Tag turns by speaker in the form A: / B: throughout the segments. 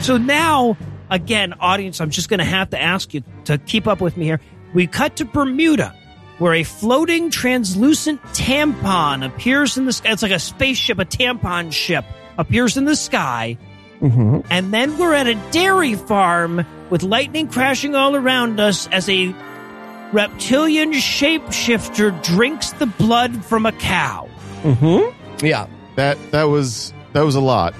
A: So now, again, audience, I'm just going to have to ask you to keep up with me here. We cut to Bermuda, where a floating translucent tampon appears in the sky. It's like a spaceship, a tampon ship appears in the sky. And then we're at a dairy farm with lightning crashing all around us as a reptilian shapeshifter drinks the blood from a cow.
B: Yeah.
C: That that was that was a lot.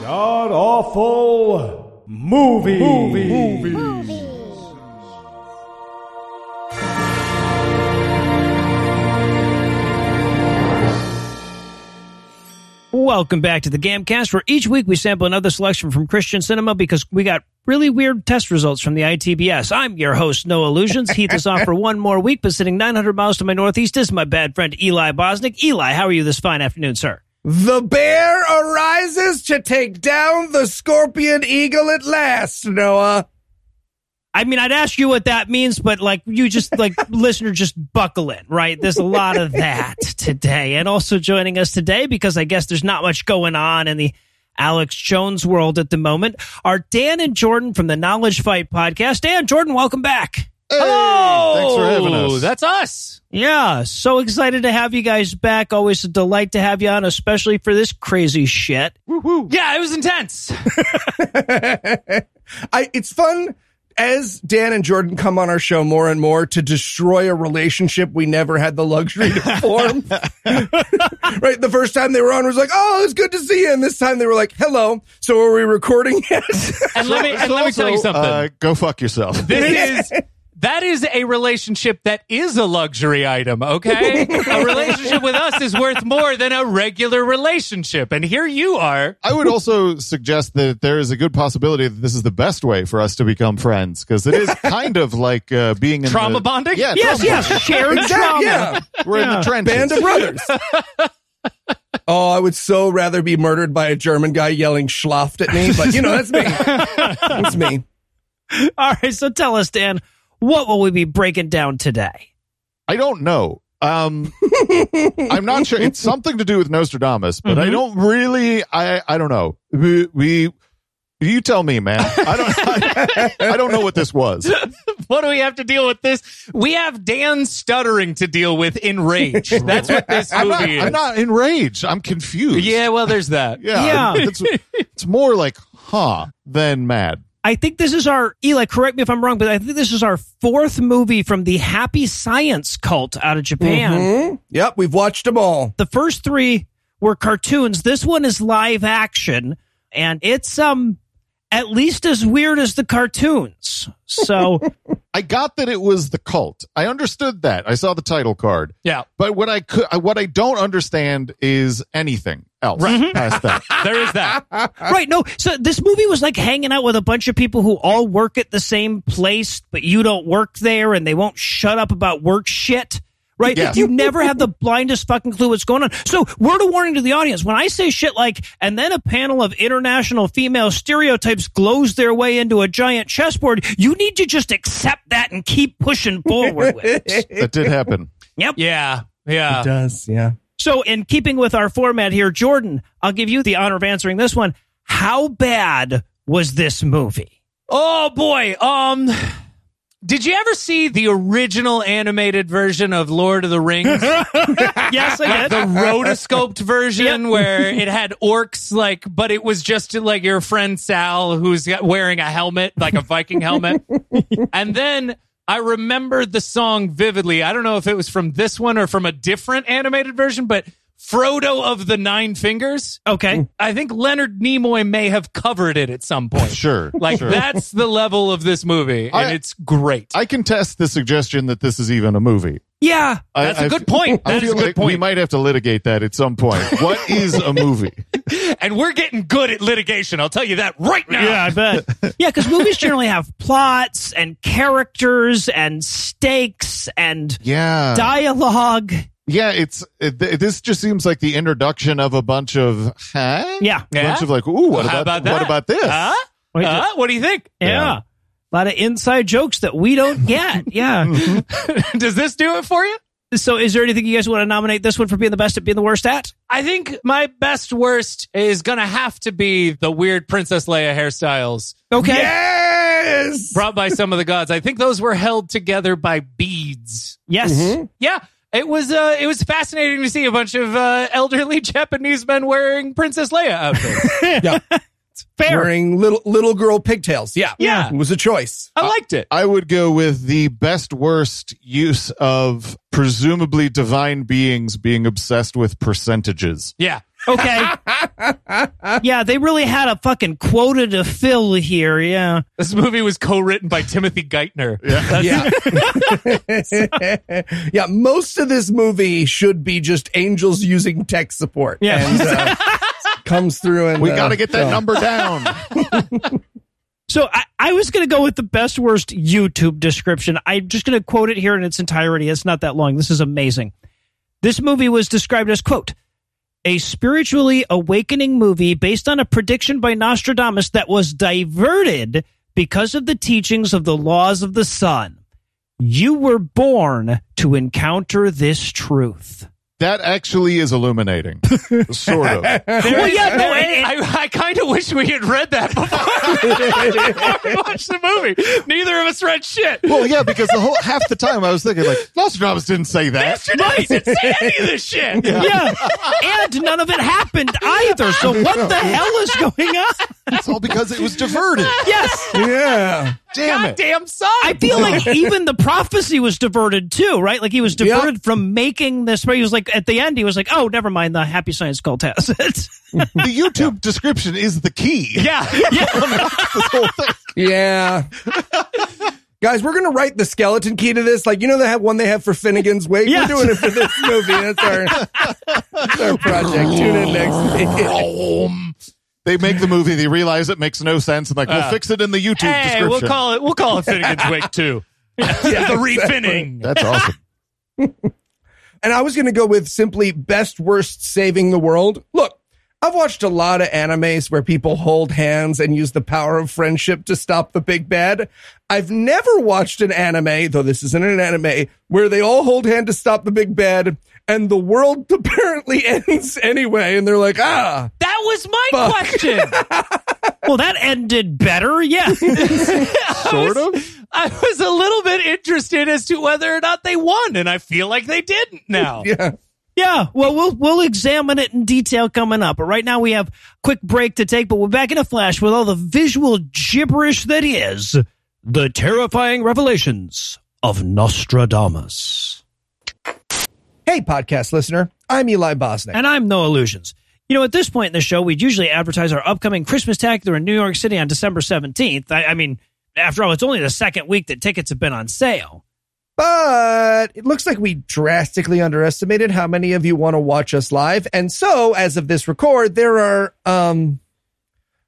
D: God awful movie. Movie.
A: Welcome back to the Gamcast, where each week we sample another selection from Christian cinema because we got really weird test results from the ITBS. I'm your host, No Illusions. Heath is off for one more week, but sitting 900 miles to my northeast is my bad friend Eli Bosnick. Eli, how are you this fine afternoon, sir?
B: The bear arises to take down the scorpion eagle at last, Noah.
A: I mean, I'd ask you what that means, but like you just like listener, just buckle in, right? There's a lot of that today. And also joining us today, because I guess there's not much going on in the Alex Jones world at the moment, are Dan and Jordan from the Knowledge Fight podcast. Dan, Jordan, welcome back.
C: Hello! Thanks for having
D: Oh,
C: us.
D: that's us.
A: Yeah, so excited to have you guys back. Always a delight to have you on, especially for this crazy shit.
D: Yeah, it was intense.
B: I it's fun as Dan and Jordan come on our show more and more to destroy a relationship we never had the luxury to form. right? The first time they were on was like, "Oh, it's good to see you." And this time they were like, "Hello." So are we recording yet?
D: And let me and let me tell you
C: Also,
D: something.
C: Uh, go fuck yourself.
D: this is that is a relationship that is a luxury item, okay? a relationship with us is worth more than a regular relationship. And here you are.
C: I would also suggest that there is a good possibility that this is the best way for us to become friends because it is kind of like uh, being in the-
D: Trauma bonding?
C: Yeah,
A: Yes,
C: trauma
A: yes, shared trauma.
B: Exactly. Yeah.
C: bonding. we're in the trenches.
B: Band of Brothers. oh, I would so rather be murdered by a German guy yelling schlaft at me, but you know, that's me. That's me.
A: All right, so tell us, Dan, what will we be breaking down today?
C: I don't know. Um, I'm not sure. It's something to do with Nostradamus, but I don't really. I I don't know. We, we you tell me, man. I don't. I, I don't know what this was.
D: What do we have to deal with this? We have Dan stuttering to deal with in rage. That's what this movie
C: I'm not,
D: is.
C: I'm not enraged. I'm confused.
D: yeah, well, there's that.
A: Yeah.
C: yeah. It's, it's more like huh than mad.
A: I think this is our Eli. Correct me if I'm wrong, but I think this is our fourth movie from the Happy Science cult out of Japan.
B: Mm-hmm. Hmm? Yep, we've watched them all.
A: The first three were cartoons. This one is live action, and it's um at least as weird as the cartoons. So
C: I got that it was the cult. I understood that. I saw the title card.
D: Yeah.
C: But what I could, what I don't understand is anything else past that.
D: There is that.
A: right, no. So this movie was like hanging out with a bunch of people who all work at the same place, but you don't work there, and they won't shut up about work shit. Right?
C: Yes.
A: You never have the blindest fucking clue what's going on. So, word of warning to the audience when I say shit like, and then a panel of international female stereotypes glows their way into a giant chessboard, you need to just accept that and keep pushing forward with it.
C: That did happen.
A: Yep.
D: Yeah. Yeah.
B: does, yeah.
A: So, in keeping with our format here, Jordan, I'll give you the honor of answering this one. How bad was this movie?
D: Oh boy. Um did you ever see the original animated version of Lord of the Rings?
A: Yes, I
D: the rotoscoped version where it had orcs like but it was just like your friend sal who's got- wearing a helmet like a viking helmet and then i remember the song vividly i don't know if it was from this one or from a different animated version but frodo of the nine fingers
A: Okay.
D: i think leonard nimoy may have covered it at some point
C: Sure.
D: like
C: sure.
D: that's the level of this movie and
C: I-
D: it's great
C: I contest the suggestion that this is even a movie.
A: Yeah.
D: that's
C: a
D: a good point.
C: I
D: That is
C: feel
D: a good
C: like we
D: point.
C: might have to litigate that at some point. What is a movie?
D: and we're getting good at litigation. I'll tell you that right now.
A: I bet. yeah, because movies generally have plots and characters and stakes and Uh.
C: Yeah.
A: dialogue.
C: yeah, it's it, th- this just seems like the introduction of a bunch of huh?
A: Yeah.
C: A bunch
D: Yeah.
C: of like, ooh, what
D: How
C: about,
D: about
C: what
D: that?
C: about this?
D: Huh?
A: Wait,
D: Huh? what do you think?
A: Uh, yeah.
C: Yeah.
A: A lot of inside jokes that we don't get. Yeah.
D: Does this do it for you?
A: So, is there anything you guys want to nominate this one for being the best at being the worst at?
D: I think my best worst is gonna have to be the weird Princess Leia hairstyles
A: Okay.
B: Yes.
D: brought by some of the gods. I think those were held together by beads.
A: Yes.
B: Mhm.
D: Yeah. It was uh, it was fascinating to see a bunch of uh, elderly Japanese men wearing Princess Leia outfits.
A: Fair.
B: Wearing little little girl pigtails. Yeah.
D: Yeah.
B: It was a choice.
D: I liked it.
C: I would go with the best worst use of presumably divine beings being obsessed with percentages.
D: Yeah.
A: Okay. yeah, they really had a fucking quota to fill here. Yeah.
D: This movie was co-written by Timothy Geithner. Yeah.
B: Yeah. yeah. Most of this movie should be just angels using tech support.
A: Yeah.
B: And, uh, comes through and
C: We
B: uh,
C: got to get that
B: so-
C: number down.
A: So I, I was going to go with the best worst YouTube description. I'm just going to quote it here in its entirety. It's not that long. This is amazing. This movie was described as quote a spiritually awakening movie based on a prediction by Nostradamus that was diverted because of the teachings of the laws of the sun. You were born to encounter this truth.
C: that actually is illuminating, sort of.
A: Well, yeah, no, it- it-
D: I, I kind of wish we had read that before we watched the movie. Neither of us read shit.
C: Well, yeah, because the whole half the time I was thinking like Nostradamus didn't say that.
D: Yesterday, didn't say any of this shit.
A: yeah. And none of it happened either. So what the hell is going on?
C: It's all because it was diverted.
A: Yes.
B: Yeah.
C: Damn it.
D: Goddamn son.
A: I feel like even the prophecy was diverted too, right? Like he was diverted from making this. He was like at the end, he was like, "Oh, never mind, the happy science cult has it."
C: The YouTube description is the key.
D: yeah, yeah.
C: This whole thing.
B: Yeah. Guys, we're gonna write the skeleton key to this. Like, you know that one they have for Finnegan's Wake?
A: Yes.
B: We're doing it for this movie. That's our, that's our project. Tune in next week.
C: Boom. They make the movie, they realize it makes no sense, and like we'll fix it in the YouTube
D: Hey,
C: description.
D: we'll call it. We'll call it Finnegan's Wake too. the refinning.
C: That's awesome.
B: And I was going to go with simply best worst saving the world. Look, I've watched a lot of animes where people hold hands and use the power of friendship to stop the big bad. I've never watched an anime, though this isn't an anime, where they all hold hand to stop the big bad and the world apparently ends anyway. And they're like, ah,
A: That was my question. well, that ended better. Yeah,
C: Sort of.
D: I was a little bit interested as to whether or not they won, and I feel like they didn't now.
B: yeah.
A: yeah. Well, we'll we'll examine it in detail coming up. But right now we have a quick break to take. But we're back in a flash with all the visual gibberish that is the terrifying revelations of Nostradamus.
B: Hey, podcast listener, I'm Eli Bosnick.
A: And I'm no illusions. You know, at this point in the show, we'd usually advertise our upcoming Christmas Tacular in New York City on December 17th. I, I mean, after all, it's only the second week that tickets have been on sale.
B: But it looks like we drastically underestimated how many of you want to watch us live. And so, as of this record, there are um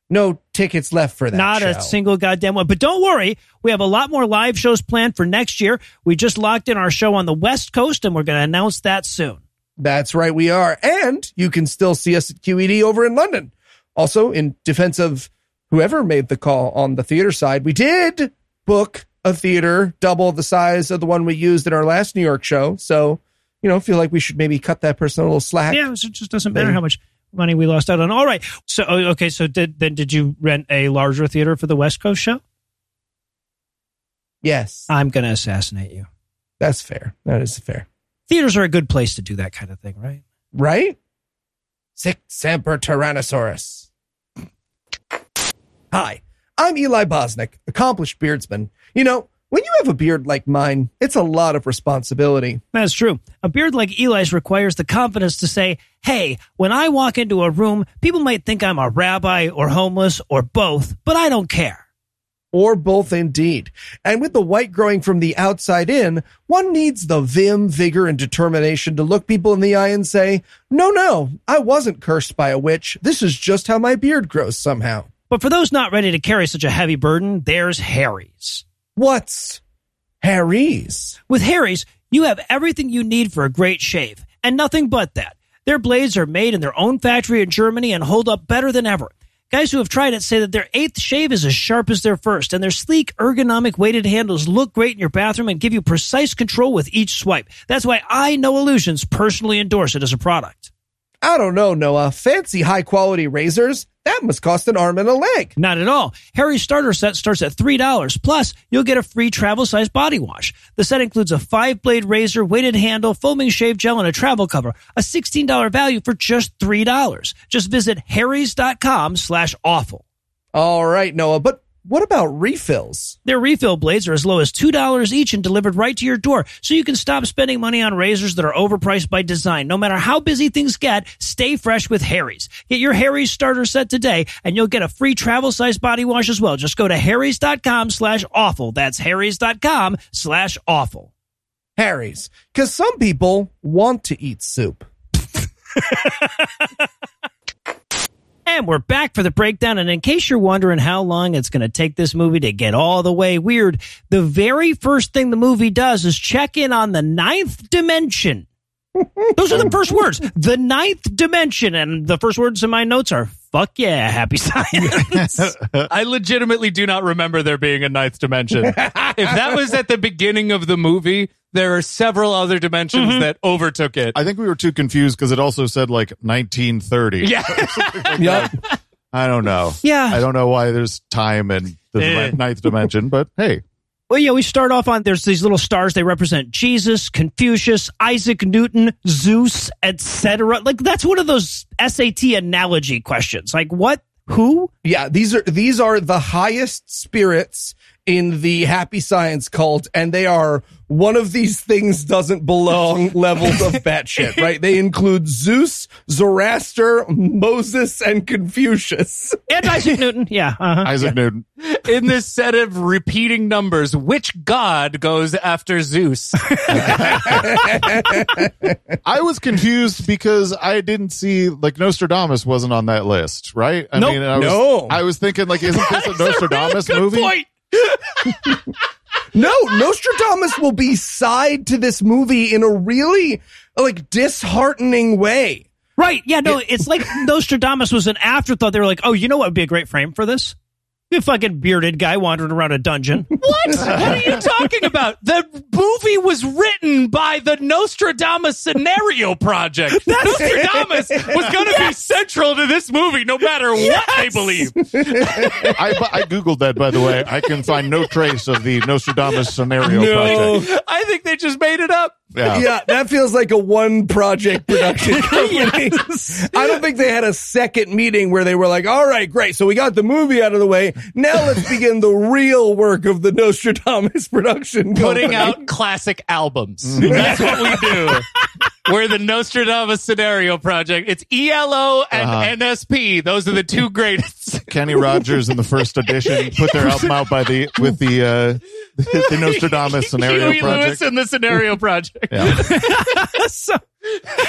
B: no tickets left for that.
A: Not
B: show.
A: a single goddamn one. But don't worry, we have a lot more live shows planned for next year. We just locked in our show on the West Coast, and we're going to announce that soon.
B: That's right, we are. And you can still see us at QED over in London. Also, in defense of whoever made the call on the theater side, we did book a theater double the size of the one we used in our last New York show. So, you know, feel like we should maybe cut that person a little slack.
A: Yeah, so it just doesn't matter how much money we lost out on. All right. So, oh, okay, so did, then did you rent a larger theater for the West Coast show?
B: Yes,
A: I'm going to assassinate you.
B: that's fair. That is fair.
A: Theaters are a good place to do that kind of thing, right?
B: right? Sic semper tyrannosaurus. Hi, I'm Eli Bosnick, accomplished beardsman. You know, when you have a beard like mine, it's a lot of responsibility.
A: That's true. A beard like Eli's requires the confidence to say, hey, when I walk into a room, people might think I'm a rabbi or homeless or both, but I don't care.
B: Or both indeed. And with the white growing from the outside in, one needs the vim, vigor, and determination to look people in the eye and say, no, no, I wasn't cursed by a witch. This is just how my beard grows somehow.
A: But for those not ready to carry such a heavy burden, there's Harry's.
B: What's Harry's?
A: With Harry's, you have everything you need for a great shave, and nothing but that. Their blades are made in their own factory in Germany and hold up better than ever. Guys who have tried it say that their eighth shave is as sharp as their first, and their sleek, ergonomic weighted handles look great in your bathroom and give you precise control with each swipe. That's why I, No Illusions, personally endorse it as a product.
B: I don't know, Noah. Fancy high quality razors? That must cost an arm and a leg.
A: Not at all. Harry's starter set starts at $3. Plus, you'll get a free travel size body wash. The set includes a five blade razor, weighted handle, foaming shave gel, and a travel cover. A $16 value for just $3. Just visit harrys.com slash awful.
B: All right, Noah, but what about refills?
A: Their refill blades are as low as $2 each and delivered right to your door, so you can stop spending money on razors that are overpriced by design. No matter how busy things get, stay fresh with Harry's. Get your Harry's starter set today, and you'll get a free travel size body wash as well. Just go to harrys.com slash awful. That's harrys.com slash awful.
B: Harry's, because some people want to eat soup.
A: And we're back for the breakdown. And in case you're wondering how long it's going to take this movie to get all the way weird, the very first thing the movie does is check in on the ninth dimension. Those are the first words, the ninth dimension. And the first words in my notes are, fuck yeah, happy science.
D: I legitimately do not remember there being a ninth dimension. if that was at the beginning of the movie, there are several other dimensions that overtook it.
C: I think we were too confused because it also said like 1930.
D: yeah.
B: Yep.
C: I don't know.
A: Yeah.
C: I don't know why there's time in the
D: Eh.
C: ninth dimension, but hey,
A: well, yeah, we start off on, there's these little stars. They represent Jesus, Confucius, Isaac Newton, Zeus, etc. Like that's one of those SAT analogy questions. Like what, who,
B: yeah, these are these are the highest spirits in the happy science cult, and they are one of these things doesn't belong levels of batshit, right? They include Zeus, Zoroaster, Moses, and Confucius.
A: and Isaac Newton. Yeah. Uh-huh.
C: Isaac Newton.
D: In this set of repeating numbers, which god goes after Zeus?
C: I was confused because I didn't see like Nostradamus wasn't on that list, right? I
A: Nope.
C: I was,
B: No.
C: I was thinking like, isn't this a Nostradamus movie?
D: Point.
B: No, Nostradamus will be side to this movie in a really like disheartening way.
A: Right. Yeah. No, it's like Nostradamus was an afterthought. They were like, oh, you know what would be a great frame for this? The fucking bearded guy wandering around a dungeon.
D: What? What are you talking about? The movie was written by the Nostradamus Scenario Project. Nostradamus was going to be central to this movie, no matter what they believe.
C: I, I googled that by the way. I can find no trace of the Nostradamus scenario project.
D: I think they just made it up.
B: Yeah, that feels like a one project production company. I don't think they had a second meeting where they were like, all right, great. So we got the movie out of the way. Now let's begin the real work of the Nostradamus production.
D: Putting
B: company."
D: out classic albums. That's what we do. We're the Nostradamus Scenario Project. It's ELO and
C: Uh-huh.
D: NSP. Those are the two greatest.
C: Kenny Rogers in the first edition put their album out by the with the uh, the Nostradamus scenario
D: Huey Lewis
C: project.
D: and the Scenario Project.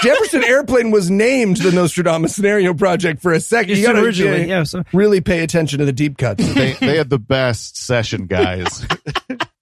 B: Jefferson Airplane was named the Nostradamus Scenario Project for a second. You
A: Yes,
B: gotta
A: originally,
B: uh,
A: yeah, so-
B: really pay attention to the deep cuts.
C: They they had the best session guys.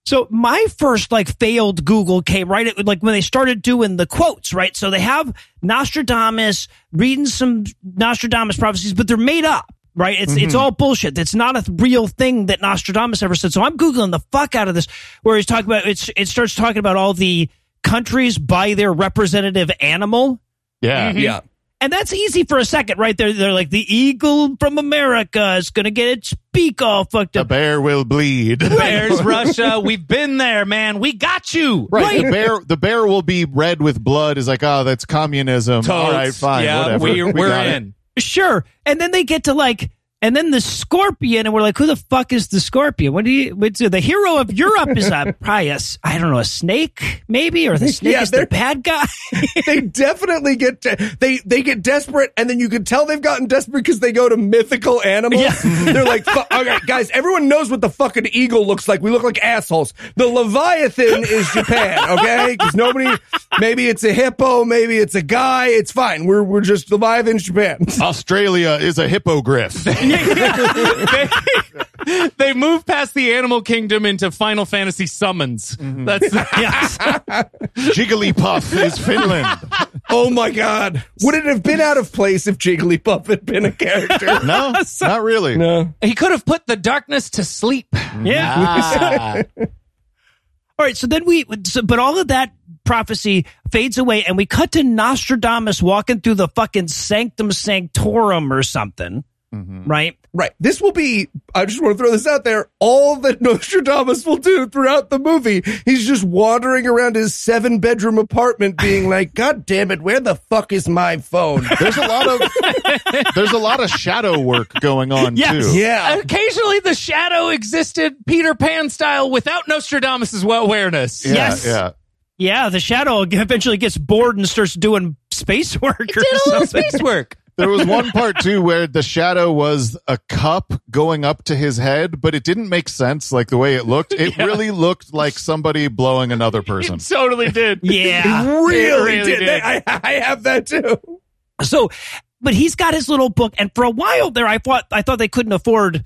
A: So my first like failed Google came right at like when they started doing the quotes, right? So they have Nostradamus reading some Nostradamus prophecies, but they're made up, right? It's it's all bullshit. That's not a real thing that Nostradamus ever said. So I'm googling the fuck out of this where he's talking about it's it starts talking about all the countries by their representative animal.
C: Yeah,
B: yeah.
A: And that's easy for a second, right? They're, they're like, the eagle from America is going to get its beak all fucked
C: the
A: up.
C: bear will bleed.
D: Bears, Russia. We've been there, man. We got you.
C: Right. The bear the bear will be red with blood is like, oh, that's communism. All right, fine,
D: Yeah,
C: whatever.
D: We're,
C: We
D: we're
C: got it.
D: in.
A: Sure. And then they get to like, and then the scorpion, and we're like, who the fuck is the scorpion? What do you, what's the hero of Europe is a, probably a, s- I don't know, a snake maybe, or the snake
B: Yeah,
A: is the
B: they're-
A: bad guy.
B: they definitely get de- they they get desperate, and then you can tell they've gotten desperate because they go to mythical animals. They're like, "Fu- okay, guys, everyone knows what the fucking eagle looks like. We look like assholes. The leviathan is Japan, okay? Because nobody, maybe it's a hippo, maybe it's a guy. It's fine. We're we're just leviathan's Japan.
C: Australia is a hippogriff.
D: they, they move past the animal kingdom into Final Fantasy summons.
C: Mm-hmm.
D: That's
A: Yes.
C: Jigglypuff is Finland.
B: Oh my God. Would it have been out of place if Jigglypuff had been a character?
C: No, not really.
B: no.
D: he could have put the darkness to sleep.
C: Mm-hmm.
A: Yeah.
C: Ah.
A: All right, so then we, so, but all of that prophecy fades away, and we cut to Nostradamus walking through the fucking sanctum sanctorum or something,
B: Mm-hmm.
A: right?
B: Right. This will be, I just want to throw this out there, all that Nostradamus will do throughout the movie. He's just wandering around his seven bedroom apartment being like, God damn it, where the fuck is my phone?
C: There's a lot of there's a lot of shadow work going on
A: Yes.
C: too.
B: Yeah.
D: Occasionally, the shadow existed Peter Pan style without Nostradamus' awareness.
C: Yeah,
A: Yes.
C: Yeah.
A: Yeah, the shadow eventually gets bored and starts doing space work or
D: Did a little
A: something.
D: space work.
C: There was one part too where the shadow was a cup going up to his head, but it didn't make sense like the way it looked. It really looked like somebody blowing another person.
D: Totally did.
A: Yeah.
B: Really,
D: really
B: did.
D: did.
B: They- I, I have that too.
A: So, but he's got his little book, and for a while there, I thought I thought they couldn't afford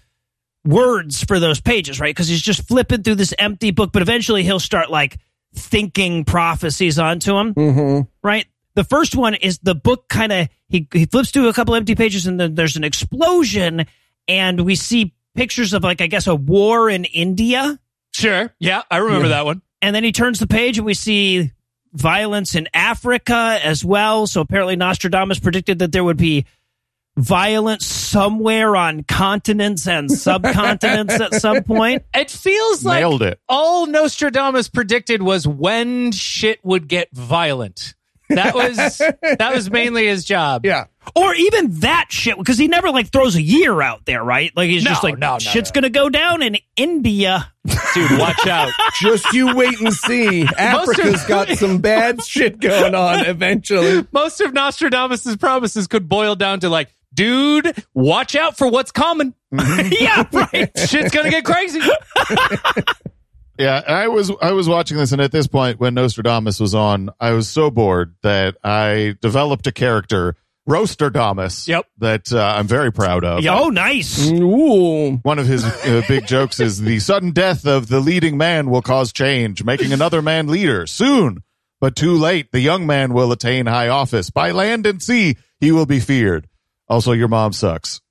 A: words for those pages, right? Because he's just flipping through this empty book, but eventually he'll start like thinking prophecies onto him, right? The first one is the book kind of he he flips through a couple empty pages, and then there's an explosion, and we see pictures of like I guess a war in India,
D: Sure. Yeah, I remember that one.
A: and then he turns the page, and we see. Violence in Africa as well. So apparently, Nostradamus predicted that there would be violence somewhere on continents and subcontinents at some point.
D: It feels like
C: Nailed it.
D: all Nostradamus predicted was when shit would get violent. That was that was mainly his job.
B: Yeah.
A: Or even that shit, because he never like throws a year out there, right? Like he's
D: No,
A: just like,
D: no, no,
A: shit's gonna go down in India.
D: Dude, watch out.
B: Just you wait and see. Africa's got some bad shit going on eventually.
D: Most of Nostradamus's promises could boil down to like, dude, watch out for what's coming.
A: yeah, right.
D: Shit's gonna get crazy.
C: Yeah, and I was I was watching this, and at this point, when Nostradamus was on, I was so bored that I developed a character, Roasterdamus.
D: Yep.
C: That uh, I'm very proud of.
A: Oh, nice.
D: Mm.
B: Ooh.
C: One of his uh, big jokes is the sudden death of the leading man will cause change, making another man leader soon, but too late. The young man will attain high office by land and sea. He will be feared. Also, your mom sucks.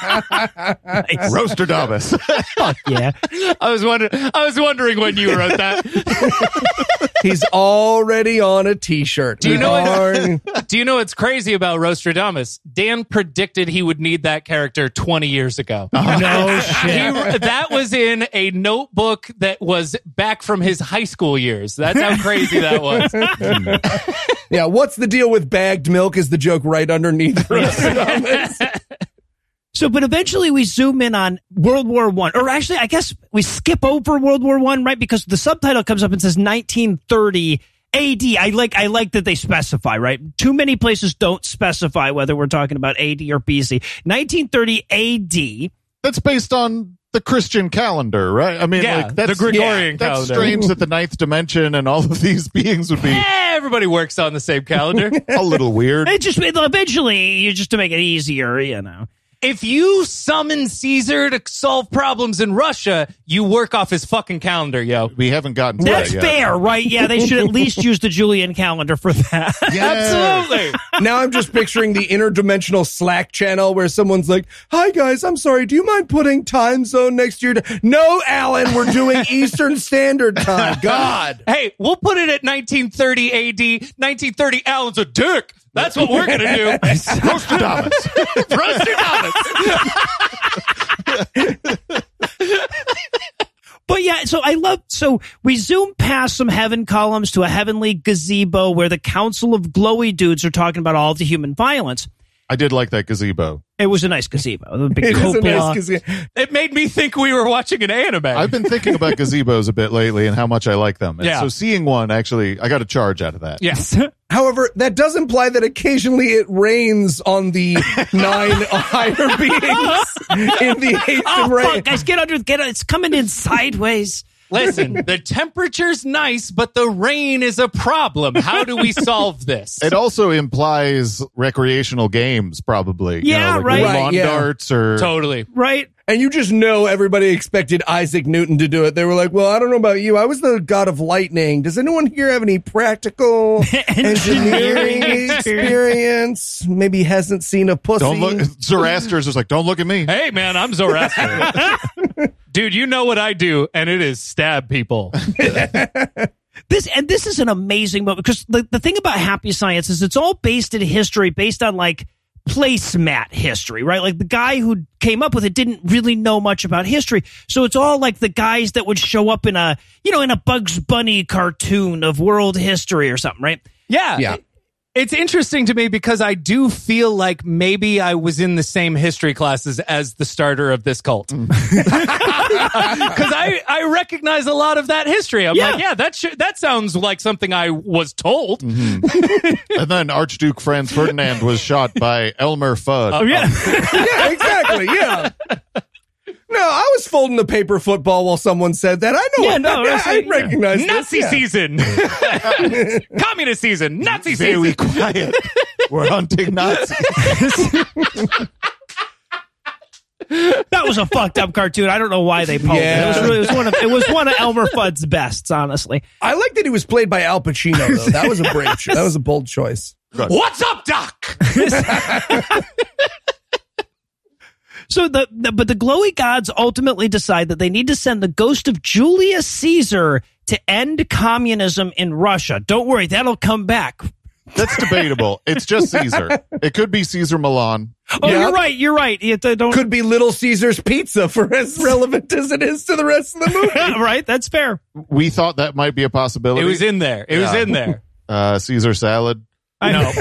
A: nice.
C: Roasterdamus.
A: Fuck yeah.
D: I was wondering I was wondering when you wrote that.
B: He's already on a t shirt. Do
D: you know what-
B: what?
D: Do you know what's crazy about Rostradamus? Dan predicted he would need that character 20 years ago.
A: No shit.
D: He- that was in a notebook that was back from his high school years. That's how crazy that was.
B: Yeah, what's the deal with bagged milk is the joke right underneath Nostradamus.
A: So, but eventually we zoom in on World War One, or actually, I guess we skip over World War One, right? Because the subtitle comes up and says 1930 AD. I like, I like that they specify, right? Too many places don't specify whether we're talking about AD or BC. 1930 AD.
C: that's based on the Christian calendar, right? I mean,
D: Yeah,
C: like, that's
D: the Gregorian
C: that's
D: calendar.
C: strange that the ninth dimension and all of these beings would be
D: Everybody works on the same calendar.
C: a little weird.
A: It just eventually, you just to make it easier, you know.
D: If you summon Caesar to solve problems in Russia, you work off his fucking calendar, yo.
C: We haven't gotten to
A: That's
C: that yet.
A: fair, right? Yeah, they should at least use the Julian calendar for that.
C: Yeah.
D: Absolutely.
B: now I'm just picturing the interdimensional Slack channel where someone's like, Hi guys, I'm sorry, do you mind putting time zone next year? To-? No, Alan, we're doing Eastern Standard Time. God.
D: Hey, we'll put it at 1930 AD. 1930 Alan's a dick. That's what we're going to do.
C: Nostradamus.
D: Rostradamus.
A: But yeah, so I love. So we zoom past some heaven columns to a heavenly gazebo where the Council of Glowy Dudes are talking about all the human violence.
C: I did like that gazebo.
A: It was a nice gazebo. The big
B: It is
A: cupola.
B: a nice gaze-
D: It made me think we were watching an anime.
C: I've been thinking about gazebos a bit lately and how much I like them. And
D: Yeah.
C: so seeing one actually, I got a charge out of that.
D: yes.
B: However, that does imply that occasionally it rains on the nine higher beings in the eighth
A: Oh
B: domain.
A: fuck, guys, get under, get. It's coming in sideways.
D: Listen, the temperature's nice, but the rain is a problem. How do we solve this?
C: It also implies recreational games, probably.
A: Yeah,
C: like
A: right.
C: Lawn
B: Right, yeah.
C: darts or
D: totally.
A: right?
B: And you just know everybody expected Isaac Newton to do it. They were like, well, I don't know about you. I was the god of lightning. Does anyone here have any practical engineering experience? Maybe hasn't seen a pussy.
C: don't look. Zoroaster's just like, don't look at me.
D: Hey, man, I'm Zoroaster. Dude, you know what I do, and it is stab people.
A: this and this is an amazing moment because the, the thing about happy science is it's all based in history based on like placemat history right like the guy who came up with it didn't really know much about history so it's all like the guys that would show up in a you know in a bugs bunny cartoon of world history or something right
D: Yeah.
B: Yeah.
D: It's interesting to me because I do feel like maybe I was in the same history classes as the starter of this cult. Because I, I recognize a lot of that history. I'm
A: Yeah.
D: like, yeah, that, sh- that sounds like something I was told.
C: And then Archduke Franz Ferdinand was shot by Elmer Fudd.
A: yeah
B: yeah, exactly. Yeah. No, I was folding the paper football while someone said that. I know.
A: Yeah, no,
B: I,
A: I see.
B: recognize this.
D: Nazi
B: Yeah.
D: season, communist season, Nazi season.
C: Very quiet. We're hunting Nazis.
A: that was a fucked up cartoon i don't know why they pulled
B: Yeah.
A: it it was really it was one of it was one of elmer fudd's bests honestly
B: I like that he was played by Al Pacino, though. That was a brave choice. That was a bold choice.
D: What's up, Doc?
A: So the, the but the glowy gods ultimately decide that they need to send the ghost of Julius Caesar to end communism in Russia. Don't worry, that'll come back.
C: That's debatable. It's just Caesar. It could be Caesar Milan.
A: Oh,
B: Yeah.
A: you're right. You're right. You don't
B: Could be Little Caesar's Pizza for as relevant as it is to the rest of the movie.
A: right. That's fair.
C: We thought that might be a possibility.
D: It was in there. It was
C: Yeah.
D: in there.
C: uh, Caesar salad.
A: I know.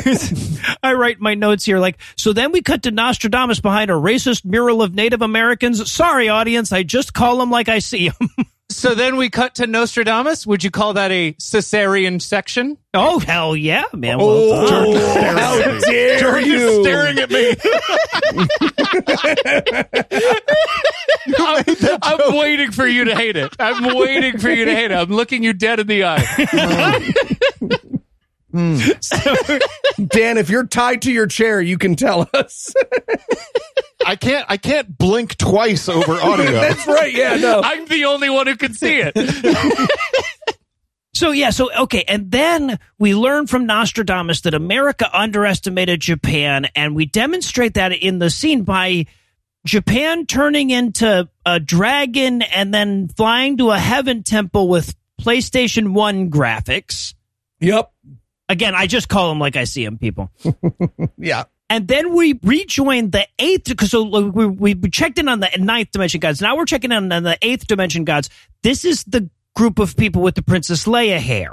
A: I write my notes here like so. Then we cut to Nostradamus behind a racist mural of Native Americans. Sorry, audience. I just call them like I see them.
D: So then we cut to Nostradamus. Would you call that a Caesarean section?
A: oh hell yeah, man. Well,
B: Oh,
C: at
B: how
C: me.
B: dare you!
C: at me.
D: I'm, I'm waiting for you to hate it. I'm waiting for you to hate it. I'm looking you dead in the eye.
B: Dan, if you're tied to your chair, you can tell us.
C: I can't. I can't blink twice over audio.
B: That's right. Yeah, no.
D: I'm the only one who can see it.
A: So yeah, so okay, and then we learn from Nostradamus that America underestimated Japan, and we demonstrate that in the scene by Japan turning into a dragon and then flying to a heaven temple with PlayStation One graphics.
B: Yep.
A: Again, I just call them like I see them, people.
B: Yeah.
A: And then we rejoined the eighth because so like, we, we we checked in on the ninth dimension gods. Now we're checking in on the eighth dimension gods. This is the group of people with the Princess Leia hair.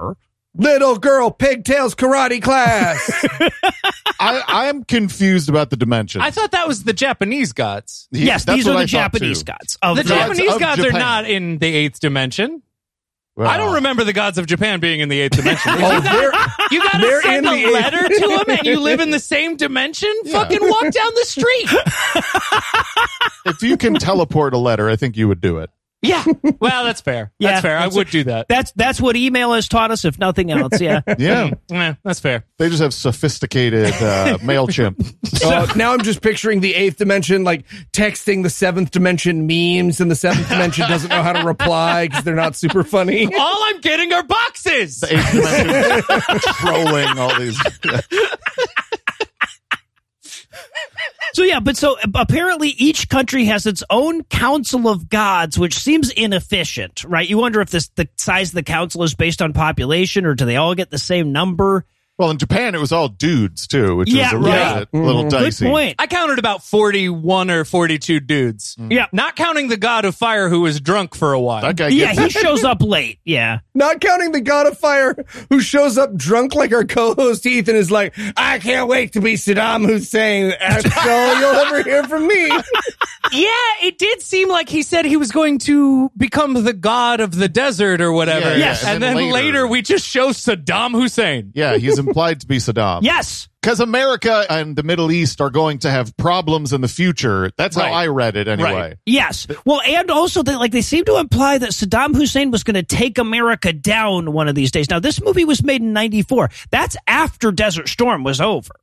B: Little girl pigtails karate class. Oh,
C: I, I'm confused about the dimensions.
D: I thought that was the Japanese gods.
C: He-
A: yes,
C: that's
A: these are
C: what
A: the
C: I thought,
A: Japanese
C: too.
A: gods. Of
D: The
A: the-
C: gods
D: Japanese
C: of
D: gods are
C: Japan.
D: not in the eighth dimension.
C: Well,
D: I don't remember the gods of Japan being in the eighth dimension. If you
B: they're-
D: got- you got
B: they're
D: to send
B: in
D: a
B: the eighth-
D: letter to them and you live in the same dimension?
C: Yeah.
D: Fucking walk down the street.
C: If you can teleport a letter, I think you would do it.
D: Yeah. Well, that's fair.
A: Yeah.
D: that's fair. I would do that.
A: that's that's what email has taught us, if nothing else. Yeah.
C: Yeah,
D: Eh, that's fair.
C: they just have sophisticated uh, Mailchimp.
B: Uh, now I'm just picturing the eighth dimension, like texting the seventh dimension memes, and the seventh dimension doesn't know how to reply because they're not super funny.
D: All I'm getting are boxes.
C: The eighth dimension trolling all these.
A: so yeah, but so uh, apparently each country has its own council of gods, which seems inefficient, right? You wonder if this the size of the council is based on population, or do they all get the same number?
C: Well, in Japan, it was all dudes too, which
A: Yeah,
C: is a
A: right.
C: little dicey.
A: Good point.
D: I counted about 41 or 42 dudes.
A: Yeah.
D: Not counting the god of fire who was drunk for a while.
C: Mm. That guy
A: Yeah,
C: gets
A: he shows up late. Yeah.
B: Not counting the God of Fire who shows up drunk like our co-host Ethan is like, I can't wait to be Saddam Hussein. That's all you'll ever hear from me.
D: yeah, it did seem like he said he was going to become the god of the desert or whatever.
C: Yeah, yeah,
A: Yes.
D: And, then, later, we just show Saddam Hussein.
C: Yeah, he's implied to be Saddam.
A: Yes.
C: Because America and the Middle East are going to have problems in the future. That's how
D: Right.
C: I read it anyway.
D: Right.
A: Yes. Well, and also they like they seem to imply that Saddam Hussein was going to take America down one of these days. Now, this movie was made in 94. That's after Desert Storm was over,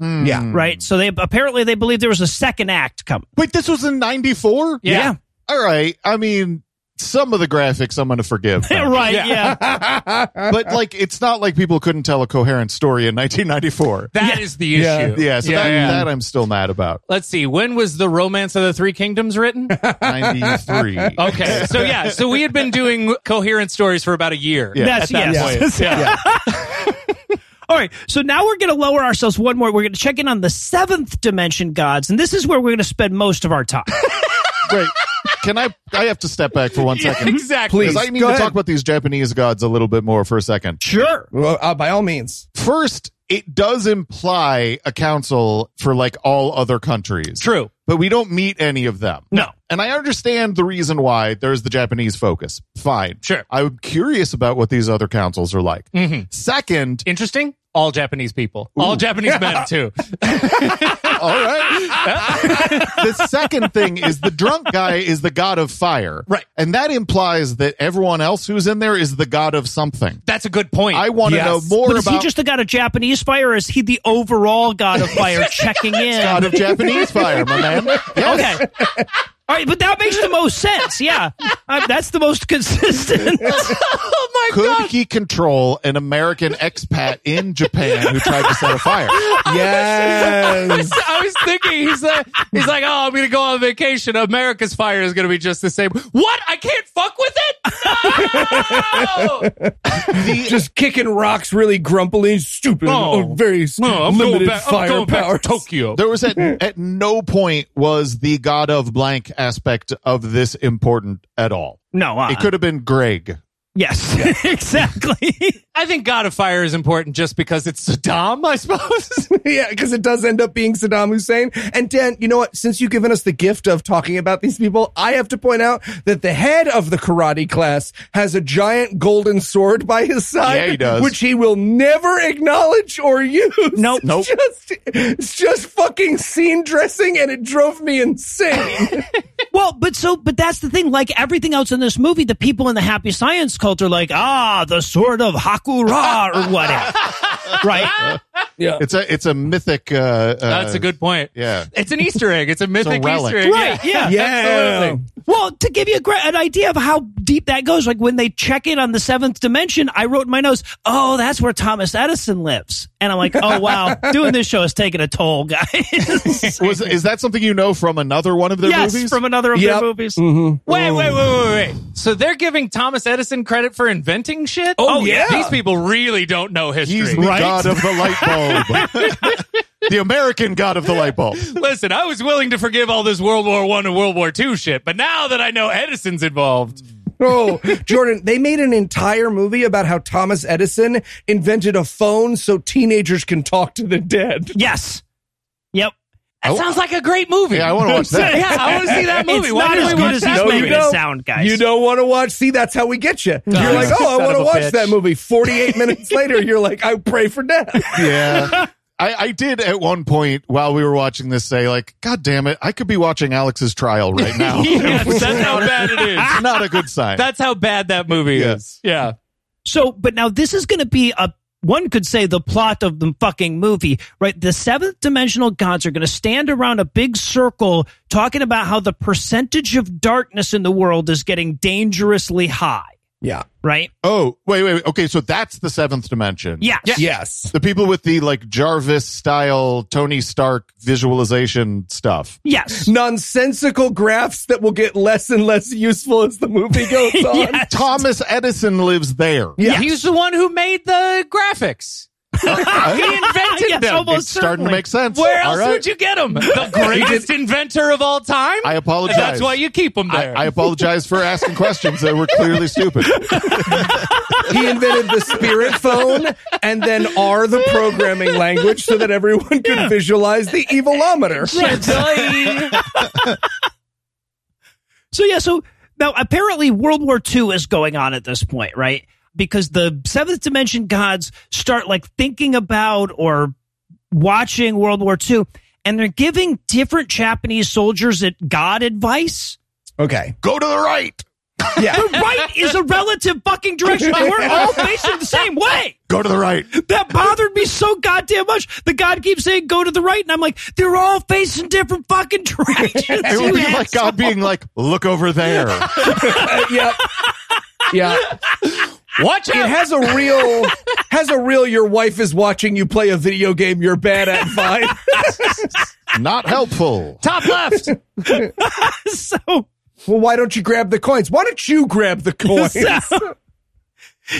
C: Hmm.
B: Yeah.
A: right? So they apparently they believe there was a second act coming.
C: Wait, this was in 94?
A: Yeah.
C: All right. I mean, some of the graphics I'm going to forgive.
A: right.
D: Yeah.
A: yeah.
C: but like, it's not like people couldn't tell a coherent story in 1994.
D: That is the issue.
B: Yeah.
C: Yeah, so
D: Yeah,
C: that,
D: yeah.
C: that I'm still mad about.
D: Let's see. When was the Romance of the Three Kingdoms written?
C: 93.
D: Okay. So yeah. So we had been doing coherent stories for about a year.
C: Yeah.
A: That's
D: at that
A: yes.
D: point. Yeah.
A: All right, so now we're going to lower ourselves one more. We're going to check in on the seventh dimension gods, and this is where we're going to spend most of our time.
C: Wait, can I? I have to step back for one second.
D: exactly.
C: Because I need
B: Go
C: to
B: ahead.
C: talk about these Japanese gods a little bit more for a second.
A: sure.
B: Well, uh, by all means.
C: First, it does imply a council for like all other countries.
D: True.
C: But we don't meet any of them.
A: No.
C: And I understand the reason why there's the Japanese focus. Fine.
D: Sure.
C: I'm curious about what these other councils are like.
A: Mm-hmm.
C: Second,
D: Interesting. All Japanese people. All Japanese men too.
C: all right. the second thing is the drunk guy is the god of fire.
D: Right.
C: And that implies that everyone else who's in there is the god of something.
D: That's a good point.
C: I want to
B: Yes.
C: know more
A: But is
C: about
A: he just the god of Japanese fire, or is he the overall god of fire checking in?
C: god of Japanese fire, my man. Yes.
A: okay. All right, but that makes the most sense. Yeah, Uh, that's the most consistent.
D: oh my
C: Could
D: god.
C: he control an American expat in Japan who tried to set a fire?
B: Yes.
D: I was thinking he's like he's like oh I'm gonna go on vacation. America's fire is gonna be just the same. What? I can't fuck with it. No!
B: Just kicking rocks really grumpily, stupid,
D: No.
B: or very
D: No, Oh, I'm
B: limited
D: going back. I'm
B: firepower.
D: going back to Tokyo.
C: There was at, at no point was the god of blank aspect of this important at all.
A: No, uh,
C: It could have been Greg.
A: yes, exactly.
D: I think God of Fire is important just because it's Saddam, I suppose.
B: yeah, because it does end up being Saddam Hussein. And Dan, you know what? Since you've given us the gift of talking about these people, I have to point out that the head of the karate class has a giant golden sword by his side,
C: Yeah, he does.
B: which he will never acknowledge or use.
A: Nope.
B: It's
C: Nope.
B: Just, it's just fucking scene dressing, and it drove me insane.
A: Well, but so, but that's the thing. Like everything else in this movie, the people in the happy science cult are like, ah, the sword of Hakura or whatever, right?
B: yeah.
C: It's a it's a mythic. Uh, uh,
D: That's a good point.
C: yeah.
D: It's an Easter egg. It's a mythic
C: relic.
D: Easter egg.
A: Right, yeah.
B: Yeah.
D: Absolutely.
A: Well, to give you a gra- an idea of how deep that goes, like when they check in on the seventh dimension, I wrote in my notes, "Oh, that's where Thomas Edison lives," and I'm like, "Oh wow, doing this show is taking a toll, guys."
C: Was is that something you know from another one of their
A: yes,
C: movies?
A: from another of
B: Yep.
A: their movies.
D: Wait, wait, wait, wait, wait. So they're giving Thomas Edison credit for inventing shit?
B: Oh, yeah.
D: These people really don't know history.
C: He's the god of the light bulb. the American god of the light bulb.
D: Listen, I was willing to forgive all this World War One and World War Two shit, but now that I know Edison's involved,
B: Oh, Jordan, they made an entire movie about how Thomas Edison invented a phone so teenagers can talk to the dead.
A: Yes. Yep.
D: that sounds like a great movie.
C: Yeah, I want to watch that.
D: yeah, I want to see that movie.
A: It's
D: Why
A: not
D: did
A: as
D: we
A: good
D: watch
A: as
D: that
A: he's
D: movie?
A: making it sound, guys.
B: You don't want to watch. See, that's how we get you. You're like, oh,
D: Son
B: I want
D: of
B: to
D: a
B: watch
D: bitch.
B: that movie. 48 minutes later, you're like, I pray for death.
C: Yeah. I, I did at one point while we were watching this say like, God damn it, I could be watching Alex's trial right now.
D: Yes, that's how bad it is.
C: It's not a good sign.
D: That's how bad that movie is. Yeah.
A: So, but now this is going to be a one could say the plot of the fucking movie, right? The seventh dimensional gods are going to stand around a big circle talking about how the percentage of darkness in the world is getting dangerously high,
B: Yeah.
A: right?
C: oh, wait, wait, wait. Okay, so that's the seventh dimension.
A: Yes.
B: Yes.
C: The people with the like Jarvis style Tony Stark visualization stuff.
A: Yes.
B: Nonsensical graphs that will get less and less useful as the movie goes on.
A: Yes.
C: Thomas Edison lives there.
B: Yes.
D: He's the one who made the graphics. he invented
A: Ah, Yes,
D: them.
A: almost
C: It's starting to
A: certainly.
C: make sense.
D: Where
C: All
D: else
C: right.
D: would you get him? The greatest inventor of all time?
C: I apologize.
D: That's why you keep him
C: I,
D: there.
C: I apologize for asking questions that were clearly stupid.
B: He invented the spirit phone and then R, the programming language, so that everyone could visualize the evilometer.
D: Right.
A: So yeah, so now apparently World War II is going on at this point, right? Because the seventh dimension gods start like thinking about or watching World War II, and they're giving different Japanese soldiers at God advice.
B: Okay.
C: Go to the right.
B: Yeah.
A: The right is a relative fucking direction. Like, we're all facing the same way.
C: Go to the right.
A: That bothered me so goddamn much. The god keeps saying go to the right, and I'm like, they're all facing different fucking directions.
C: It
A: you
C: would be like
A: asshole.
C: God being like, look over there.
B: yeah. Yeah.
D: Watch
B: It
D: out!
B: has a real has a real your wife is watching you play a video game you're bad at vibe.
C: Not helpful.
D: Top left.
A: so
B: well, why don't you grab the coins? Why don't you grab the coins?
A: So-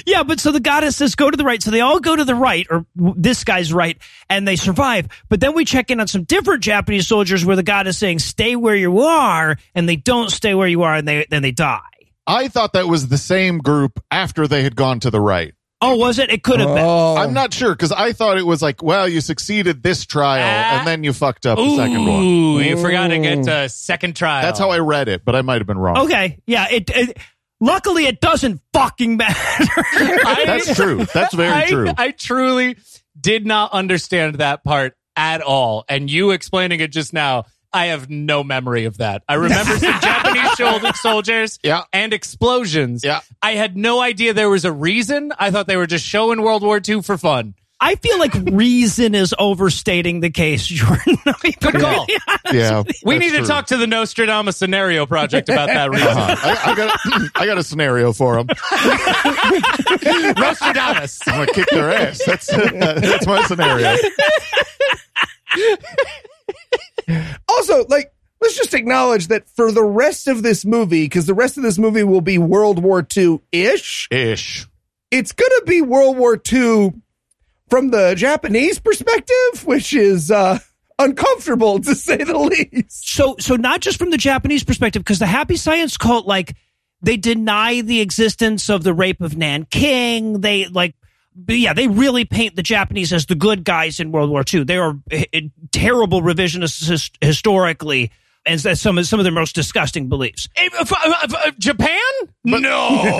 A: yeah, but so the goddess says go to the right. So they all go to the right, or w- this guy's right, and they survive. But then we check in on some different Japanese soldiers where the god is saying stay where you are, and they don't stay where you are, and they then they die.
C: I thought that was the same group after they had gone to the right.
A: Oh, was it? It could have been.
B: Oh.
C: I'm not sure because I thought it was like, well, you succeeded this trial
D: Ah.
C: and then you fucked up the second one.
D: Ooh, you forgot to get to second trial.
C: That's how I read it, but I might have been
D: Oh.
C: wrong.
A: Okay, yeah. It, it luckily it doesn't fucking matter.
D: I-
C: That's true. That's very
D: I,
C: true.
D: I truly did not understand that part at all. And you explaining it just now, I have no memory of that. I remember some Japanese shoulder soldiers
C: Yeah.
D: and explosions.
C: Yeah.
D: I had no idea there was a reason. I thought they were just showing World War II for fun.
A: I feel like reason is overstating the case, Jordan. I mean,
D: Good call.
C: yeah,
D: We
C: that's
D: need
C: true.
D: to talk to the Nostradamus scenario project about that reason.
C: Uh-huh. I, I got, a, I got a scenario for them.
D: Nostradamus.
C: I'm gonna kick their ass. That's that's my scenario.
B: also, like, let's just acknowledge that for the rest of this movie, because the rest of this movie will be World War II ish,
C: Ish.
B: it's going to be World War II from the Japanese perspective, which is uh, uncomfortable to say the least.
A: so so not just from the Japanese perspective, because the Happy Science cult, like they deny the existence of the rape of Nanking. They like, but yeah, they really paint the Japanese as the good guys in World War II. They are eh, eh, terrible revisionists his- historically, and that's some of some of their most disgusting beliefs.
D: Eh, f- f- f- Japan? no.
C: But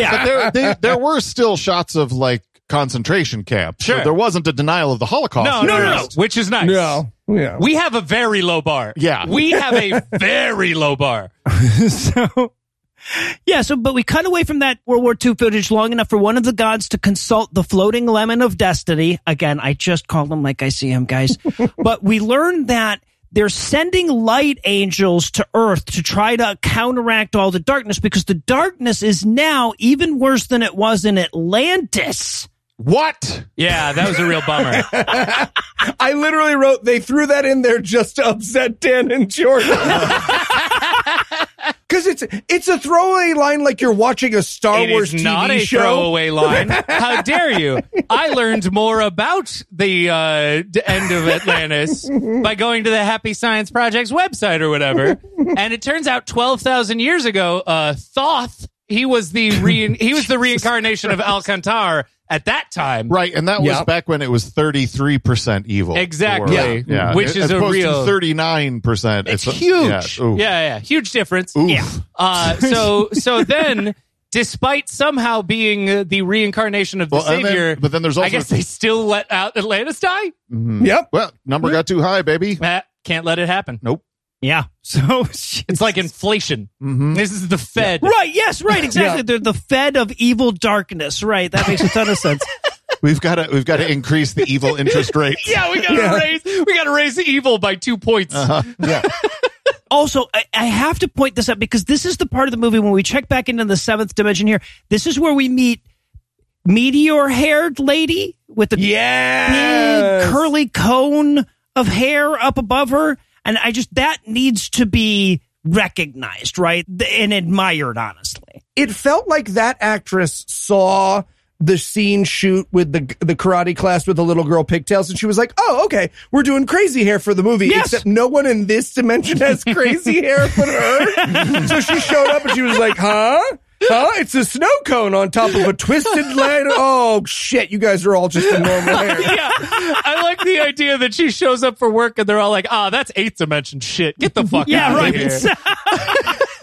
A: Yeah,
C: there they, there were still shots of like concentration camps.
D: Sure.
C: There wasn't a denial of the Holocaust.
D: No, no, no, no. Which is nice.
B: Yeah.
D: We have a very low bar.
C: Yeah.
D: We have a very low bar.
A: so. Yeah, so but we cut away from that World War II footage long enough for one of the gods to consult the floating lemon of destiny. Again, I just call him like I see him, guys. but we learned that they're sending light angels to Earth to try to counteract all the darkness because the darkness is now even worse than it was in Atlantis.
C: What?
D: Yeah, that was a real bummer.
B: I literally wrote, they threw that in there just to upset Dan and Jordan. Because it's it's a throwaway line like you're watching a Star
D: It
B: Wars
D: is not
B: TV
D: a
B: show.
D: throwaway line. How dare you? I learned more about the uh, d- end of Atlantis by going to the Happy Science Project's website or whatever. And it turns out 12,000 years ago, uh, Thoth, he was the re- he was the reincarnation of Alcantar at that time.
C: Right, and that was
B: Yeah.
C: back when it was 33% evil.
D: Exactly.
C: Or,
D: Yeah. Which
C: As
D: is a
C: opposed to
D: real-
C: 39%.
D: It's,
C: a-
D: huge.
C: ooh.
D: yeah, yeah, huge difference.
C: Oof.
A: Yeah.
D: Uh, so so then, despite somehow being uh, the reincarnation of the
C: Well, and then-
D: savior,
C: but then there's also-
D: I guess they still let out Atlantis die.
B: Yep.
C: Well, number got too high, baby.
D: Eh, can't let it happen.
C: Nope.
A: Yeah. So
D: It's like inflation.
C: Mm-hmm.
D: This is the Fed.
A: Right, yes, right, exactly.
B: Yeah.
A: They're the fed of evil darkness. Right. That makes a ton of sense.
C: We've got to we've got to increase the evil interest rate.
D: Yeah, we gotta raise we gotta raise evil by two points.
C: yeah.
A: also, I, I have to point this out because this is the part of the movie when we check back into the seventh dimension here. This is where we meet meteor haired lady with the
B: Yes.
A: big curly cone of hair up above her. And I just, that needs to be recognized, right? And admired, honestly.
B: it felt like that actress saw the scene shoot with the the karate class with the little girl pigtails, and she was like, "Oh, okay, we're doing crazy hair for the movie."
A: Yes.
B: Except no one in this dimension has crazy hair but her. so she showed up and she was like, "Huh." Huh? It's a snow cone on top of a twisted line. Oh shit! You guys are all just in normal hair.
D: yeah, I like the idea that she shows up for work and they're all like, "Ah, that's eighth dimension shit. Get the fuck
A: Yeah,
D: out
A: right.
D: of here."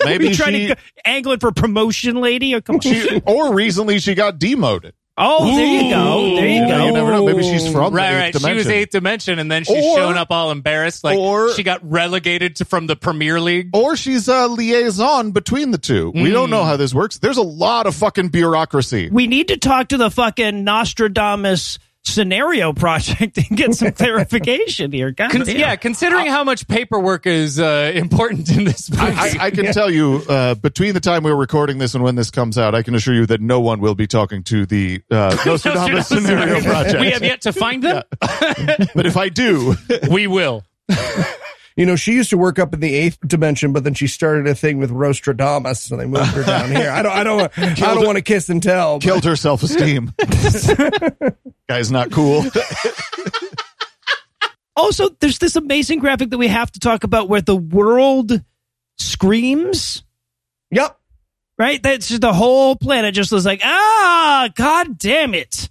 A: Are you
C: Maybe
A: trying
C: she,
A: to go, angling for promotion, lady? Or come on.
C: she or recently she got demoted.
A: oh, there you go. There you
C: You, know, you
A: go.
C: never know. Maybe she's from
D: Right,
C: the
D: right.
C: eighth
D: She was
C: dimension.
D: eighth dimension, and then she's
C: Or-
D: shown up all embarrassed, like
C: or-
D: she got relegated to, from the Premier League.
C: or she's a liaison between the two. We don't
D: Hmm.
C: know how this works. There's a lot of fucking bureaucracy.
A: We need to talk to the fucking Nostradamus scenario project and get some clarification here. God
D: Con-
A: damn.
D: yeah, considering how much paperwork is uh, important in this movie.
C: I, I can tell you, uh, between the time we're recording this and when this comes out, I can assure you that no one will be talking to the uh, Nostradamus scenario project.
D: We have yet to find them.
C: but if I do,
D: We will.
B: You know, she used to work up in the eighth dimension, but then she started a thing with Rostradamus, so they moved her down here. I don't, I don't, I don't want to kiss and tell. but-
C: killed her self esteem. Guy's not cool.
A: Also, there's this amazing graphic that we have to talk about where the world screams.
B: Yep.
A: Right? That's just the whole planet just was like, ah, god damn it.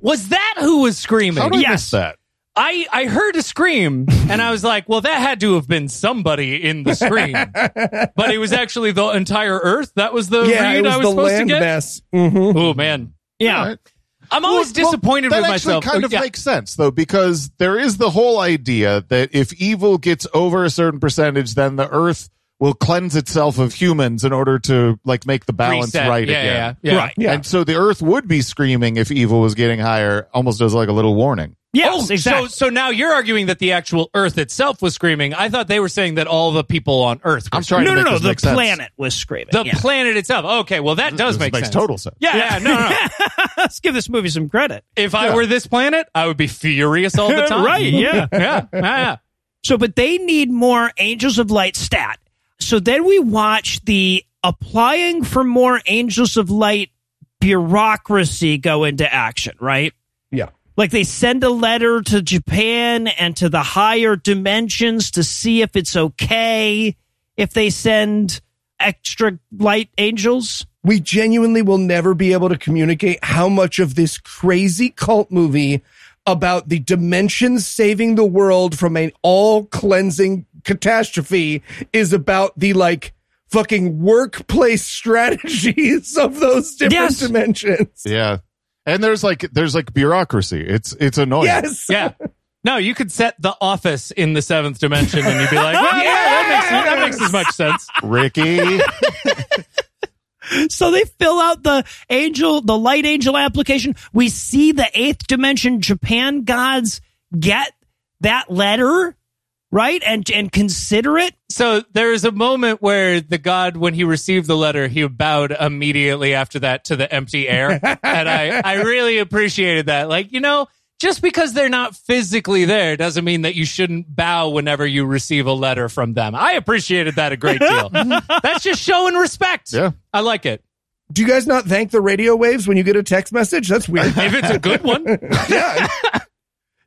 D: Was that who was screaming?
C: How do I
A: Yes.
C: miss that?
D: I, I heard a scream and I was like, well, that had to have been somebody in the scream. but it was actually the entire Earth. That was the
B: Yeah,
D: read
B: it was,
D: I was
B: the
D: supposed to
B: land
D: get.
B: mass. hmm
D: Oh, man.
A: Yeah.
C: All right.
D: I'm always
C: Well, well,
D: disappointed
C: that
D: with
C: actually
D: myself.
C: Kind
D: Oh,
C: of
D: yeah.
C: makes sense though, because there is the whole idea that if evil gets over a certain percentage, then the Earth will cleanse itself of humans in order to like make the balance
D: Reset.
C: right
D: yeah,
C: again.
D: Yeah, yeah.
A: Right.
B: Yeah.
C: And so the Earth would be screaming if evil was getting higher, almost as like a little warning.
A: Yes,
D: oh,
A: exactly.
D: so so now you're arguing that the actual Earth itself was screaming. I thought they were saying that all the people on Earth. Were
C: I'm trying
A: no, no,
C: to make
A: no.
C: this
A: The
C: make sense.
A: planet was screaming.
D: the
A: yeah.
D: planet itself. Okay, well that does
C: This
D: make
C: makes
D: sense.
C: total sense.
D: Yeah, yeah, no, no. no.
A: Let's give this movie some credit.
D: if I were this planet, I would be furious all the time.
A: Right, yeah.
D: yeah, yeah.
A: So, but they need more Angels of Light stat. So then we watch the applying for more Angels of Light bureaucracy go into action, right?
B: Yeah.
A: Like they send a letter to Japan and to the higher dimensions to see if it's okay if they send extra light angels.
B: We genuinely will never be able to communicate how much of this crazy cult movie about the dimensions saving the world from an all cleansing catastrophe is about the like fucking workplace strategies of those different
A: Yes.
B: dimensions.
C: Yeah. And there's like there's like bureaucracy. It's it's annoying.
B: Yes.
D: Yeah. No, you could set the office in the seventh dimension and you'd be like, well, yeah, that makes, that makes as much sense.
C: Ricky.
A: So they fill out the angel, the light angel application. We see the eighth dimension Japan gods get that letter, right? And and consider it.
D: So there is a moment where the god, when he received the letter, he bowed immediately after that to the empty air. and I, I really appreciated that. Like, you know, just because they're not physically there doesn't mean that you shouldn't bow whenever you receive a letter from them. I appreciated that a great deal. That's just showing respect.
C: Yeah.
D: I like it.
B: Do you guys not thank the radio waves when you get a text message? That's weird.
D: If it's a good one.
B: yeah.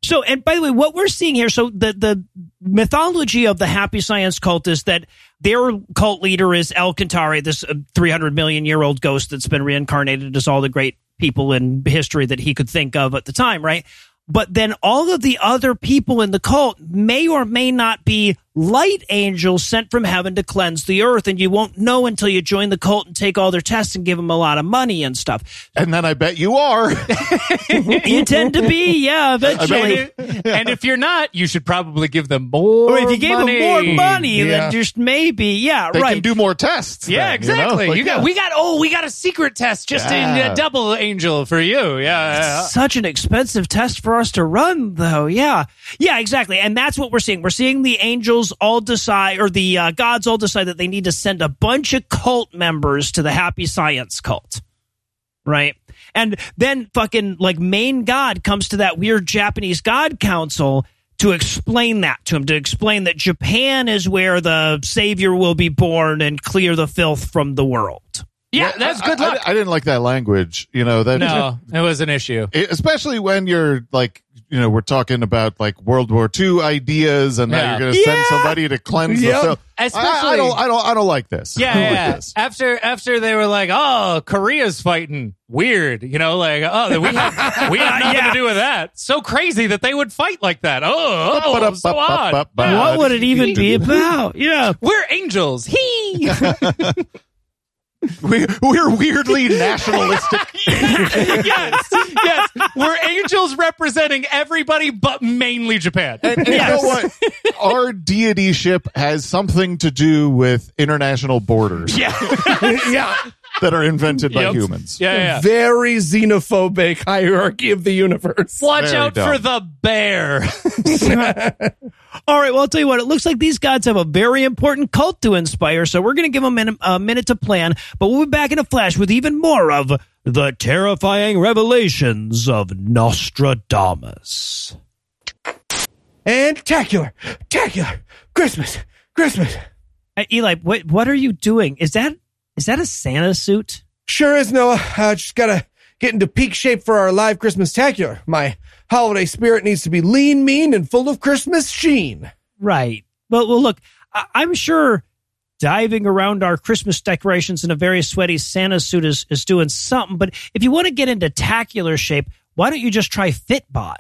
A: So, and by the way, what we're seeing here, so the the mythology of the happy science cult is that their cult leader is El Kantari, this uh, 300 million year old ghost that's been reincarnated as all the great people in history that he could think of at the time, right? But then all of the other people in the cult may or may not be light angels sent from heaven to cleanse the earth. And you won't know until you join the cult and take all their tests and give them a lot of money and stuff.
C: and then I bet you are.
A: you tend to be, yeah, eventually.
D: And, if- and if you're not, you should probably give them more.
A: Or if you gave
D: money.
A: them more money,
B: Yeah.
A: then just maybe, yeah,
C: They
A: right.
C: can do more tests.
D: Yeah,
C: then, you know?
D: exactly. You,
C: Like,
D: got
C: yeah.
D: we got oh we got a secret test just in
C: Yeah.
D: uh, double angel for you. Yeah,
A: such an expensive test for us to run, though. Yeah, yeah, exactly. And that's what we're seeing. We're seeing the angels all decide, or the uh, gods all decide that they need to send a bunch of cult members to the Happy Science cult, right? And then fucking like main god comes to that weird Japanese god council to explain that to him, to explain that Japan is where the savior will be born and clear the filth from the world.
D: yeah, yeah. That's
C: I-
D: good
C: I-
D: luck.
C: I, didn't like that language. You know that
D: no, it was an issue.
C: it- especially when you're like you know, we're talking about like World War II ideas and
D: Yeah.
C: that you're going to send
A: Yeah.
C: somebody to cleanse
B: Yep.
C: the film. I- I,
D: Especially-
C: don't, I don't, I don't like this. I
D: Yeah,
C: don't
D: yeah,
C: like
D: yeah.
C: this.
D: After after they were like, "Oh, Korea's fighting." Weird, you know, like, "Oh, we have, we have nothing
A: Yeah.
D: to do with that." So crazy that they would fight like that. Oh, oh,
C: Ba-da-ba-ba-ba-ba.
D: so
A: what
D: odd.
A: would it even be about? Yeah.
D: We're angels. He.
C: We, we're weirdly nationalistic.
D: yes. Yes. We're angels representing everybody but mainly Japan.
C: And, and
A: Yes.
C: you know what? Our deity ship has something to do with international borders
D: Yeah.
B: yeah.
C: that are invented by
D: Yep.
C: humans.
D: Yeah. yeah.
B: Very xenophobic hierarchy of the universe.
D: Watch
C: Very
D: out
C: dumb.
D: for the bear.
A: All right. Well, I'll tell you what. It looks like these gods have a very important cult to inspire, so we're going to give them an, a minute to plan. But we'll be back in a flash with even more of the terrifying revelations of Nostradamus.
B: And tacular, tacular, Christmas, Christmas.
A: Uh, Eli, what what are you doing? Is that is that a Santa suit?
B: Sure is, Noah. I just gotta get into peak shape for our live Christmas tacular. My holiday spirit needs to be lean, mean, and full of Christmas sheen.
A: Right. Well, well, look, I- I'm sure diving around our Christmas decorations in a very sweaty Santa suit is, is doing something. But if you want to get into tacular shape, why don't you just try Fitbod?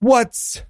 B: What's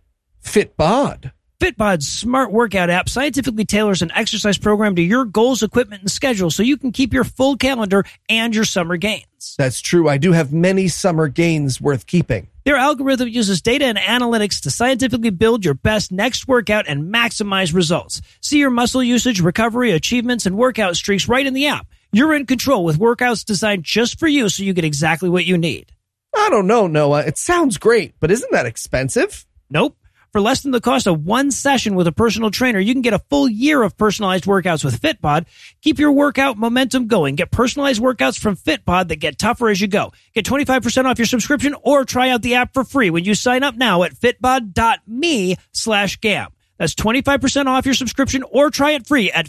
B: Fitbod?
A: Fitbod's smart workout app scientifically tailors an exercise program to your goals, equipment, and schedule so you can keep your full calendar and your summer gains.
B: That's true. I do have many summer gains worth keeping.
A: Their algorithm uses data and analytics to scientifically build your best next workout and maximize results. See your muscle usage, recovery, achievements, and workout streaks right in the app. You're in control with workouts designed just for you so you get exactly what you need.
B: I don't know, Noah. It sounds great, but isn't that expensive?
A: Nope. For less than the cost of one session with a personal trainer, you can get a full year of personalized workouts with Fitbod. Keep your workout momentum going. Get personalized workouts from Fitbod that get tougher as you go. Get 25% off your subscription or try out the app for free when you sign up now at fitbod.me slash gam. That's 25% off your subscription or try it free at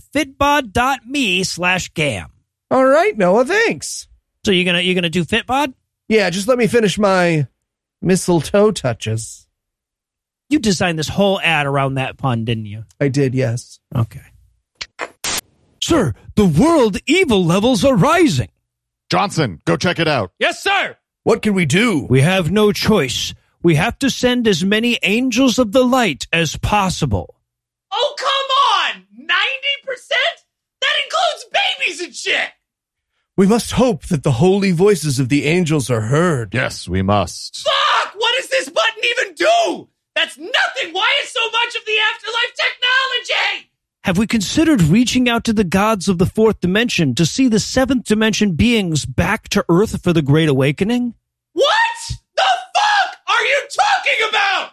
A: fitbod.me slash gam.
B: All right, Noah. Thanks.
A: So you're gonna you're gonna do Fitbod?
B: Yeah, just let me finish my mistletoe touches.
A: You designed this whole ad around that pun, didn't you?
B: I did, yes.
A: Okay. Sir, the world evil levels are rising.
C: Johnson, go check it out.
D: yes, sir.
B: What can we do?
A: We have no choice. We have to send as many angels of the light as possible.
D: Oh, come on. 90%? That includes babies and shit.
B: We must hope that the holy voices of the angels are heard.
C: Yes, we must.
D: Fuck! What does this button even do? That's nothing. Why is so much of the afterlife technology?
A: Have we considered reaching out to the gods of the fourth dimension to see the seventh dimension beings back to Earth for the Great Awakening?
D: What the fuck are you talking about?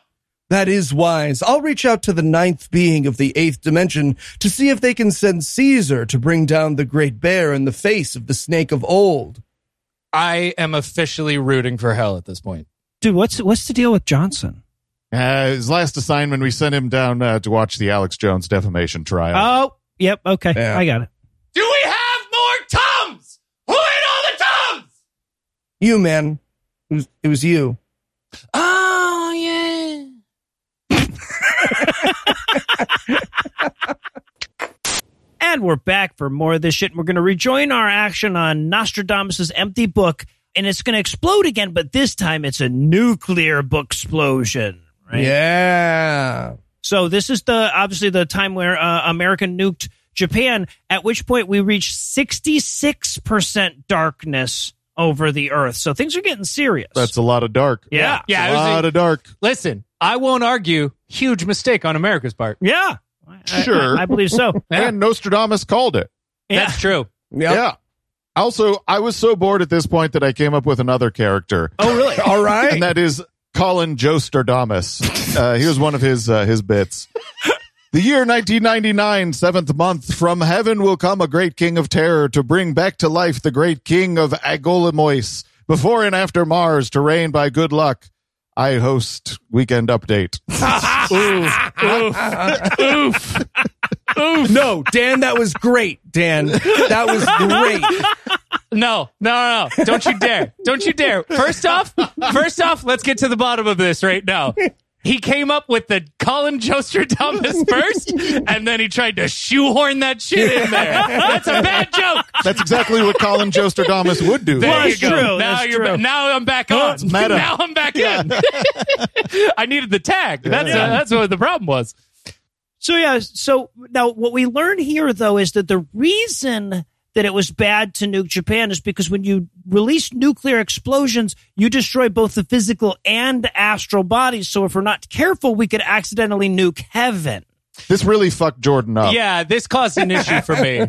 B: That is wise. I'll reach out to the ninth being of the eighth dimension to see if they can send Caesar to bring down the great bear in the face of the snake of old.
D: I am officially rooting for hell at this point.
A: Dude, what's what's the deal with Johnson?
C: Uh, his last assignment, we sent him down uh, to watch the Alex Jones defamation trial.
A: Oh, yep, okay.
B: Yeah.
A: I got it.
D: Do we have more Tums? Who ate all the Tums?
B: You, man. It was, it was you.
D: Oh, yeah.
A: And we're back for more of this shit. And we're going to rejoin our action on Nostradamus's empty book. And it's going to explode again, but this time it's a nuclear book explosion. Right?
B: Yeah.
A: So this is the obviously the time where uh, America nuked Japan, at which point we reached 66% darkness over the earth. So things are getting serious.
C: That's a lot of dark.
A: Yeah.
C: It's
D: Yeah, it
C: a
D: was a-
C: lot of dark.
D: Listen, I won't argue. Huge mistake on America's part.
A: yeah. I-
C: Sure.
A: I, I believe so.
D: Yeah.
C: And Nostradamus called it.
A: Yeah.
D: That's true.
B: Yep.
C: Yeah. Also, I was so bored at this point that I came up with another character.
A: Oh, really?
B: All right.
C: and that is Colin Jostradamus. Uh, here's one of his uh, his bits. The year 1999, seventh month, from heaven will come a great king of terror to bring back to life the great king of Agolamois, before and after Mars to reign by good luck. I host Weekend Update.
B: no, Dan, that was great, Dan. That was great.
D: No, no, no, no. Don't you dare. Don't you dare. First off, first off, let's get to the bottom of this right now. he came up with the Colin Jostradamus first, and then he tried to shoehorn that shit in there. That's a bad joke.
C: That's exactly what Colin Jostradamus would do.
D: There
A: Well,
D: you
A: it's
D: go.
A: true.
D: Now
A: That's
D: you're
A: true.
D: ba- now I'm back on.
C: it's meta.
D: Now I'm back in. I needed the tag. That's uh,
C: Yeah.
D: that's what the problem was.
A: So yeah, so now what we learn here though is that the reason that it was bad to nuke Japan is because when you release nuclear explosions, you destroy both the physical and astral bodies. So if we're not careful, we could accidentally nuke heaven.
C: This really fucked Jordan up.
D: Yeah, this caused an issue for me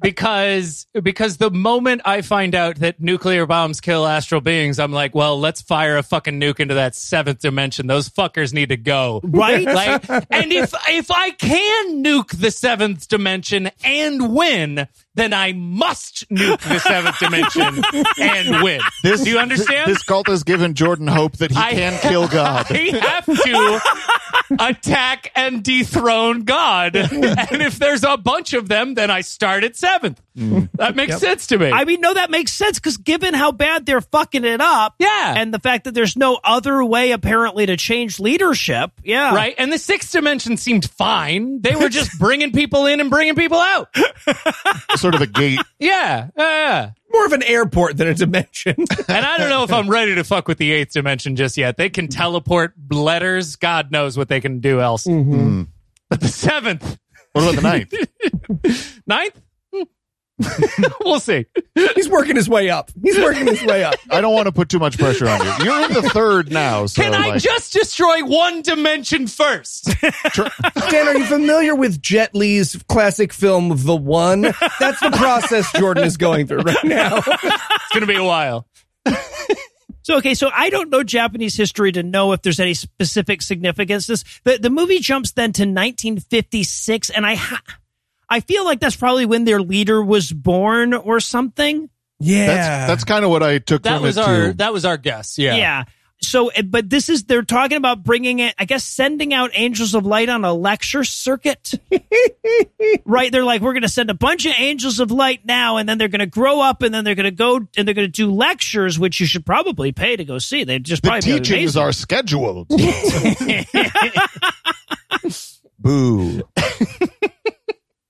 D: because because the moment I find out that nuclear bombs kill astral beings, I'm like, well, let's fire a fucking nuke into that seventh dimension. Those fuckers need to go,
A: Right?
D: Like, and if if I can nuke the seventh dimension and win, then I must nuke the seventh dimension and win. Do you understand?
C: This cult has given Jordan hope that he
D: I-
C: can kill God.
D: they have to attack and dethrone God. and if there's a bunch of them, then I start at seventh. That makes sense to me.
A: Mm. I mean, no, that makes sense because given how bad they're fucking it up,
D: Yeah.
A: and the fact that there's no other way apparently to change leadership, yeah,
D: right? And the sixth dimension seemed fine. They were just bringing people in and bringing people out.
C: sort of a gate.
D: Yeah. Yeah.
B: More of an airport than a dimension.
D: And I don't know if I'm ready to fuck with the eighth dimension just yet. They can teleport letters. God knows what they can do else.
A: Mm-hmm.
D: But the seventh,
C: What about the ninth?
D: ninth? Hmm. we'll see.
B: He's working his way up. He's working his way up.
C: I don't want to put too much pressure on you. You're in the third now. So
D: Can I
C: like,
D: just destroy one dimension first?
B: Dan, are you familiar with Jet Li's classic film, The One? That's the process Jordan is going through right now.
D: It's gonna be a while.
A: So okay, so I don't know Japanese history to know if there's any specific significance. This the, the movie jumps then to 1956, and I ha- I feel like that's probably when their leader was born or something.
B: Yeah.
C: That's, that's kind of what I took
D: That
C: from
D: was
C: it
D: our
C: too.
D: that was our guess. Yeah.
A: So, eh, but this is they're talking about bringing it. I guess sending out angels of light on a lecture circuit, right? They're like, we're going to send a bunch of angels of light now, and then they're going to grow up, and then they're going to go and they're going to do lectures, which you should probably pay to go see. They just
C: The
A: probably be
C: teachings
A: amazing.
C: are scheduled. Boo.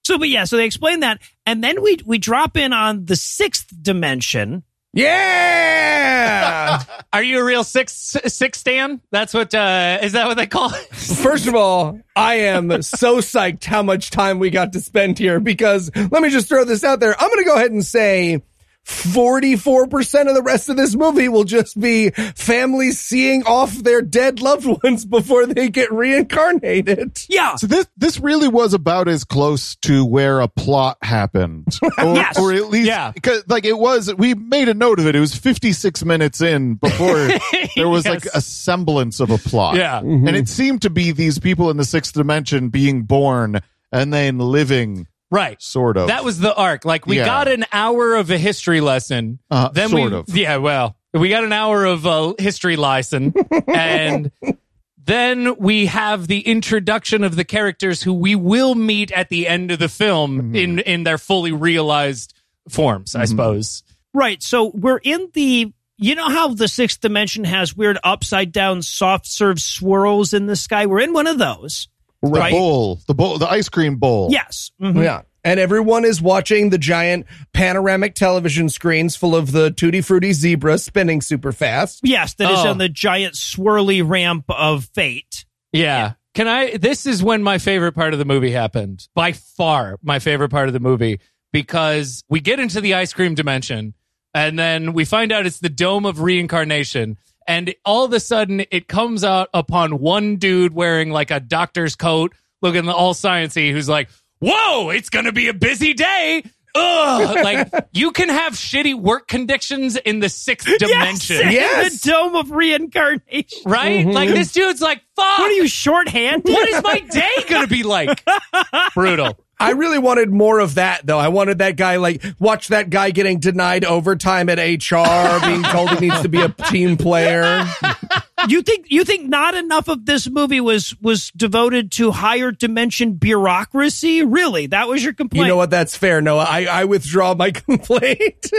A: So, but yeah, so they explain that, and then we we drop in on the sixth dimension.
B: yeah.
D: Are you a real six six Stan? That's what uh is that what they call it?
B: First of all, I am so psyched how much time we got to spend here because let me just throw this out there. I'm going to go ahead and say 44% of the rest of this movie will just be families seeing off their dead loved ones before they get reincarnated.
A: Yeah,
C: So this this really was about as close to where a plot happened, or,
A: Yes.
C: or at least
D: Yeah.
C: because like it was. We made a note of it. It was fifty six minutes in before there was like
D: Yes.
C: a semblance of a plot.
D: Yeah.
C: and it seemed to be these people in the sixth dimension being born and then living,
D: Right.
C: sort of.
D: That was the arc. Like we
C: Yeah.
D: got an hour of a history lesson.
C: Uh,
D: then
C: sort
D: we,
C: of.
D: Yeah, well, we got an hour of uh, history lesson, and then we have the introduction of the characters who we will meet at the end of the film
C: Mm-hmm.
D: in in their fully realized forms, I suppose.
A: right. So we're in the you know how the sixth dimension has weird upside down soft serve swirls in the sky. We're in one of those.
C: the
A: right.
C: bowl, the bowl, the ice cream bowl.
A: Yes. Mhm.
B: Oh, Yeah. And everyone is watching the giant panoramic television screens full of the Tutti Frutti zebra spinning super fast.
A: Yes, that is
D: Oh.
A: on the giant swirly ramp of fate.
D: Yeah. Can I? This is when my favorite part of the movie happened. By far, my favorite part of the movie because we get into the ice cream dimension and then we find out it's the dome of reincarnation. And all of a sudden, it comes out upon one dude wearing like a doctor's coat, looking all sciency, who's like, "Whoa, it's gonna be a busy day." Ugh, like you can have shitty work conditions in the sixth dimension,
A: Yes,
B: Yes.
A: the dome of reincarnation.
D: right? Like this dude's like, "Fuck,
A: Mm-hmm. What are you shorthand?
D: what is my day gonna be like? Brutal.
B: I really wanted more of that though. I wanted that guy like watch that guy getting denied overtime at HR, being told he needs to be a team player.
A: you think you think not enough of this movie was was devoted to higher dimension bureaucracy? Really, that was your complaint?
B: You know what? That's fair, Noah. I, I withdraw my complaint.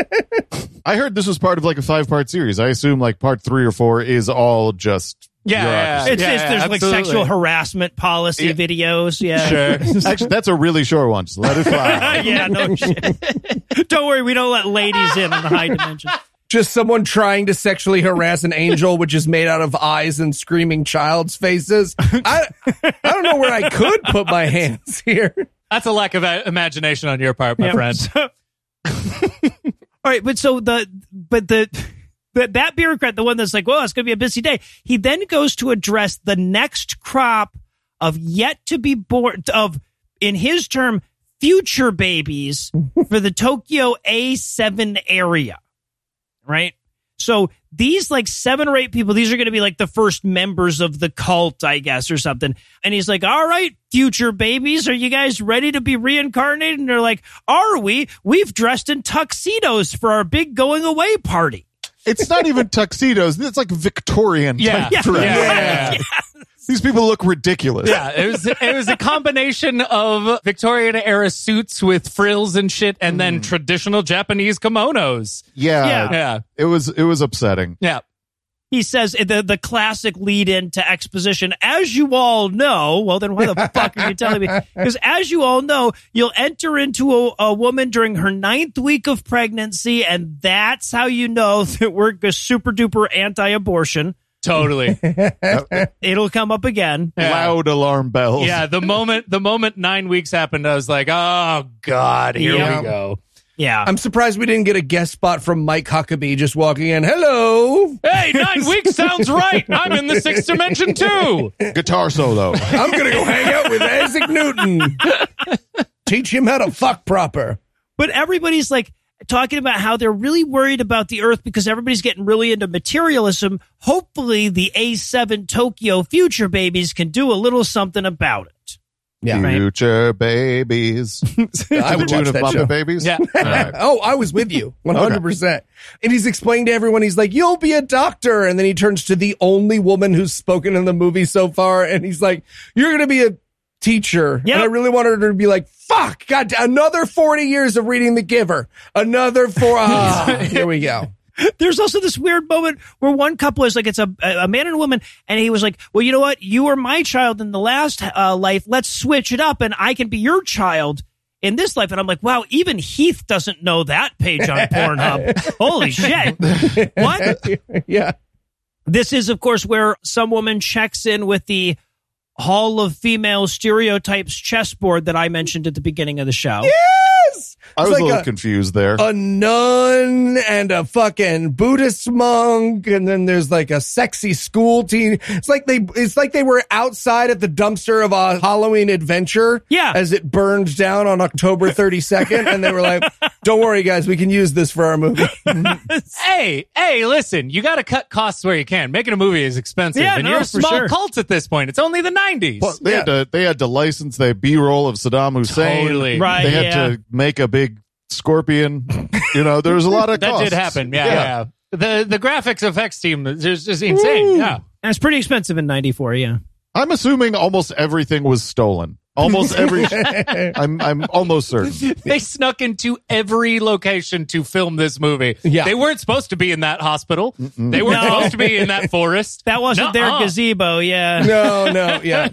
C: I heard this was part of like a five part series. I assume like part three or four is all just
D: Yeah,
C: You're
D: yeah,
C: right.
D: yeah,
A: It's
D: yeah,
A: just there's
D: absolutely.
A: like sexual harassment policy
C: Yeah.
A: videos. Yeah. Uh,
C: Sure. Actually, that's a really short one. Just let it fly.
A: yeah, no shit. don't worry, we don't let ladies in on the high dimension.
B: Just someone trying to sexually harass an angel, which is made out of eyes and screaming child's faces. I, I don't know where I could put my hands here.
D: That's a lack of uh, imagination on your part, my
A: Yeah.
D: friend.
A: So- all right, but so the but the that that bureaucrat, the one that's like, well, it's going to be a busy day. He then goes to address the next crop of yet to be born of, in his term, future babies for the Tokyo A7 area, right? So these like seven or eight people, these are going to be like the first members of the cult, I guess, or something. And he's like, all right, future babies, are you guys ready to be reincarnated? And they're like, are we? We've dressed in tuxedos for our big going away party.
C: It's not even tuxedos. It's like Victorian
D: Yeah,
C: type
D: yeah,
C: dress.
D: yeah, yeah.
C: These people look ridiculous.
D: Yeah, it was it was a combination of Victorian era suits with frills and shit, and then traditional Japanese kimonos.
C: Yeah.
A: Yeah.
D: Mm. Yeah,
C: It was it was upsetting.
D: yeah.
A: He says the, the classic lead in to exposition. As you all know, well, then why the fuck are you telling me? Because as you all know, you'll enter into a, a woman during her ninth week of pregnancy, and that's how you know that we're super duper anti abortion.
D: Totally.
A: It'll come up again.
D: Yeah.
C: Loud alarm bells.
D: Yeah, the moment the moment nine weeks happened, I was like, oh god, here
A: Yeah.
D: we go.
A: Yeah.
B: I'm surprised we didn't get a guest spot from Mike Huckabee just walking in. Hello.
D: Hey, nine weeks sounds right. I'm in the sixth dimension too.
C: Guitar solo.
B: I'm going to go hang out with Isaac Newton. Teach him how to fuck proper.
A: but everybody's like talking about how they're really worried about the earth because everybody's getting really into materialism. Hopefully, the A7 Tokyo future babies can do a little something about it.
B: Yeah.
A: Right.
C: Future babies. to
B: I
C: the
B: would
C: tune
B: watch
C: of
B: that
C: Muppet
B: show.
C: Babies.
D: Yeah.
C: All right.
B: Oh, I was with you 100%. And he's explaining to everyone, he's like, You'll be a doctor. And then he turns to the only woman who's spoken in the movie so far. And he's like, You're going to be a teacher.
A: Yep.
B: And I really wanted her to be like, Fuck, God, another 40 years of reading The Giver. Another four. Ah, here we go.
A: There's also this weird moment where one couple is like, it's a, a man and a woman. And he was like, well, you know what? You were my child in the last uh, life. Let's switch it up and I can be your child in this life. And I'm like, wow, even Heath doesn't know that page on Pornhub. Holy shit. What?
B: yeah.
A: This is, of course, where some woman checks in with the Hall of Female Stereotypes chessboard that I mentioned at the beginning of the show.
B: Yes.
C: I was
B: It's like
C: a little
B: a-
C: confused there.
B: a nun and a fucking Buddhist monk, and then there's like a sexy school teen. It's like they it's like they were outside at the dumpster of a Halloween adventure.
A: Yeah.
B: As it burned down on October 32nd, and they were like, Don't worry guys, we can use this for our movie.
D: Hey, hey, listen, you got to cut costs where you can. Making a movie is expensive.
A: Yeah,
D: and
A: no,
D: you're a
A: for
D: small
A: sure.
D: cult at this point. It's only the 90s.
C: Well, they, had
B: yeah.
C: to, they had to license the B roll of Saddam Hussein.
D: Totally.
A: Right,
C: They had
A: yeah.
C: to make a big scorpion. You know, there was a lot of
D: that
C: costs.
D: did happen. Yeah, yeah. The the graphics effects team is just, is insane. Yeah.
A: And it's pretty expensive in 94, yeah.
C: I'm assuming almost everything was stolen. Almost every. I'm I'm almost certain.
D: They snuck into every location to film this movie.
B: Yeah.
D: They weren't supposed to be in that hospital. They
A: No.
D: weren't supposed to be in that forest.
A: That wasn't
D: Nuh-uh.
A: their gazebo, yeah.
B: no, no, yeah.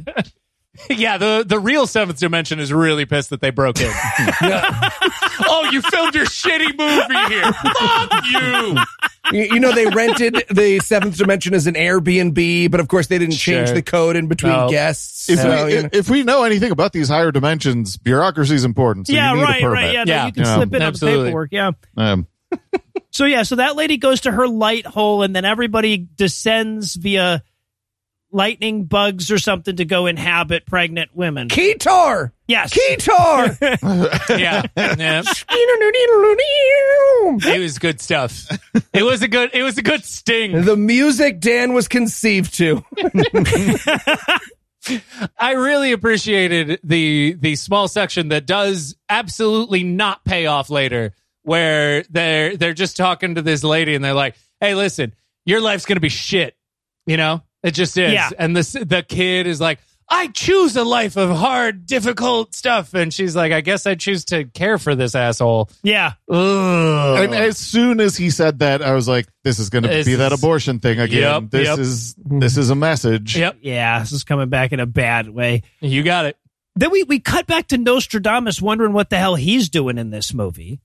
D: Yeah, the, the real seventh dimension is really pissed that they broke in. oh, you filmed your shitty movie here. Fuck you.
B: You, you know, they rented the seventh dimension as an Airbnb, but of course they didn't change
D: Sure.
B: the code in between
D: No.
B: guests.
C: If,
B: so,
C: we, uh,
B: you know.
C: if we know anything about these higher dimensions, bureaucracy is important. So
A: yeah,
C: you need a
A: right,
C: permit.
A: right. Yeah, no,
D: Yeah,
A: you can
C: yeah.
A: slip in on
D: Absolutely.
A: the paperwork, yeah.
C: Um,
A: So, yeah, so that lady goes to her light hole, and then everybody descends via lightning bugs or something to go inhabit pregnant women.
B: Keytar!
A: Yes.
B: Keytar!
D: Yeah. yeah. It was good stuff. It was a good it was a good sting.
B: The music Dan was conceived to.
D: I really appreciated the the small section that does absolutely not pay off later, where they're they're just talking to this lady and they're like, "Hey, listen, your life's gonna be shit," you know, it just is.
A: Yeah.
D: And this the kid is like, I choose a life of hard, difficult stuff. And she's like, I guess I choose to care for this asshole.
A: Yeah.
D: Ugh.
C: And as soon as he said that, I was like, "This is going to
D: This
C: be that
D: is-
C: abortion thing again.
D: Yep,
C: this
D: yep.
C: is this is a message."
D: yep,
A: Yeah. This is coming back in a bad way.
D: you got it.
A: Then we, we cut back to Nostradamus wondering what the hell he's doing in this movie.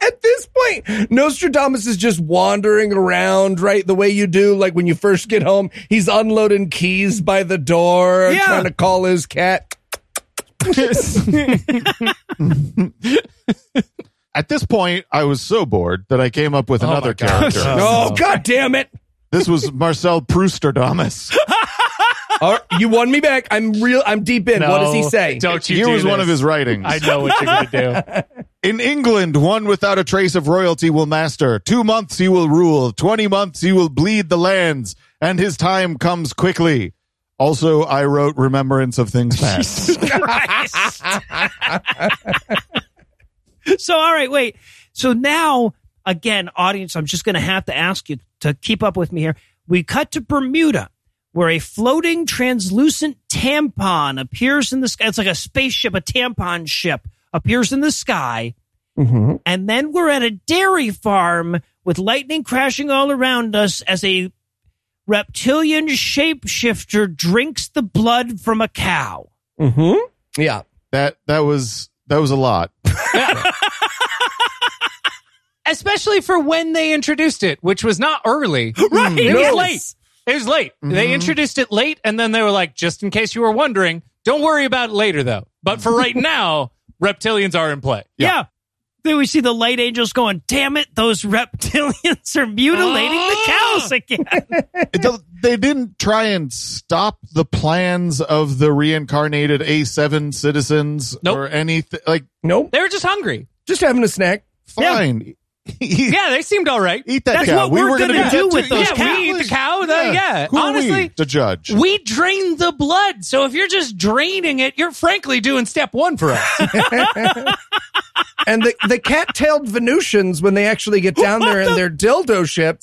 B: At this point, Nostradamus is just wandering around, right? The way you do, like when you first get home, he's unloading keys by the door,
A: Yeah.
B: trying to call his cat.
C: At this point, I was so bored that I came up with
D: Oh
C: another
D: my gosh.
C: character.
B: Oh, god damn it.
C: This was Marcel Prousterdamus.
B: All right, you won me back. I'm real I'm deep in. what does he
D: No,
B: say?
D: Don't you
C: Here
D: do
C: was one
D: this.
C: of his writings.
D: I know what you're going to
C: In England, one without a trace of royalty will master. Two months he will rule. Twenty months he will bleed the lands, and his time comes quickly. Also, I wrote Remembrance of Things Past.
A: so, all right, wait. So now, again, audience, I'm just going to have to ask you to keep up with me here. We cut to Bermuda, where a floating translucent tampon appears in the sky. It's like a spaceship, a tampon ship appears in the sky. And then we're at a dairy farm with lightning crashing all around us as a reptilian shapeshifter drinks the blood from a cow.
B: Yeah.
C: that that was that was a lot.
D: do. Especially for when they introduced it, which was not early.
A: Right.
D: It
A: Yes.
D: was late. It was late. They introduced it late, and then they were like, just in case you were wondering, don't worry about it later, though. But for right now, reptilians are in play.
A: Yeah. Then we see the light angels going, damn it, those reptilians are mutilating the cows again.
C: It don't- they didn't try and stop the plans of the reincarnated A7 citizens
D: Nope.
C: or anything. Like,
B: Nope.
D: They were just hungry.
B: Just having a snack.
A: Yeah.
C: fine. Eat,
D: Yeah, they seemed all right.
C: eat that
A: That's
C: cow.
A: what we're gonna
C: gonna
A: do
C: that
A: with
C: too.
A: those
D: Yeah, we
A: cows.
D: eat the cow. then, Yeah.
C: Who are we
D: Honestly,
C: to judge.
D: we drain the blood. So if you're just draining it, you're frankly doing step one for us.
B: And the, the cat-tailed Venusians, when they actually get down there in their dildo ship,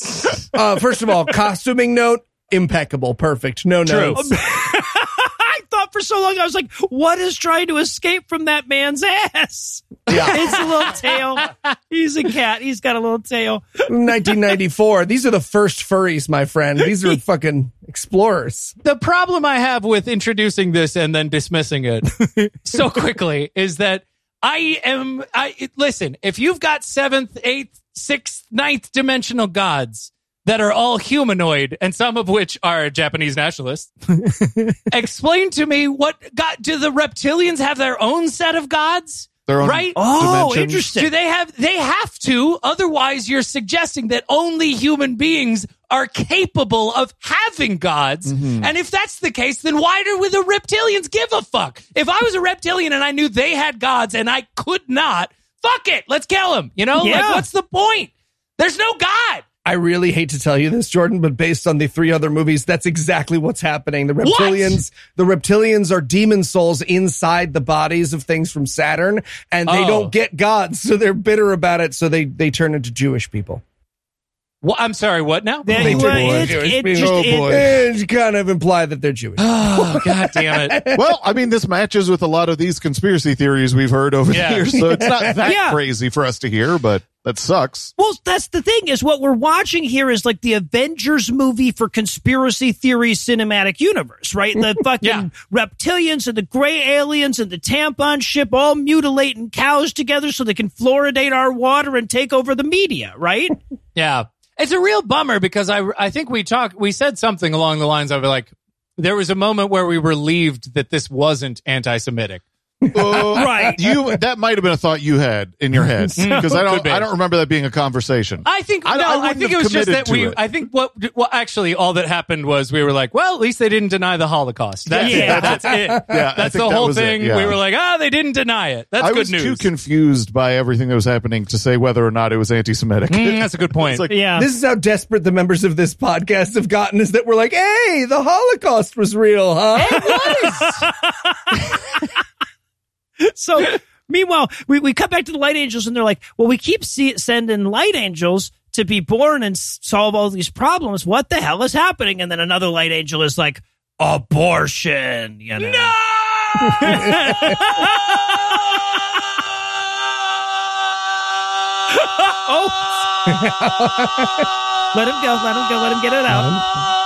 B: uh, first of all, costuming note, impeccable, perfect, no
D: True.
B: notes.
A: I thought for so long, I was like, what is trying to escape from that man's ass?
B: Yeah.
A: It's a little tail. He's a cat. He's got a little tail.
B: 1994. These are the first furries, my friend. These are fucking explorers.
D: the problem I have with introducing this and then dismissing it so quickly is that I am. I it- listen. If you've got seventh, eighth, sixth, ninth dimensional gods that are all humanoid, and some of which are Japanese nationalists, explain to me what god do the reptilians have their own set of gods?
C: Their own
D: right?
A: Oh,
C: dimensions.
A: interesting.
D: Do they have? They have to. Otherwise, you're suggesting that only human beings are capable of having gods.
B: Mm-hmm.
D: And if that's the case, then why do the reptilians give a fuck? If I was a reptilian and I knew they had gods and I could not, fuck it, let's kill them. You know,
A: Yeah.
D: like what's the point? There's no god.
B: I really hate to tell you this, Jordan, but based on the three other movies, that's exactly what's happening. The reptilians, the reptilians are demon souls inside the bodies of things from Saturn, and they
D: Oh.
B: don't get gods, so they're bitter about it. So they they turn into Jewish people.
D: Wha I'm sorry. What now?
A: There
B: They
A: you
B: do.
A: are.
B: Boy.
A: It- it
B: Jewish
A: just- it-
C: people. Oh, boy.
B: And kind of imply that they're Jewish.
D: Oh god damn it!
C: well, I mean, this matches with a lot of these conspiracy theories we've heard over
D: Yeah.
C: the years, so it's not that
A: Yeah.
C: crazy for us to hear, but that sucks.
A: Well, that's the thing is what we're watching here is like the Avengers movie for conspiracy theory cinematic universe, right? The fucking
D: Yeah.
A: reptilians and the gray aliens and the tampon ship all mutilating cows together so they can fluoridate our water and take over the media, right?
D: Yeah. It's a real bummer because I I think we talked we said something along the lines of like there was a moment where we were relieved that this wasn't anti-Semitic.
C: Uh,
A: Right.
C: You that might have been a thought you had in your head because I
D: Could
C: don't
D: be. Ah,
C: I don't remember that being a conversation.
D: I think
C: I-
D: no,
C: I
D: I,
C: wouldn't
D: think it
C: have
D: was just
C: committed
D: that
C: to
D: we
C: it.
D: I think what well actually all that happened was we were like well at least they didn't deny the Holocaust. That's
A: Yeah.
D: it. That's it.
C: Yeah, I
D: that's the
C: think that
D: whole
C: was it,
D: thing.
C: yeah.
D: We were like ah they didn't deny it. That's
C: I
D: good
C: was
D: news.
C: too confused by everything that was happening to say whether or not it was anti-Semitic.
D: Mm, that's a good point.
C: It's like,
A: Yeah.
B: This is how desperate the members of this podcast have gotten is that we're like, hey, the Holocaust was real, huh?
A: so meanwhile, we, we cut back to the light angels and they're like, well, we keep see- sending light angels to be born and s- solve all these problems. What the hell is happening? And then another light angel is like, abortion. You know? No! let him go. Let him go. Let him get it out.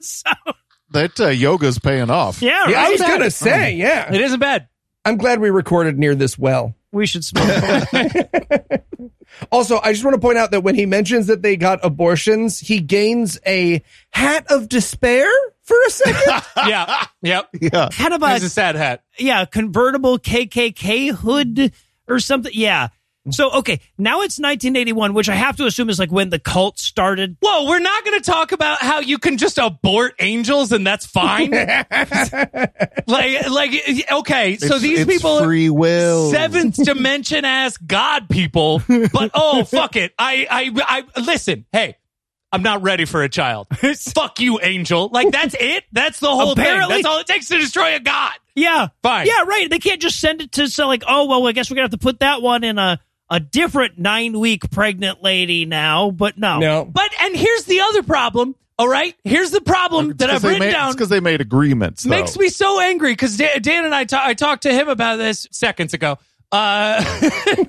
A: So-
C: That uh, yoga's paying off.
A: yeah,
B: Yeah, I
A: right?
B: was gonna say, yeah.
D: It isn't bad.
B: I'm glad we recorded near this well.
A: we should smoke.
B: Also, I just want to point out that when he mentions that they got abortions, he gains a hat of despair for a second.
D: Yeah. Yep.
C: Yeah.
A: kind of a
D: It's a sad hat.
A: yeah, convertible KKK hood or something. Yeah. So okay, now it's 1981, which I have to assume is like when the cult started.
D: Whoa, we're not going to talk about how you can just abort angels and that's fine. like, like, okay, so
C: It's-
D: these
C: it's
D: people are
C: free will.
D: seventh dimension ass god people, but oh fuck it, I, I, I listen. Hey, I'm not ready for a child. fuck you, angel. Like that's it. That's the whole thing.
A: Apparently-
D: That's all it takes to destroy a god.
A: Yeah,
D: Fine.
A: yeah, right. They can't just send it to so like, oh well, I guess we're gonna have to put that one in a a different nine week pregnant lady now. But no,
C: Oh.
B: no.
D: But and here's the other problem. All right, here's the problem that I've written down.
C: because they made agreements.
D: Makes me so angry because Dan, Dan and I, ta- I talked to him about this seconds ago. Uh,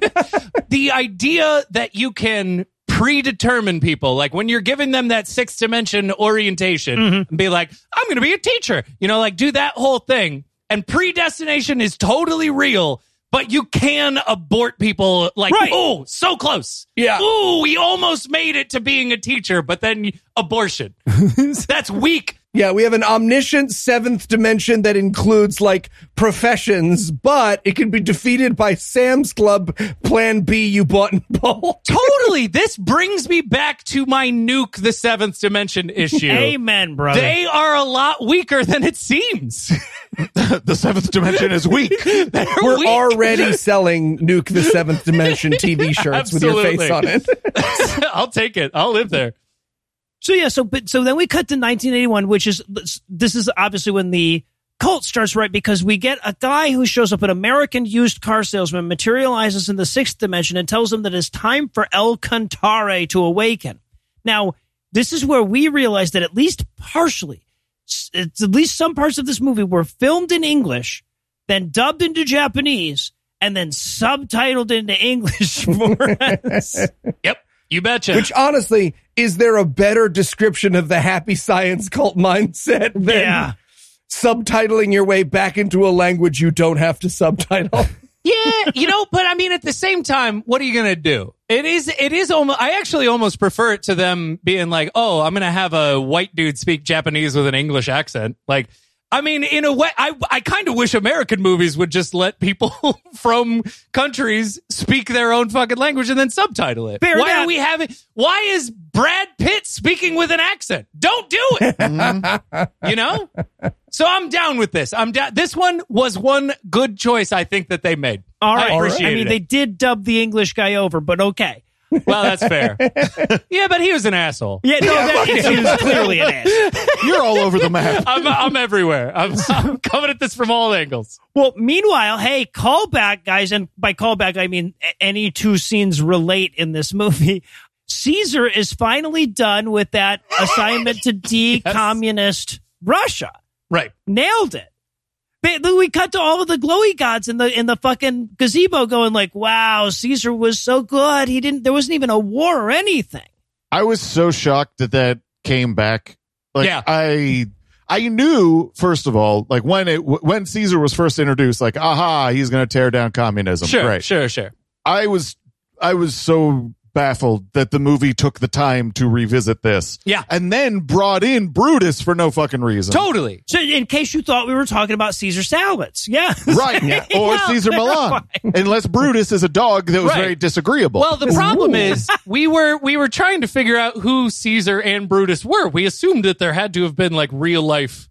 D: the idea that you can predetermine people, like when you're giving them that sixth dimension orientation, and be like, I'm going to be a teacher, you know, like do that whole thing. And predestination is totally real, but you can abort people like,
A: Right.
D: oh, so close.
B: Yeah.
D: Ooh, we almost made it to being a teacher, but then abortion. That's weak.
B: Yeah, we have an omniscient seventh dimension that includes like professions, but it can be defeated by Sam's Club Plan B you bought in bulk.
D: totally. This brings me back to my nuke the seventh dimension issue.
A: amen, brother.
D: They are a lot weaker than it seems.
C: the seventh dimension is weak.
D: They're
B: We're
D: weak.
B: already selling Nuke the Seventh Dimension TV shirts with your face
D: Absolutely.
B: on it.
D: I'll take it. I'll live there.
A: So yeah, so but so then we cut to 1981, which is this is obviously when the cult starts, right? Because we get a guy who shows up, an American used car salesman, materializes in the sixth dimension and tells him that it's time for El Cantare to awaken. Now, this is where we realize that at least partially, s- it's at least some parts of this movie were filmed in English, then dubbed into Japanese, and then subtitled into English for us.
D: Yep. You betcha.
B: Which honestly, is there a better description of the happy science cult mindset than
A: Yeah.
B: subtitling your way back into a language you don't have to subtitle?
D: yeah, you know, but I mean, at the same time, what are you gonna do? It is, it is almost. I actually almost prefer it to them being like, "Oh, I'm gonna have a white dude speak Japanese with an English accent." Like, I mean, in a way, I I kind of wish American movies would just let people from countries speak their own fucking language and then subtitle it.
A: Fair
D: why
A: enough.
D: are we having? Why is Brad Pitt speaking with an accent? Don't do it. you know. So I'm down with this. I'm down. This one was one good choice I think that they made.
A: All
D: I
A: right.
D: appreciated
A: I mean,
D: it.
A: they did dub the English guy over, but okay.
D: Well, that's fair. yeah, but he was an asshole.
A: Yeah, no, that is he was clearly an ass.
C: You're all over the map.
D: I'm, I'm everywhere. I'm, I'm coming at this from all angles.
A: Well, meanwhile, hey, callback guys, and by callback I mean a- any two scenes relate in this movie. Caesar is finally done with that assignment to de-communist Russia.
D: Right.
A: Nailed it. They, then we cut to all of the glowy gods in the in the fucking gazebo going like, "Wow, Caesar was so good. He didn't. There wasn't even a war or anything."
C: I was so shocked that that came back. Like
D: Yeah.
C: I I knew first of all, like when it when Caesar was first introduced, like aha, he's going to tear down communism.
D: Sure.
C: Great.
D: Sure. Sure.
C: I was I was so baffled that the movie took the time to revisit this.
D: Yeah.
C: And then brought in Brutus for no fucking reason.
D: Totally.
A: So, in case you thought we were talking about Caesar salads, yeah,
C: Right. Or
A: Well,
C: Caesar Milan. Unless Brutus is a dog that was
D: Right.
C: very disagreeable.
D: Well, the problem is we were we were trying to figure out who Caesar and Brutus were. We assumed that there had to have been like real life.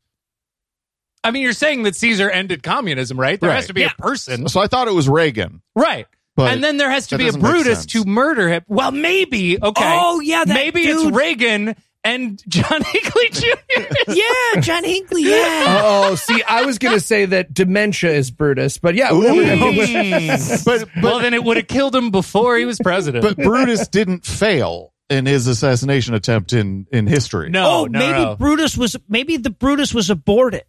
D: I mean, you're saying that Caesar ended communism, right? There
C: Right.
D: has to be
A: Yeah.
D: a person,
C: so I thought it was Reagan.
D: right?
C: But
D: and then there has to
C: that
D: be a
C: doesn't make
D: Brutus
C: sense.
D: to murder him. Well, maybe. Okay.
A: Oh, yeah, that
D: maybe
A: dude-
D: it's Reagan and John Hinckley Jr.
A: yeah, John Hinckley, yeah.
B: oh, see, I was going to say that dementia is Brutus, but yeah,
C: Ooh. but, but,
D: well, then it would have killed him before he was president.
C: but Brutus didn't fail. in his assassination attempt in in history.
D: No,
A: oh,
D: no,
A: maybe
D: no.
A: Brutus was maybe the Brutus was aborted.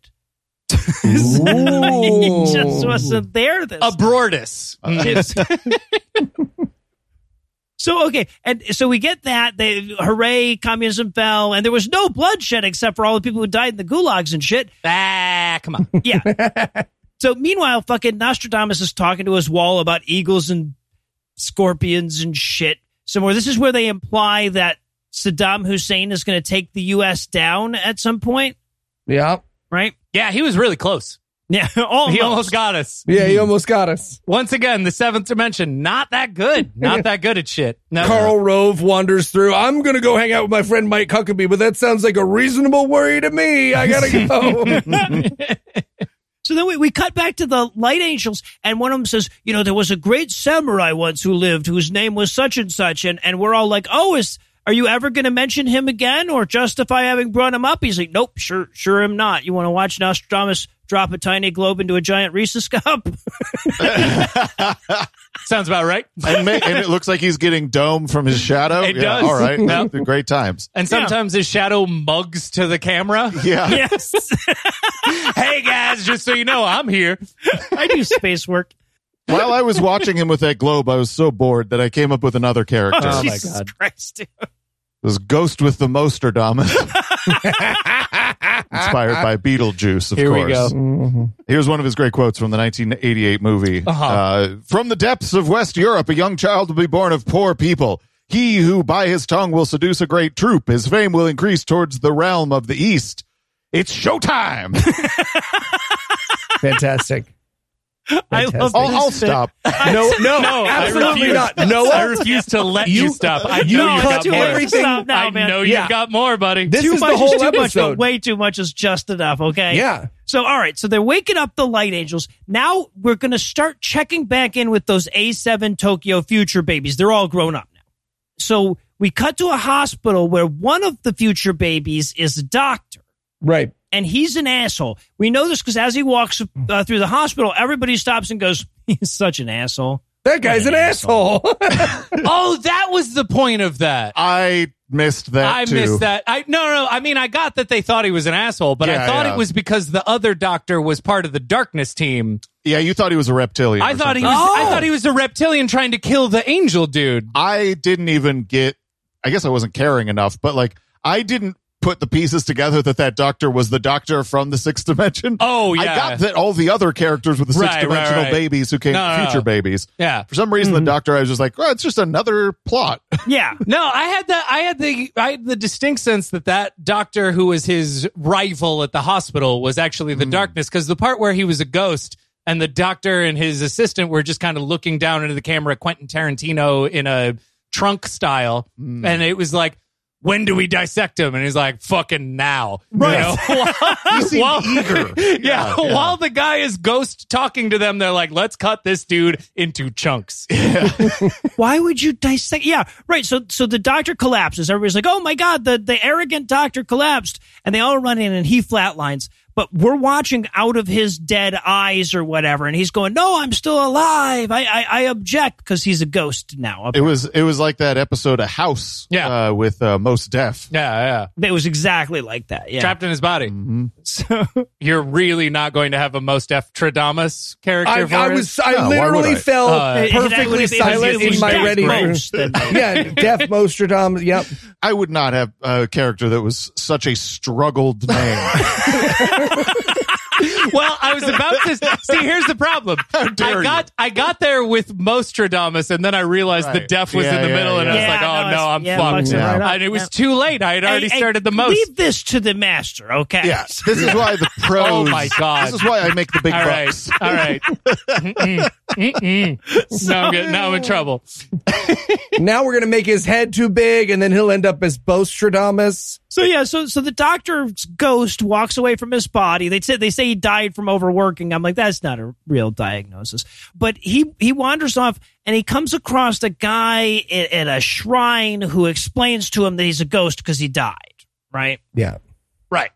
A: He
D: Oh.
A: just wasn't there this.
D: a Broadus.
C: Uh,
A: so okay, and so we get that they hooray communism fell, and there was no bloodshed except for all the people who died in the gulags and shit.
D: ah, come on.
A: Yeah. so meanwhile, fucking Nostradamus is talking to his wall about eagles and scorpions and shit. Somewhere. This is where they imply that Saddam Hussein is going to take the U.S. down at some point,
B: Yeah.
A: right?
D: Yeah, he was really close.
A: Yeah. Almost.
D: He almost got us.
B: Yeah, he almost got us.
D: Once again, the seventh dimension, not that good. Not that good at shit. No.
B: Carl Rove wanders through. I'm going to go hang out with my friend Mike Huckabee, but that sounds like a reasonable worry to me. I got to go.
A: So then we, we cut back to the light angels, and one of them says, You know, there was a great samurai once who lived whose name was such and such. And, and we're all like, Oh, is are you ever going to mention him again or justify having brought him up? He's like, Nope, sure, sure am not. You want to watch Nostradamus drop a tiny globe into a giant Reese's cup?
D: Sounds about right.
C: and, ma- and it looks like he's getting dome from his shadow.
D: It
C: yeah,
D: does.
C: All right,
D: Yep.
C: great times.
D: And sometimes his shadow mugs to the camera.
C: Yeah,
A: yes.
D: hey guys, just so you know, I'm here.
A: I do space work.
C: While I was watching him with that globe, I was so bored that I came up with another character.
D: Oh, my
A: Jesus
D: God.
A: Christ. dude.
C: This ghost with the Mosterdamus. Inspired by Beetlejuice, of
D: Here we
C: course.
D: go. Mm-hmm.
C: Here's one of his great quotes from the 1988 movie.
D: Uh-huh.
C: uh from the depths of West Europe, a young child will be born of poor people. He who by his tongue will seduce a great troop, his fame will increase towards the realm of the East. It's showtime.
B: Fantastic.
A: I love
B: Fantastic.
A: this.
C: I'll, I'll stop.
B: No, no,
D: No, I
B: absolutely
D: refuse.
B: not. No,
D: I refuse to let you,
B: You-
D: stop. I
B: you
D: know you
B: cut
D: got more.
B: everything-
A: Stop now,
D: I
A: man.
D: know
B: Yeah.
D: you got more, buddy.
B: This
A: too
B: is
A: much
B: the whole
A: is too much,
B: episode.
A: but way too much is just enough. Okay.
B: Yeah.
A: So all right. So they're waking up the light angels. Now we're going to start checking back in with those A7 Tokyo future babies. They're all grown up now. So we cut to a hospital where one of the future babies is a doctor.
B: Right.
A: And he's an asshole. We know this because as he walks uh, through the hospital, everybody stops and goes, "He's such an asshole."
B: That guy's an asshole.
D: oh, that was the point of that.
C: I missed that.
D: I
C: too.
D: missed that. I no, no. I mean, I got that they thought he was an asshole, but I
C: Yeah,
D: thought
C: yeah.
D: it was because the other doctor was part of the darkness team.
C: Yeah, you thought he was a reptilian.
D: I
C: or
D: thought he
C: something.
D: was.
B: Oh.
D: I thought he was a reptilian trying to kill the angel dude.
C: I didn't even get. I guess I wasn't caring enough, but like I didn't put the pieces together that that doctor was the doctor from the sixth dimension.
D: Oh,
C: I
D: yeah.
C: got that all the other characters were the
D: Right,
C: six dimensional
D: right, right.
C: babies who came
D: No, no, Mm-hmm. no.
C: future babies.
D: Yeah.
C: For some reason, the doctor, I was just like, oh, it's just another plot.
A: Yeah.
D: No, I had the I had the I had the distinct sense that that doctor who was his rival at the hospital was actually the darkness because the part where he was a ghost and the doctor and his assistant were just kind of looking down into the camera, Quentin Tarantino in a trunk style, and it was like. When do we dissect him? And he's like, "Fucking now!" Right?
C: He seemed eager.
D: yeah, While the guy is ghost talking to them, they're like, "Let's cut this dude into chunks."
A: Why would you dissect? Yeah, right. So, so the doctor collapses. Everybody's like, "Oh my god, the the arrogant doctor collapsed," and they all run in, and he flatlines. But we're watching out of his dead eyes or whatever, and he's going, "No, I'm still alive. I I, I object because he's a ghost now."
C: It was it was like that episode of House,
D: Yeah.
C: uh, with uh, most deaf.
D: Yeah, yeah.
A: It was exactly like that. Yeah.
D: trapped in his body. So you're really not going to have a most F Tradamus character
B: I,
D: for
B: I
D: us?
B: was. I
C: No, why
B: literally
C: would I?
B: fell
D: Uh,
A: It- it-
B: perfectly
A: it- it- it-
B: silent
A: it was
B: in my
A: Jack
B: ready.
A: Most that-
B: yeah, Deaf Mostradamus. Yep.
C: I would not have a character that was such a struggled name.
D: well, I was about to see. Here's the problem.
C: dare
D: I got I got there with most Tradamus, and then I realized the
C: Right.
D: Deaf was
C: Yeah,
D: in the
C: yeah,
D: middle, and
C: yeah.
D: I was like,
A: Yeah, no,
D: "Oh no,
A: it's-
D: I'm
A: yeah,
D: fucked."
A: fucks it
C: right
A: up.
D: And it was
A: Yeah.
D: too late. I had already
A: Hey, hey,
D: started the most.
A: Leave this to the master, okay?
C: Yeah, this is why the pros.
D: Oh my God.
C: This is why I make the big
D: All right,
C: bucks.
D: all right. Mm-mm. Mm-mm. Now I'm good. Now I'm in trouble.
B: Now we're gonna make his head too big, and then he'll end up as Bostradamus.
A: So yeah, so so the doctor's ghost walks away from his body. They say they say he died from overworking. I'm like, that's not a real diagnosis. But he he wanders off and he comes across a guy at, at a shrine who explains to him that he's a ghost because he died. Right.
B: Yeah.
D: Right.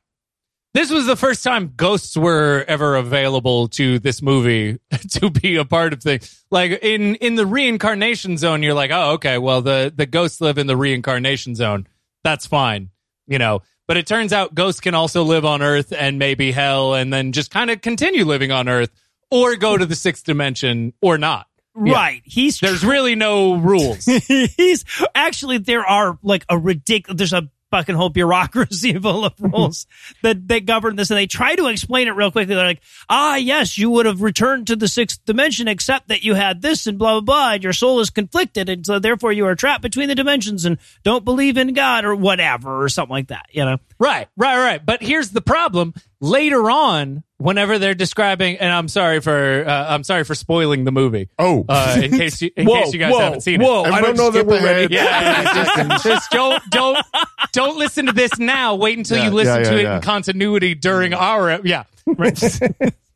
D: This was the first time ghosts were ever available to this movie to be a part of things. Like in in the reincarnation zone, you're like, oh, okay, well the the ghosts live in the reincarnation zone. That's fine, you know. But it turns out ghosts can also live on Earth and maybe hell, and then just kind of continue living on Earth or go to the sixth dimension or not.
A: Right. He's
D: There's really no rules.
A: he's actually there are like a ridiculous there's a fucking whole bureaucracy full of rules that that govern this and they try to explain it real quickly they're like ah yes you would have returned to the sixth dimension except that you had this and blah blah blah and your soul is conflicted and so therefore you are trapped between the dimensions and don't believe in god or whatever or something like that you know
D: Right, right, right. But here's the problem. Later on, whenever they're describing, and I'm sorry for uh, I'm sorry for spoiling the movie.
C: Oh.
D: uh, in case you in case you guys haven't seen
B: whoa,
D: it.
B: I don't
C: Everyone
B: know that
C: skip
B: we're
C: ahead.
B: ready.
D: Yeah, yeah, just, just don't don't don't listen to this now. Wait until
C: Yeah,
D: you listen
C: yeah,
D: to
C: yeah,
D: it
C: yeah.
D: in continuity during
B: Mm.
D: our yeah.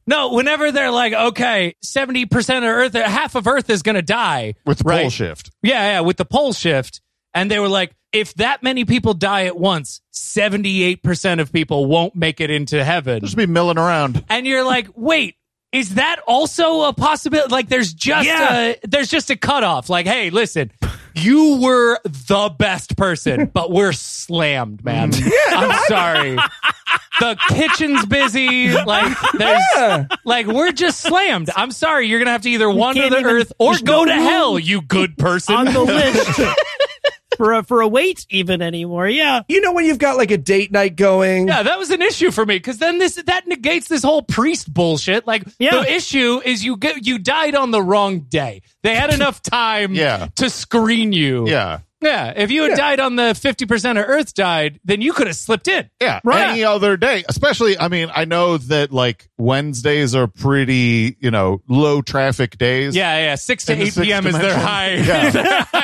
D: no, whenever they're like, okay, seventy percent of Earth, half of Earth is gonna die
C: With the
D: right?
C: pole shift.
D: Yeah, yeah, with the pole shift. And they were like, if that many people die at once, 78% of people won't make it into heaven.
C: Just be milling around.
D: And you're like, wait, is that also a possibility? Like there's just
A: Yeah.
D: a, there's just a cutoff. Like, hey, listen, you were the best person, but we're slammed, man. I'm sorry. The kitchen's busy. Like there's
B: Yeah.
D: like we're just slammed. I'm sorry. You're gonna have to either wander
A: can't
D: the
A: even-
D: earth or
A: there's
D: go
A: no
D: to
A: room.
D: hell, you good person.
A: on the list for a for a wait even anymore yeah
B: You know when you've got like a date night going?
D: Yeah, that was an issue for me because then this that negates this whole priest bullshit. Like
A: Yeah.
D: the issue is you get you died on the wrong day. They had enough time
C: Yeah.
D: to screen you.
C: Yeah.
D: Yeah. If you had died on the fifty percent of Earth died, then you could have slipped in.
C: Yeah.
D: Right.
C: Any other day. Especially, I mean, I know that like Wednesdays are pretty, you know, low traffic days.
D: Yeah, yeah. Six to
C: In the
D: eight
C: sixth
D: PM is their
C: dimension.
D: high.
C: Yeah.
D: their high-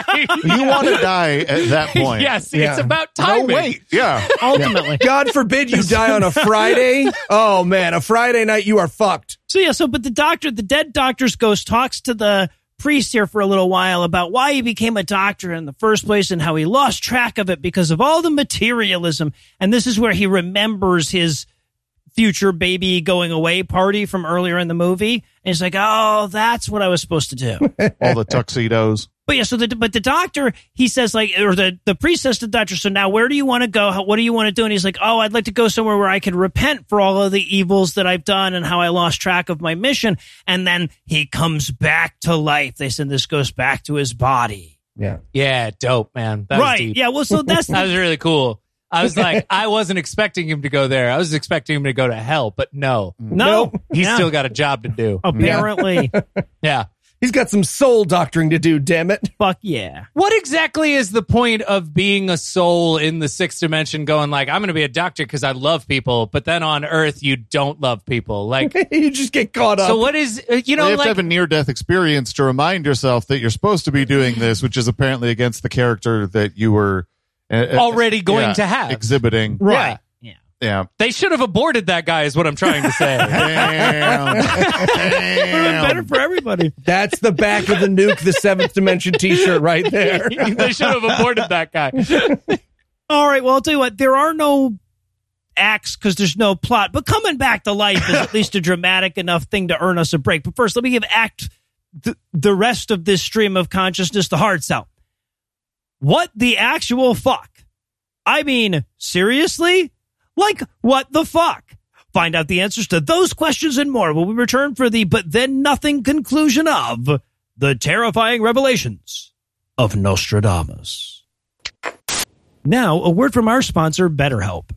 C: You want to die at that point.
D: yes,
B: Yeah.
D: it's about
C: No
D: timing.
C: wait. Yeah.
A: ultimately
B: God forbid you die on a Friday. Oh man, a Friday night you are fucked.
A: So yeah, so but the doctor, the dead doctor's ghost talks to the priest here for a little while about why he became a doctor in the first place and how he lost track of it because of all the materialism. And this is where he remembers his future baby going away party from earlier in the movie. And he's like, "Oh, that's what I was supposed to do."
C: All the tuxedos.
A: But yeah, so the but the doctor he says like or the the priest says to the doctor, so now where do you want to go? How, what do you want to do? And he's like, oh, I'd like to go somewhere where I can repent for all of the evils that I've done and how I lost track of my mission. And then he comes back to life. They send this ghost back to his body.
B: Yeah.
D: Yeah, dope, man. That was
A: right?
D: deep.
A: Yeah. Well, so that's
D: That was really cool. I was like, I wasn't expecting him to go there. I was expecting him to go to hell, but no.
C: Mm.
A: no.
D: He's
A: Yeah.
D: still got a job to do.
A: apparently.
D: Yeah.
B: He's got some soul doctoring to do, damn it.
A: Fuck yeah.
D: What exactly is the point of being a soul in the sixth dimension going like, I'm going to be a doctor because I love people, but then on Earth, you don't love people? Like,
B: you just get caught up.
D: so what is, uh, you know,
C: you have
D: like,
C: to have a near death experience to remind yourself that you're supposed to be doing this, which is apparently against the character that you were uh, uh,
D: Already going
C: yeah,
D: to have.
C: exhibiting.
D: right.
A: Yeah.
C: Yeah.
D: They should have aborted that guy, is what I'm trying to say.
C: Damn. Damn.
A: Better for everybody.
B: That's the back of the nuke, the seventh dimension t shirt right there.
D: they should have aborted that guy.
A: All right. Well, I'll tell you what. There are no acts because there's no plot, but coming back to life is at least a dramatic enough thing to earn us a break. But first, let me give act th- the rest of this stream of consciousness the hard sell. What the actual fuck? I mean, seriously? Like, what the fuck? Find out the answers to those questions and more when we return for the but then nothing conclusion of the terrifying revelations of Nostradamus. Now, a word from our sponsor, BetterHelp.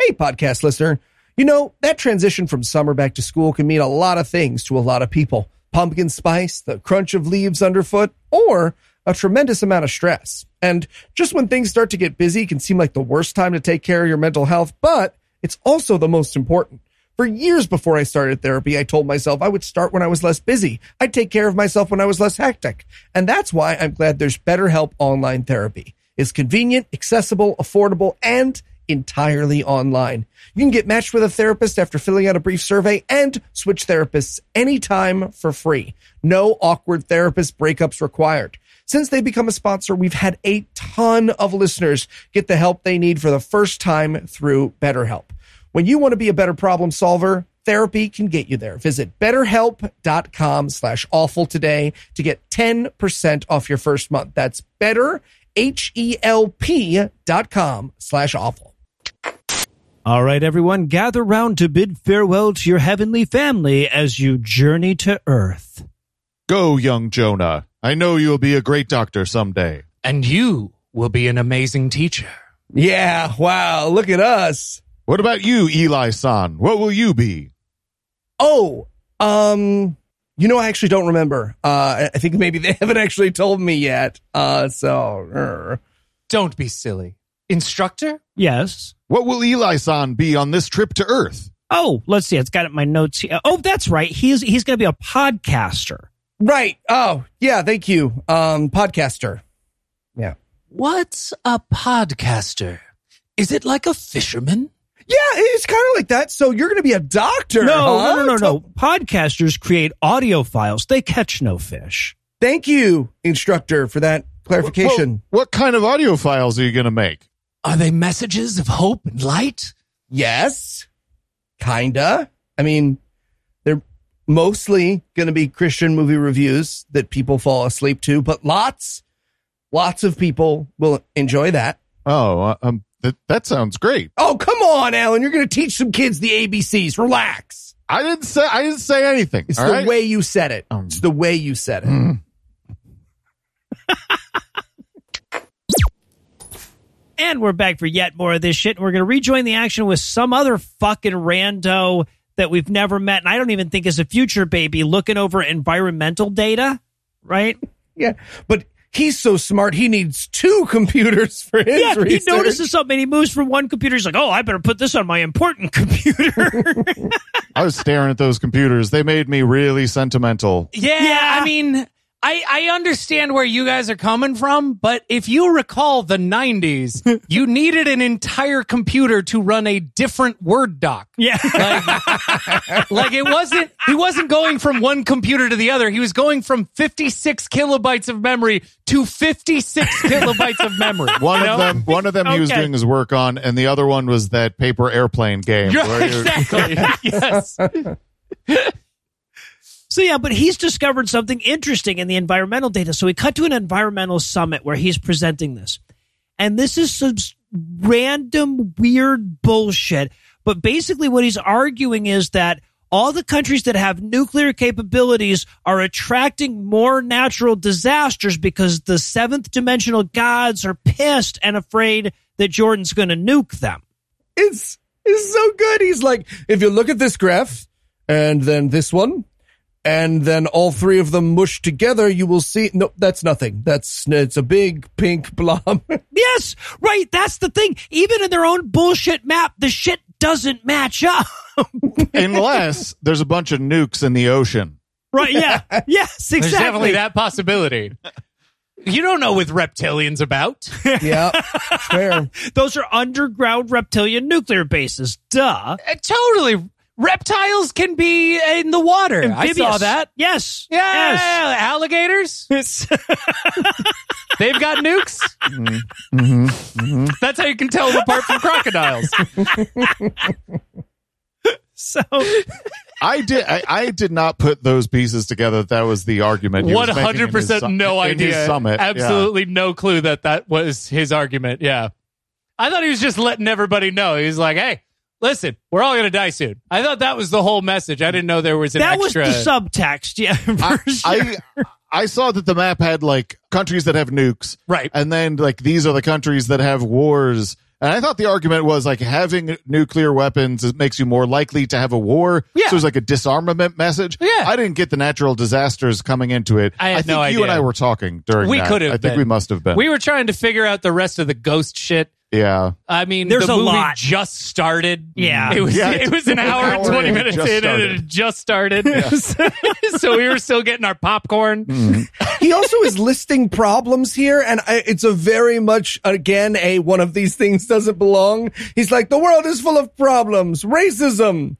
B: Hey, podcast listener. You know, that transition from summer back to school can mean a lot of things to a lot of people pumpkin spice, the crunch of leaves underfoot, or a tremendous amount of stress. And just when things start to get busy, it can seem like the worst time to take care of your mental health, but it's also the most important. For years before I started therapy, I told myself I would start when I was less busy. I'd take care of myself when I was less hectic. And that's why I'm glad there's BetterHelp Online Therapy. It's convenient, accessible, affordable, and entirely online. You can get matched with a therapist after filling out a brief survey and switch therapists anytime for free. No awkward therapist breakups required. Since they become a sponsor, we've had a ton of listeners get the help they need for the first time through BetterHelp. When you want to be a better problem solver, therapy can get you there. Visit betterhelp.com slash awful today to get 10% off your first month. That's better, H-E-L-P dot com slash awful.
A: All right, everyone, gather round to bid farewell to your heavenly family as you journey to Earth.
C: Go, young Jonah. I know you'll be a great doctor someday.
D: And you will be an amazing teacher.
B: Yeah, wow, look at us.
C: What about you, Eli san? What will you be?
B: Oh, um, you know, I actually don't remember. Uh, I- I think maybe they haven't actually told me yet. Uh, so, er.
D: Don't be silly. Instructor?
A: Yes.
C: What will Eli san be on this trip to Earth?
A: Oh, let's see. It's got it in my notes here. Oh, that's right. He's he's going to be a podcaster.
B: right. Oh, yeah, thank you. Um, podcaster.
D: What's a podcaster? Is it like a fisherman?
B: Yeah, it's kind of like that. So you're going to be a doctor.
A: No, no,
B: huh?
A: no, no, no. Podcasters create audio files. They catch no fish.
B: Thank you, instructor, for that clarification.
C: Well, what kind of audio files are you going to make?
D: Are they messages of hope and light?
B: Yes, kinda. I mean, they're mostly going to be Christian movie reviews that people fall asleep to, but lots, lots of people will enjoy that.
C: Oh, uh, um, that that sounds great.
B: Oh, come on, Alan. You're going to teach some kids the ABCs. Relax.
C: I didn't say I didn't say anything.
B: It's
C: all
B: the
C: right?
B: way you said it.
C: Um.
B: it's the way you said it.
A: Mm-hmm. And we're back for yet more of this shit. We're going to rejoin the action with some other fucking rando that we've never met. And I don't even think is a future baby looking over environmental data, right?
B: Yeah. But he's so smart, he needs two computers for his
A: yeah,
B: research.
A: he notices something. He moves from one computer. He's like, oh, I better put this on my important computer.
C: I was staring at those computers. They made me really sentimental.
D: Yeah, I mean, I, I understand where you guys are coming from, but if you recall the 90s, you needed an entire computer to run a different Word doc.
A: yeah.
D: Like, like it wasn't, he wasn't going from one computer to the other. He was going from 56 kilobytes of memory to 56 kilobytes of memory.
C: One
D: you know?
C: of them, one of them, he was
A: Okay.
C: doing his work on, and the other one was that paper airplane game.
D: Yeah,
C: where you're-
D: exactly. yes.
A: So yeah, but he's discovered something interesting in the environmental data. So we cut to an environmental summit where he's presenting this. And this is some s- random weird bullshit. But basically what he's arguing is that all the countries that have nuclear capabilities are attracting more natural disasters because the seventh dimensional gods are pissed and afraid that Jordan's going to nuke them.
B: it's it's so good. He's like, if you look at this graph, and then this one, and then all three of them mushed together, you will see. No, that's nothing. That's it's a big pink blob.
A: Yes, right. That's the thing. Even in their own bullshit map, the shit doesn't match up.
C: Unless there's a bunch of nukes in the ocean.
A: Right. Yeah. yes. Exactly.
D: There's definitely that possibility. You don't know with reptilians about.
B: yeah, it's fair.
A: Those are underground reptilian nuclear bases. Duh.
D: Uh, totally. Reptiles can be in the water. I saw
A: Amphibious.
D: that.
A: Yes.
D: Yeah. Alligators.
A: Yes.
D: They've got nukes.
C: Mm-hmm.
D: That's how you can tell them apart from crocodiles.
A: so
C: I did. I, I did not put those pieces together. That was the argument. he was
D: One
C: making in his
D: hundred percent,
C: sum-
D: no
C: in his
D: idea.
C: Summit. Yeah.
D: Absolutely no clue that that was his argument. Yeah, I thought he was just letting everybody know. He was like, "Hey, listen, we're all gonna die soon." I thought that was the whole message. I didn't know there was an
A: that
D: extra.
A: was the subtext. Yeah. for sure.
C: I I saw that the map had like countries that have nukes,
D: Right.
C: and then like these are the countries that have wars. And I thought the argument was like having nuclear weapons it makes you more likely to have a war.
D: Yeah.
C: So it was like a disarmament message.
D: Yeah.
C: I didn't get the natural disasters coming into it.
D: I had
C: think you
D: no idea.
C: and I were talking during
D: We
C: that.
D: could have
C: I think
D: been.
C: we must have been.
D: we were trying to figure out the rest of the ghost shit.
C: yeah.
D: I mean,
A: There's
D: the
A: a
D: movie
A: lot.
D: just started.
A: Yeah.
D: it was
C: Yeah,
D: it was an hour and
C: hour
D: twenty
C: and
D: minutes
C: just
D: in, and it
C: started.
D: had just started. so we were still getting our popcorn.
B: He also is listing problems here, and I, it's a very much again a one of these things doesn't belong. He's like, the world is full of problems: racism,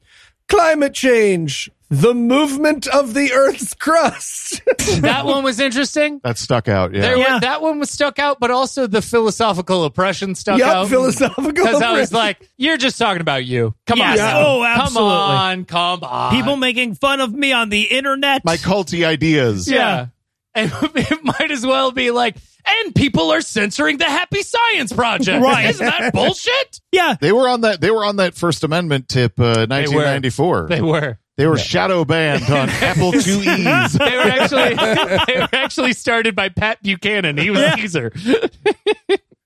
B: climate change, The movement of the Earth's crust.
D: that one was interesting.
C: That stuck out. Yeah.
D: There
A: Yeah.
D: was, that one was stuck out, but also the philosophical oppression stuck
B: yup,
D: out.
B: philosophical.
D: Because I was
B: oppression.
D: like, you're just talking about you. Come on.
A: Yes.
D: now.
A: Oh, absolutely.
D: Come on. Come on.
A: People making fun of me on the internet.
C: My culty ideas.
D: Yeah. And it might as well be like, and people are censoring the Happy Science Project.
A: Right.
D: Isn't that bullshit?
A: yeah,
C: They were on that. They were on that First Amendment tip, uh, 1994. They
D: They
C: were,
D: were.
C: shadow banned on Apple IIe's.
D: They were actually they were actually started by Pat Buchanan. He was Caesar.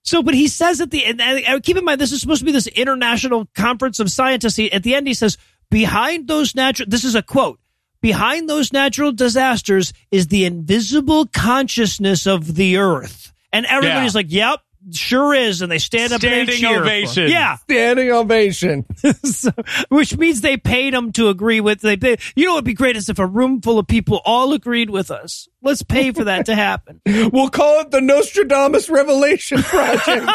A: So, but he says at the end, and and keep in mind, this is supposed to be this international conference of scientists. He, at the end, he says, behind those natural, this is a quote, behind those natural disasters is the invisible consciousness of the earth. And everybody's
D: Yeah.
A: like, yep, sure is. And they stand up and they
D: Standing
A: cheer.
D: ovation.
A: Yeah.
B: standing ovation.
A: So- which means they paid him to agree with, they, they, you know, what'd be great is if a room full of people all agreed with us. Let's pay for that to happen.
B: We'll call it the Nostradamus Revelation Project.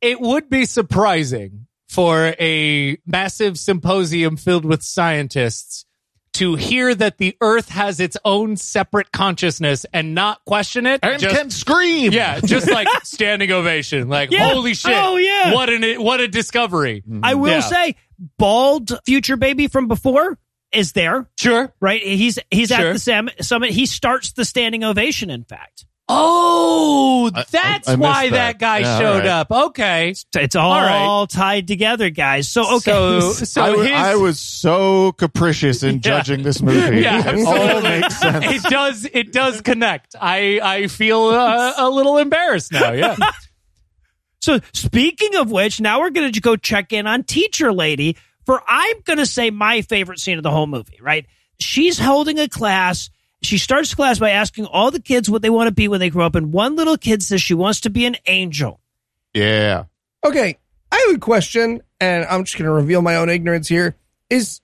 D: It would be surprising for a massive symposium filled with scientists to hear that the earth has its own separate consciousness and not question it.
C: and
D: Just-
C: can scream.
D: yeah, just like standing ovation. Like
A: Yeah.
D: holy shit.
A: Oh, yeah.
D: What an what a discovery.
C: Mm-hmm.
A: I will
D: Yeah.
A: say, bald future baby from before is there,
D: Sure.
A: right? He's he's
D: Sure.
A: at the sam- summit. He starts the standing ovation. In fact,
D: Oh,
C: I- I-
D: that's
C: I missed
D: why that,
C: that.
D: guy
C: Yeah, all
D: showed
C: right.
D: up. Okay.
A: it's all,
D: All right.
A: tied together, guys. So okay,
D: So, so
C: I, wa-
D: his,
C: I was so capricious in judging this movie.
D: Yeah,
C: it all
D: absolutely.
C: makes sense.
D: it does it does connect. I I feel uh, a little embarrassed now. Yeah.
A: So speaking of which, now we're going to go check in on Teacher Lady for I'm going to say my favorite scene of the whole movie, right? She's holding a class. She starts class by asking all the kids what they want to be when they grow up and one little kid says she wants to be an angel.
C: Yeah.
B: okay, I have a question, and I'm just going to reveal my own ignorance here. Is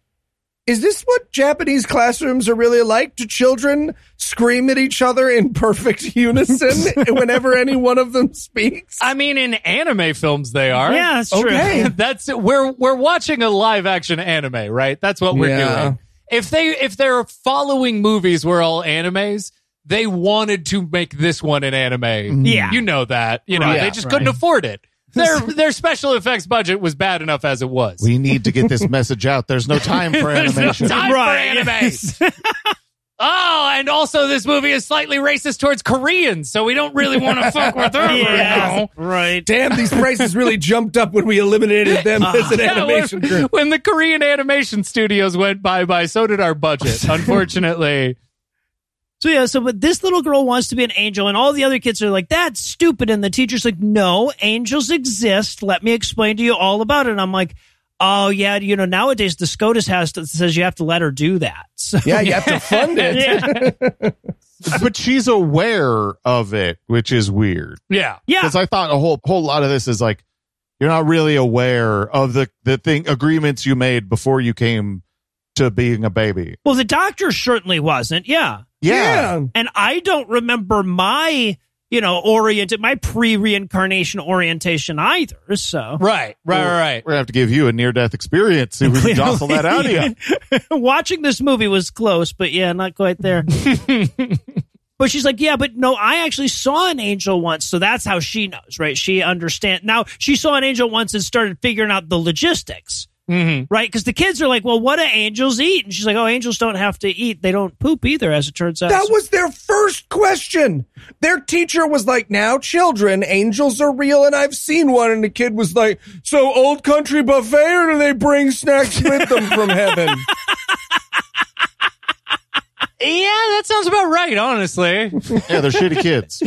B: is this what Japanese classrooms are really like? Do children scream at each other in perfect unison whenever any one of them speaks?
D: I mean in anime films they are.
A: Yeah, that's true.
B: Okay.
D: That's we're we're watching a live action anime, right? That's what we're
B: Yeah.
D: doing. If they if they're following movies we're all animes, they wanted to make this one an anime.
A: Mm. Yeah.
D: You know that. You know,
B: Right.
D: they just couldn't afford it. Their their special effects budget was bad enough as it was.
C: We need to get this message out. There's no time for
D: There's no
C: animation.
D: time
A: Right,
D: for anime. oh, and also this movie is slightly racist towards Koreans, so we don't really want to fuck with them right
A: Yeah,
D: now.
A: right.
B: Damn, these prices really jumped up when we eliminated them as an
D: Yeah,
B: animation
D: when,
B: group.
D: when the Korean animation studios went bye bye, so did our budget. Unfortunately,
A: So yeah, so but this little girl wants to be an angel, and all the other kids are like, "That's stupid." And the teacher's like, "No, angels exist. Let me explain to you all about it." And I'm like, "Oh yeah, you know nowadays the SCOTUS has to, says you have to let her do that." So
B: Yeah, you have to fund it.
A: yeah,
C: But she's aware of it, which is weird.
D: yeah,
A: yeah,
C: Because I thought a whole whole lot of this is like you're not really aware of the the thing agreements you made before you came to being a baby.
A: well, the doctor certainly wasn't. Yeah,
C: Yeah.
A: and I don't remember my you know oriented my pre reincarnation orientation either. So
D: right, right, right, right.
C: We're gonna have to give you a near death experience if we can jostle that out of you.
A: Watching this movie was close, but yeah, not quite there. but she's like, yeah, but no, I actually saw an angel once, so that's how she knows, right? She understand now. She saw an angel once and started figuring out the logistics,
B: Mm-hmm.
D: Mhm.
A: right? Because the kids are like, well, what do angels eat? And she's like, oh, angels don't have to eat; they don't poop either, as it turns out.
B: That
A: So-
B: was their first question. Their teacher was like, Now, children, angels are real, and I've seen one. And the kid was like, So, old country buffet, or do they bring snacks with them from heaven?
D: Yeah, that sounds about right. Honestly,
C: Yeah, they're shitty kids.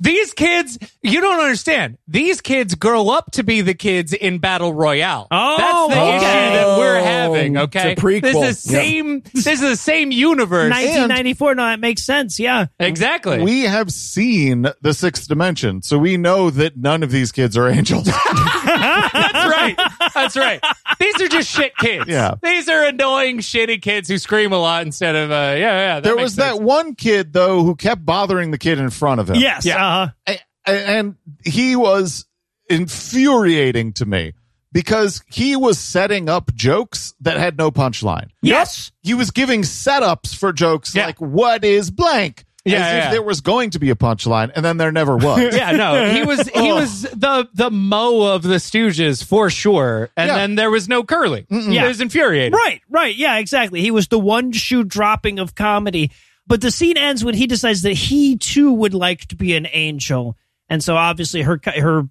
D: these kids, you don't understand. These kids grow up to be the kids in Battle Royale.
A: Oh,
D: that's the
A: okay.
D: issue that we're having.
B: Oh,
D: Okay,
B: it's a prequel.
D: This is the
B: Yeah.
D: same. This is the same universe.
A: 1994. No, that makes sense. Yeah.
D: Exactly.
C: We have seen the sixth dimension, so we know that none of these kids are angels.
D: That's right. That's right. These are just shit kids.
C: Yeah.
D: These are annoying, shitty kids who scream a lot instead of, uh, yeah, yeah. That
C: there
D: makes
C: was
D: sense.
C: that one kid though who kept bothering the kid in front of him.
A: Yes.
D: Yeah.
A: Uh-huh.
C: A- and he was infuriating to me because he was setting up jokes that had no punchline.
A: Yes.
C: He was giving setups for jokes
D: Yeah.
C: like "What is blank?"
D: Yeah,
C: as
D: yeah,
C: if
D: yeah.
C: there was going to be a punchline, and then there never was.
D: yeah, no, he was he
C: Oh.
D: was the the mo of the Stooges for sure, and
C: Yeah.
D: then there was no Curly.
A: Yeah.
D: It was infuriating.
A: Right, right. Yeah, exactly. He was the one shoe dropping of comedy. But the scene ends when he decides that he too would like to be an angel. And so obviously her cu- her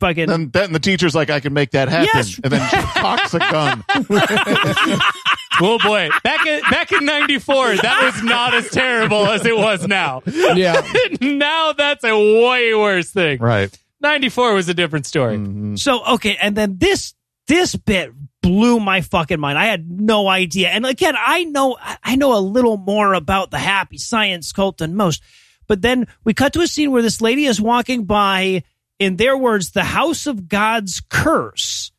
A: fucking
C: And then the teacher's like, "I can make that happen,"
A: Yes.
C: and then she cocks a gun.
D: Oh boy, back in back in '94, that was not as terrible as it was now.
B: Yeah.
D: now that's a way worse thing.
C: Right.
D: '94 was a different story.
A: So okay, and then this this bit blew my fucking mind. I had no idea. And again, I know I know a little more about the happy science cult than most. But then we cut to a scene where this lady is walking by, in their words, the house of God's curse.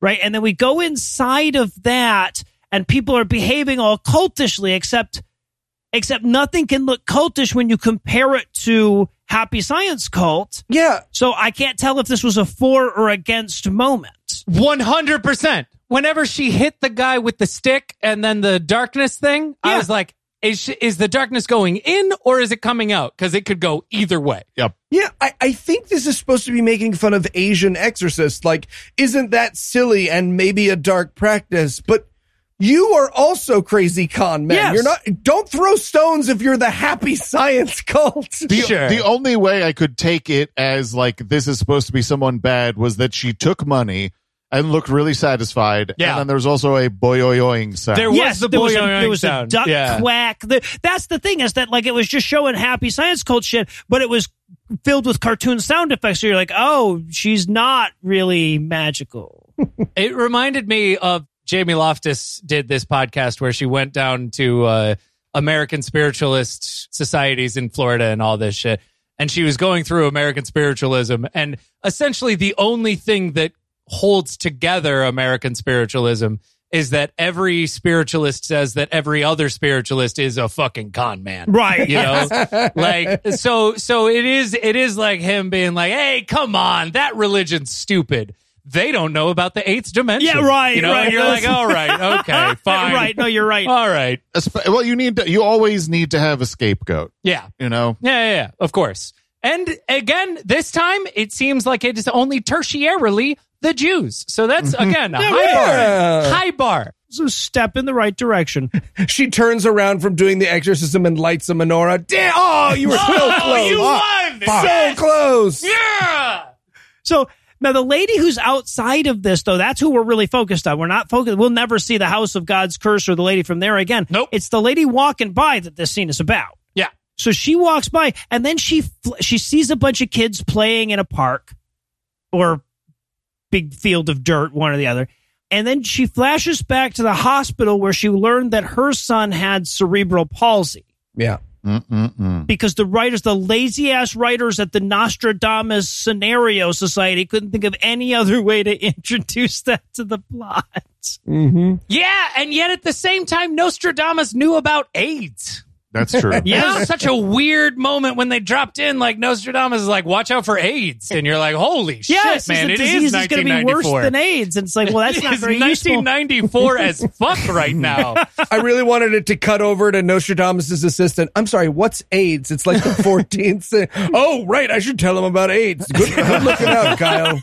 A: Right? And then we go inside of that and people are behaving all cultishly, except except nothing can look cultish when you compare it to happy science cult.
B: Yeah.
A: So I can't tell if this was a for or against moment.
D: One hundred percent. Whenever she hit the guy with the stick and then the darkness thing, I
A: Yeah.
D: was like, is she, is the darkness going in or is it coming out? Because it could go either way.
C: Yep.
B: Yeah, I, I think this is supposed to be making fun of Asian exorcists. Like, isn't that silly and maybe a dark practice? But you are also crazy con man.
A: Yes.
B: You're not don't throw stones if you're the happy science cult.
C: The, the only way I could take it as like this is supposed to be someone bad was that she took money and looked really satisfied.
D: Yeah.
C: And then there was also a boyoyoing sound.
D: There was the
A: there was, a,
D: boing
A: there was a
D: sound.
A: duck
D: Yeah.
A: quack. The- that's the thing is that like it was just showing happy science cult shit, but it was filled with cartoon sound effects. So you're like, oh, she's not really magical.
D: It reminded me of Jamie Loftus did this podcast where she went down to uh, American spiritualist societies in Florida and all this shit. And she was going through American spiritualism. And essentially, the only thing that holds together American spiritualism is that every spiritualist says that every other spiritualist is a fucking con man
A: Right.
D: you know like so so it is it is like him being like hey come on that religion's stupid they don't know about the eighth dimension
A: Yeah, right,
D: you know
A: right.
D: and you're like all right okay fine Uh,
A: Right. No, you're right.
D: all right
C: Espe- well, you need to, you always need to have a scapegoat,
D: yeah
C: you know?
D: yeah yeah, yeah of course and again this time it seems like it is only tertiarily the jews so that's
A: Mm-hmm.
D: again a high
B: Yeah.
D: bar high bar
A: It's a step in the right direction.
B: she turns around from doing the exorcism and lights a menorah. Damn! Oh, you were so close.
D: you won!
B: So
D: Yes!
B: close.
D: yeah
A: So now the lady who's outside of this though, that's who we're really focused on. We're not focused. We'll never see the house of God's curse or the lady from there again.
D: Nope.
A: It's the lady walking by that this scene is about.
D: yeah
A: So she walks by, and then she fl- she sees a bunch of kids playing in a park or big field of dirt, one or the other. And then she flashes back to the hospital where she learned that her son had cerebral palsy
B: Yeah.
C: Mm-mm-mm.
A: because the writers, the lazy ass writers at the Nostradamus Scenario Society, couldn't think of any other way to introduce that to the plot.
B: Mm-hmm.
D: yeah and yet at the same time nostradamus knew about aids
C: That's true.
D: Yeah, it was such a weird moment when they dropped in. Like Nostradamus is like, "Watch out for AIDS," and you're like, "Holy shit,
A: Yes,
D: man!
A: the
D: It
A: disease
D: is
A: is going to be worse
D: 1994."
A: than AIDS, and it's like, well, that's
D: It
A: not
D: is
A: very useful.
D: 1994 as fuck right now.
B: I really wanted it to cut over to Nostradamus' assistant. I'm sorry, what's AIDS? It's like the 14th. thing. Oh, right. I should tell him about AIDS. Good, good looking out, Kyle.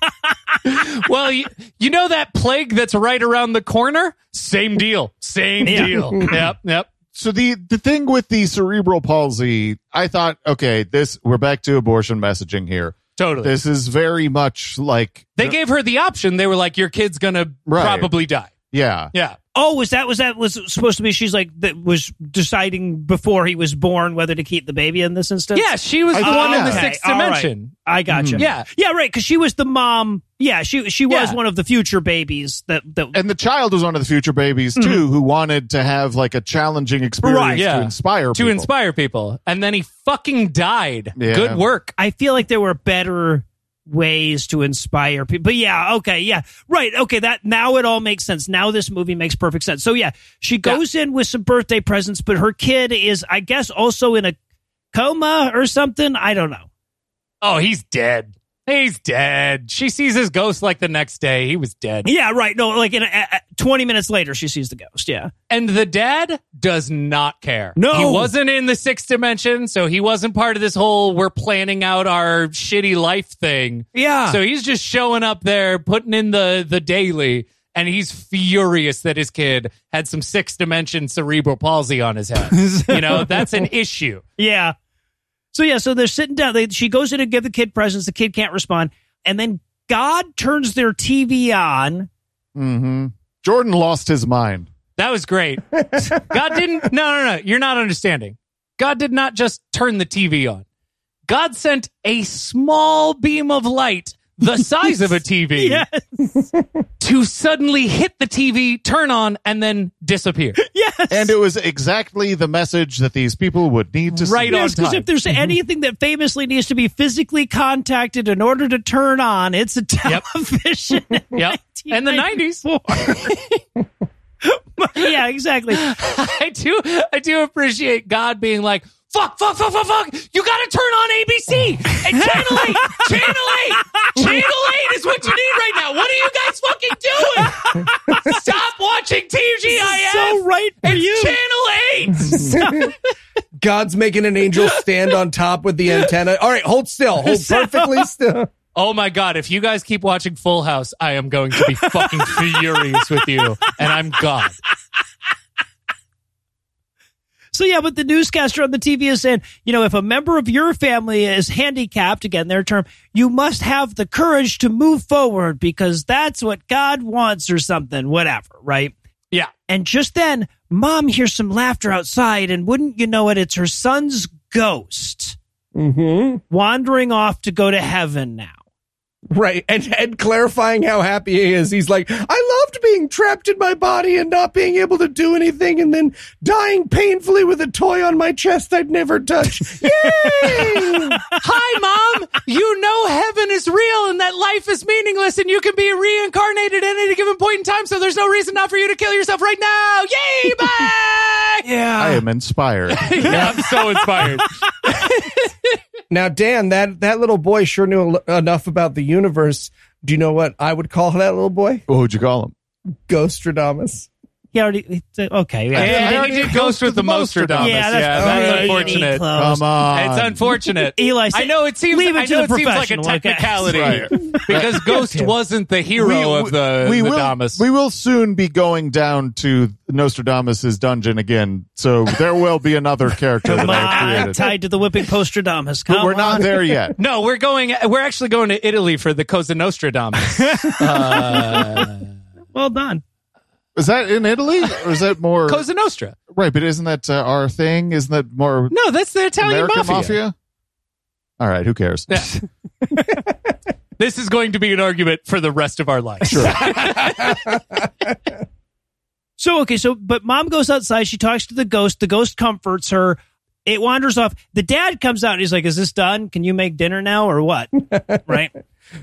D: well, you, you know that plague that's right around the corner. Same deal. Same
A: Yeah.
D: deal. yep. Yep.
C: So the, the thing with the cerebral palsy, I thought, okay, this, we're back to abortion messaging here.
D: Totally.
C: This is very much like,
D: they gave her the option. They were like, "Your kid's gonna
C: Right.
D: probably die."
C: yeah.
D: Yeah.
A: Oh, was that was that was supposed to be? She's like that was deciding before he was born whether to keep the baby in this instance.
D: Yeah. She was
C: I
D: the
C: thought-
D: one in the
C: okay,
D: sixth
A: all right.
D: dimension.
A: I gotcha.
D: Mhm. Yeah.
A: yeah, right. Because she was the mom. Yeah, she she was
D: Yeah.
A: one of the future babies that that.
C: and the child was one of the future babies too, who wanted to have like a challenging experience
A: Right,
D: Mm-hmm. yeah.
C: to inspire
D: To
C: people.
D: inspire people. And then he fucking died.
C: Yeah.
D: Good work.
A: I feel like there were better ways to inspire people. But yeah, okay, yeah, right, okay. That now it all makes sense. Now this movie makes perfect sense. So yeah, she goes in with some birthday presents, but her kid is, I guess, also in a coma or something. I don't know.
D: Oh, he's dead. He's dead. She sees his ghost like the next day. He was dead.
A: Yeah, right. No, like in a, a, a- 20 minutes later, she sees the ghost. Yeah.
D: And the dad does not care.
A: No.
D: He wasn't in the sixth dimension, so he wasn't part of this whole we're planning out our shitty life thing.
A: Yeah.
D: So he's just showing up there, putting in the the daily, and he's furious that his kid had some sixth dimension cerebral palsy on his head. you know, that's an issue.
A: yeah. So, yeah, so they're sitting down. They, she goes in to give the kid presents. The kid can't respond. And then God turns their TV on.
C: Mm-hmm. Jordan lost his mind.
D: That was great. God didn't. No, no, no. You're not understanding. God did not just turn the TV on. God sent a small beam of light the size of a TV
A: Yeah.
D: to suddenly hit the TV, turn on, and then disappear.
A: Yes.
C: And it was exactly the message that these people would need to
D: Right
C: see.
D: on
A: Yes, because
D: time. Mm-hmm.
A: if there's anything that famously needs to be physically contacted in order to turn on, it's a
D: Yep.
A: television.
D: Yep. And the 90s.
A: yeah, exactly.
D: I do I do appreciate God being like, fuck, fuck, fuck, fuck, fuck. You gotta turn on ABC and channel eight, channel eight, channel eight is what you need right now. What are you guys fucking doing? Stop watching TGIF.
A: so right for
D: it's
A: you.
D: channel eight.
B: God's making an angel stand on top with the antenna. All right, hold still. Hold perfectly still.
D: Oh my god, if you guys keep watching Full House, I am going to be fucking furious with you. And I'm God.
A: So yeah, but the newscaster on the TV is saying, you know, if a member of your family is handicapped, again their term, you must have the courage to move forward because that's what God wants or something, whatever, right?
D: Yeah.
A: And just then, mom hears some laughter outside, and wouldn't you know it, it's her son's ghost
B: Mm-hmm.
A: wandering off to go to heaven now.
B: Right. And and clarifying how happy he is. He's like, I loved being trapped in my body and not being able to do anything and then dying painfully with a toy on my chest I'd never touch. Yay!
D: Hi, Mom. You know heaven is real and that life is meaningless and you can be reincarnated at any given point in time, so there's no reason not for you to kill yourself right now. Yay, bye!
A: Yeah.
C: I am inspired.
D: yeah, I'm so inspired.
B: now, Dan, that, that little boy sure knew el- enough about the universe. Do you know what I would call that little boy?
C: what would you call him?
B: Ghostradamus.
A: He already okay. Yeah.
D: Yeah, he did Ghost with the Mostradamus.
A: Yeah,
D: Yeah,
A: that's
D: that's
A: pretty
D: unfortunate.
A: close.
C: Come on.
D: Uh, It's unfortunate.
A: Eli,
D: I know it seems.
A: leave it
D: I
A: to
D: know
A: the
D: it seems like a
A: professional, okay?
D: technicality
C: Right.
D: because Ghost wasn't the hero of the
C: we
D: the
C: will,
D: Damas.
C: we will soon be going down to Nostradamus's dungeon again, so there will be another character that
A: Come
C: I've
A: on,
C: created.
A: tied to the whipping Postradamus. Come
C: but we're not
A: on.
C: there yet.
D: No, we're going. We're actually going to Italy for the Cosa Nostra Damas. uh,
A: Well done.
C: Is that in Italy, or is that more
D: Cosa Nostra.
C: right? But isn't that uh, our thing? Isn't that more
D: No, that's the Italian
C: American mafia?
D: mafia.
C: All right, who cares?
D: Yeah. this is going to be an argument for the rest of our lives.
A: So okay, so but mom goes outside. She talks to the ghost. The ghost comforts her. It wanders off. The dad comes out and he's like, "Is this done? Can you make dinner now or what?" right?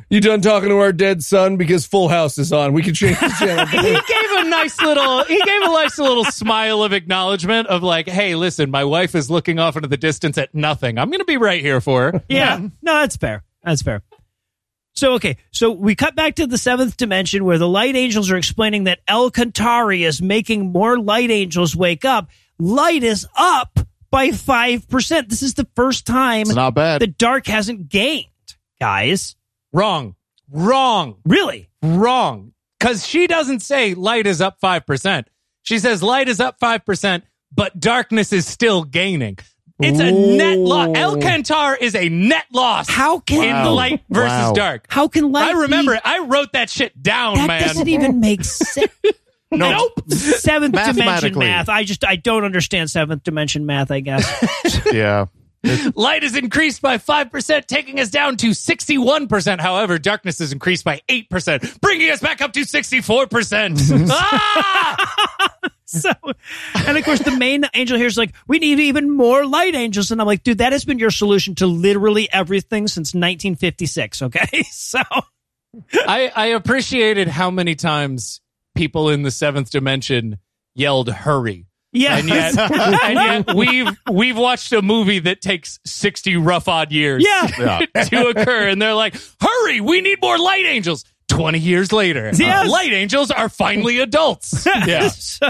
B: You done talking to our dead son because Full House is on. We can change the
D: he
B: channel.
D: gave a nice little he gave a nice little smile of acknowledgement of like, hey, listen, my wife is looking off into the distance at nothing. I'm gonna be right here for her.
A: Yeah. No, that's fair. That's fair. So okay, so we cut back to the seventh dimension where the light angels are explaining that El Cantari is making more light angels wake up. Light is up by five percent. This is the first time
C: It's not bad.
A: the dark hasn't gained, guys.
D: Wrong. Wrong.
A: Really?
D: Wrong. Cause she doesn't say light is up five percent. She says light is up five percent, but darkness is still gaining. It's a net loss. El Cantar is a net loss
A: How can
D: in
C: Wow.
D: light versus
C: Wow.
D: dark.
A: How can light?
D: I remember
A: be-
D: it. I wrote that shit down,
A: that
D: man.
A: doesn't even make sense.
C: no,
A: seventh dimension
C: Mathematically.
A: math. I just I don't understand seventh dimension math. I guess.
C: yeah,
D: Light is increased by 5%, taking us down to 61%. However, darkness is increased by 8%, bringing us back up to 64%. ah!
A: so, and of course, the main angel here is like, we need even more light angels, and I'm like, dude, that has been your solution to literally everything since 1956. Okay, so
D: I, I appreciated how many times people in the seventh dimension yelled hurry.
A: Yeah.
D: And yet, and yet we've we've watched a movie that takes sixty rough odd years
A: yeah.
C: Yeah.
D: to occur, and they're like, "Hurry, we need more light angels." Twenty years later,
A: Yes.
D: light angels are finally adults. yeah,
A: So-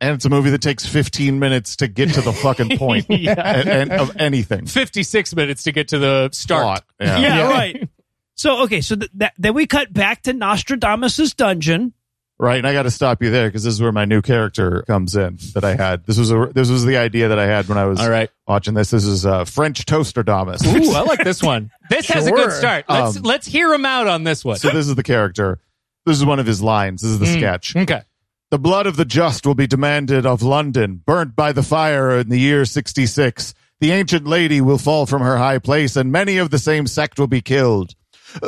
C: And it's a movie that takes 15 minutes to get to the fucking point and, and of anything.
D: fifty-six minutes to get to the start.
C: Plot. Yeah.
A: yeah, right. So okay, so th- that, then we cut back to Nostradamus's dungeon.
C: Right. And I got to stop you there because this is where my new character comes in that I had. This was a, this was the idea that I had when I was
D: All right.
C: watching this. This is uh, French Toaster Domus.
D: Ooh, I like this one. This has a
B: Sure.
D: good start. Let's
C: Um,
D: let's hear him out on this one.
C: So this is the character. This is one of his lines. This is
D: Mm.
C: the sketch.
D: okay.
C: The blood of the just will be demanded of London, burnt by the fire in the year 66. The ancient lady will fall from her high place, and many of the same sect will be killed.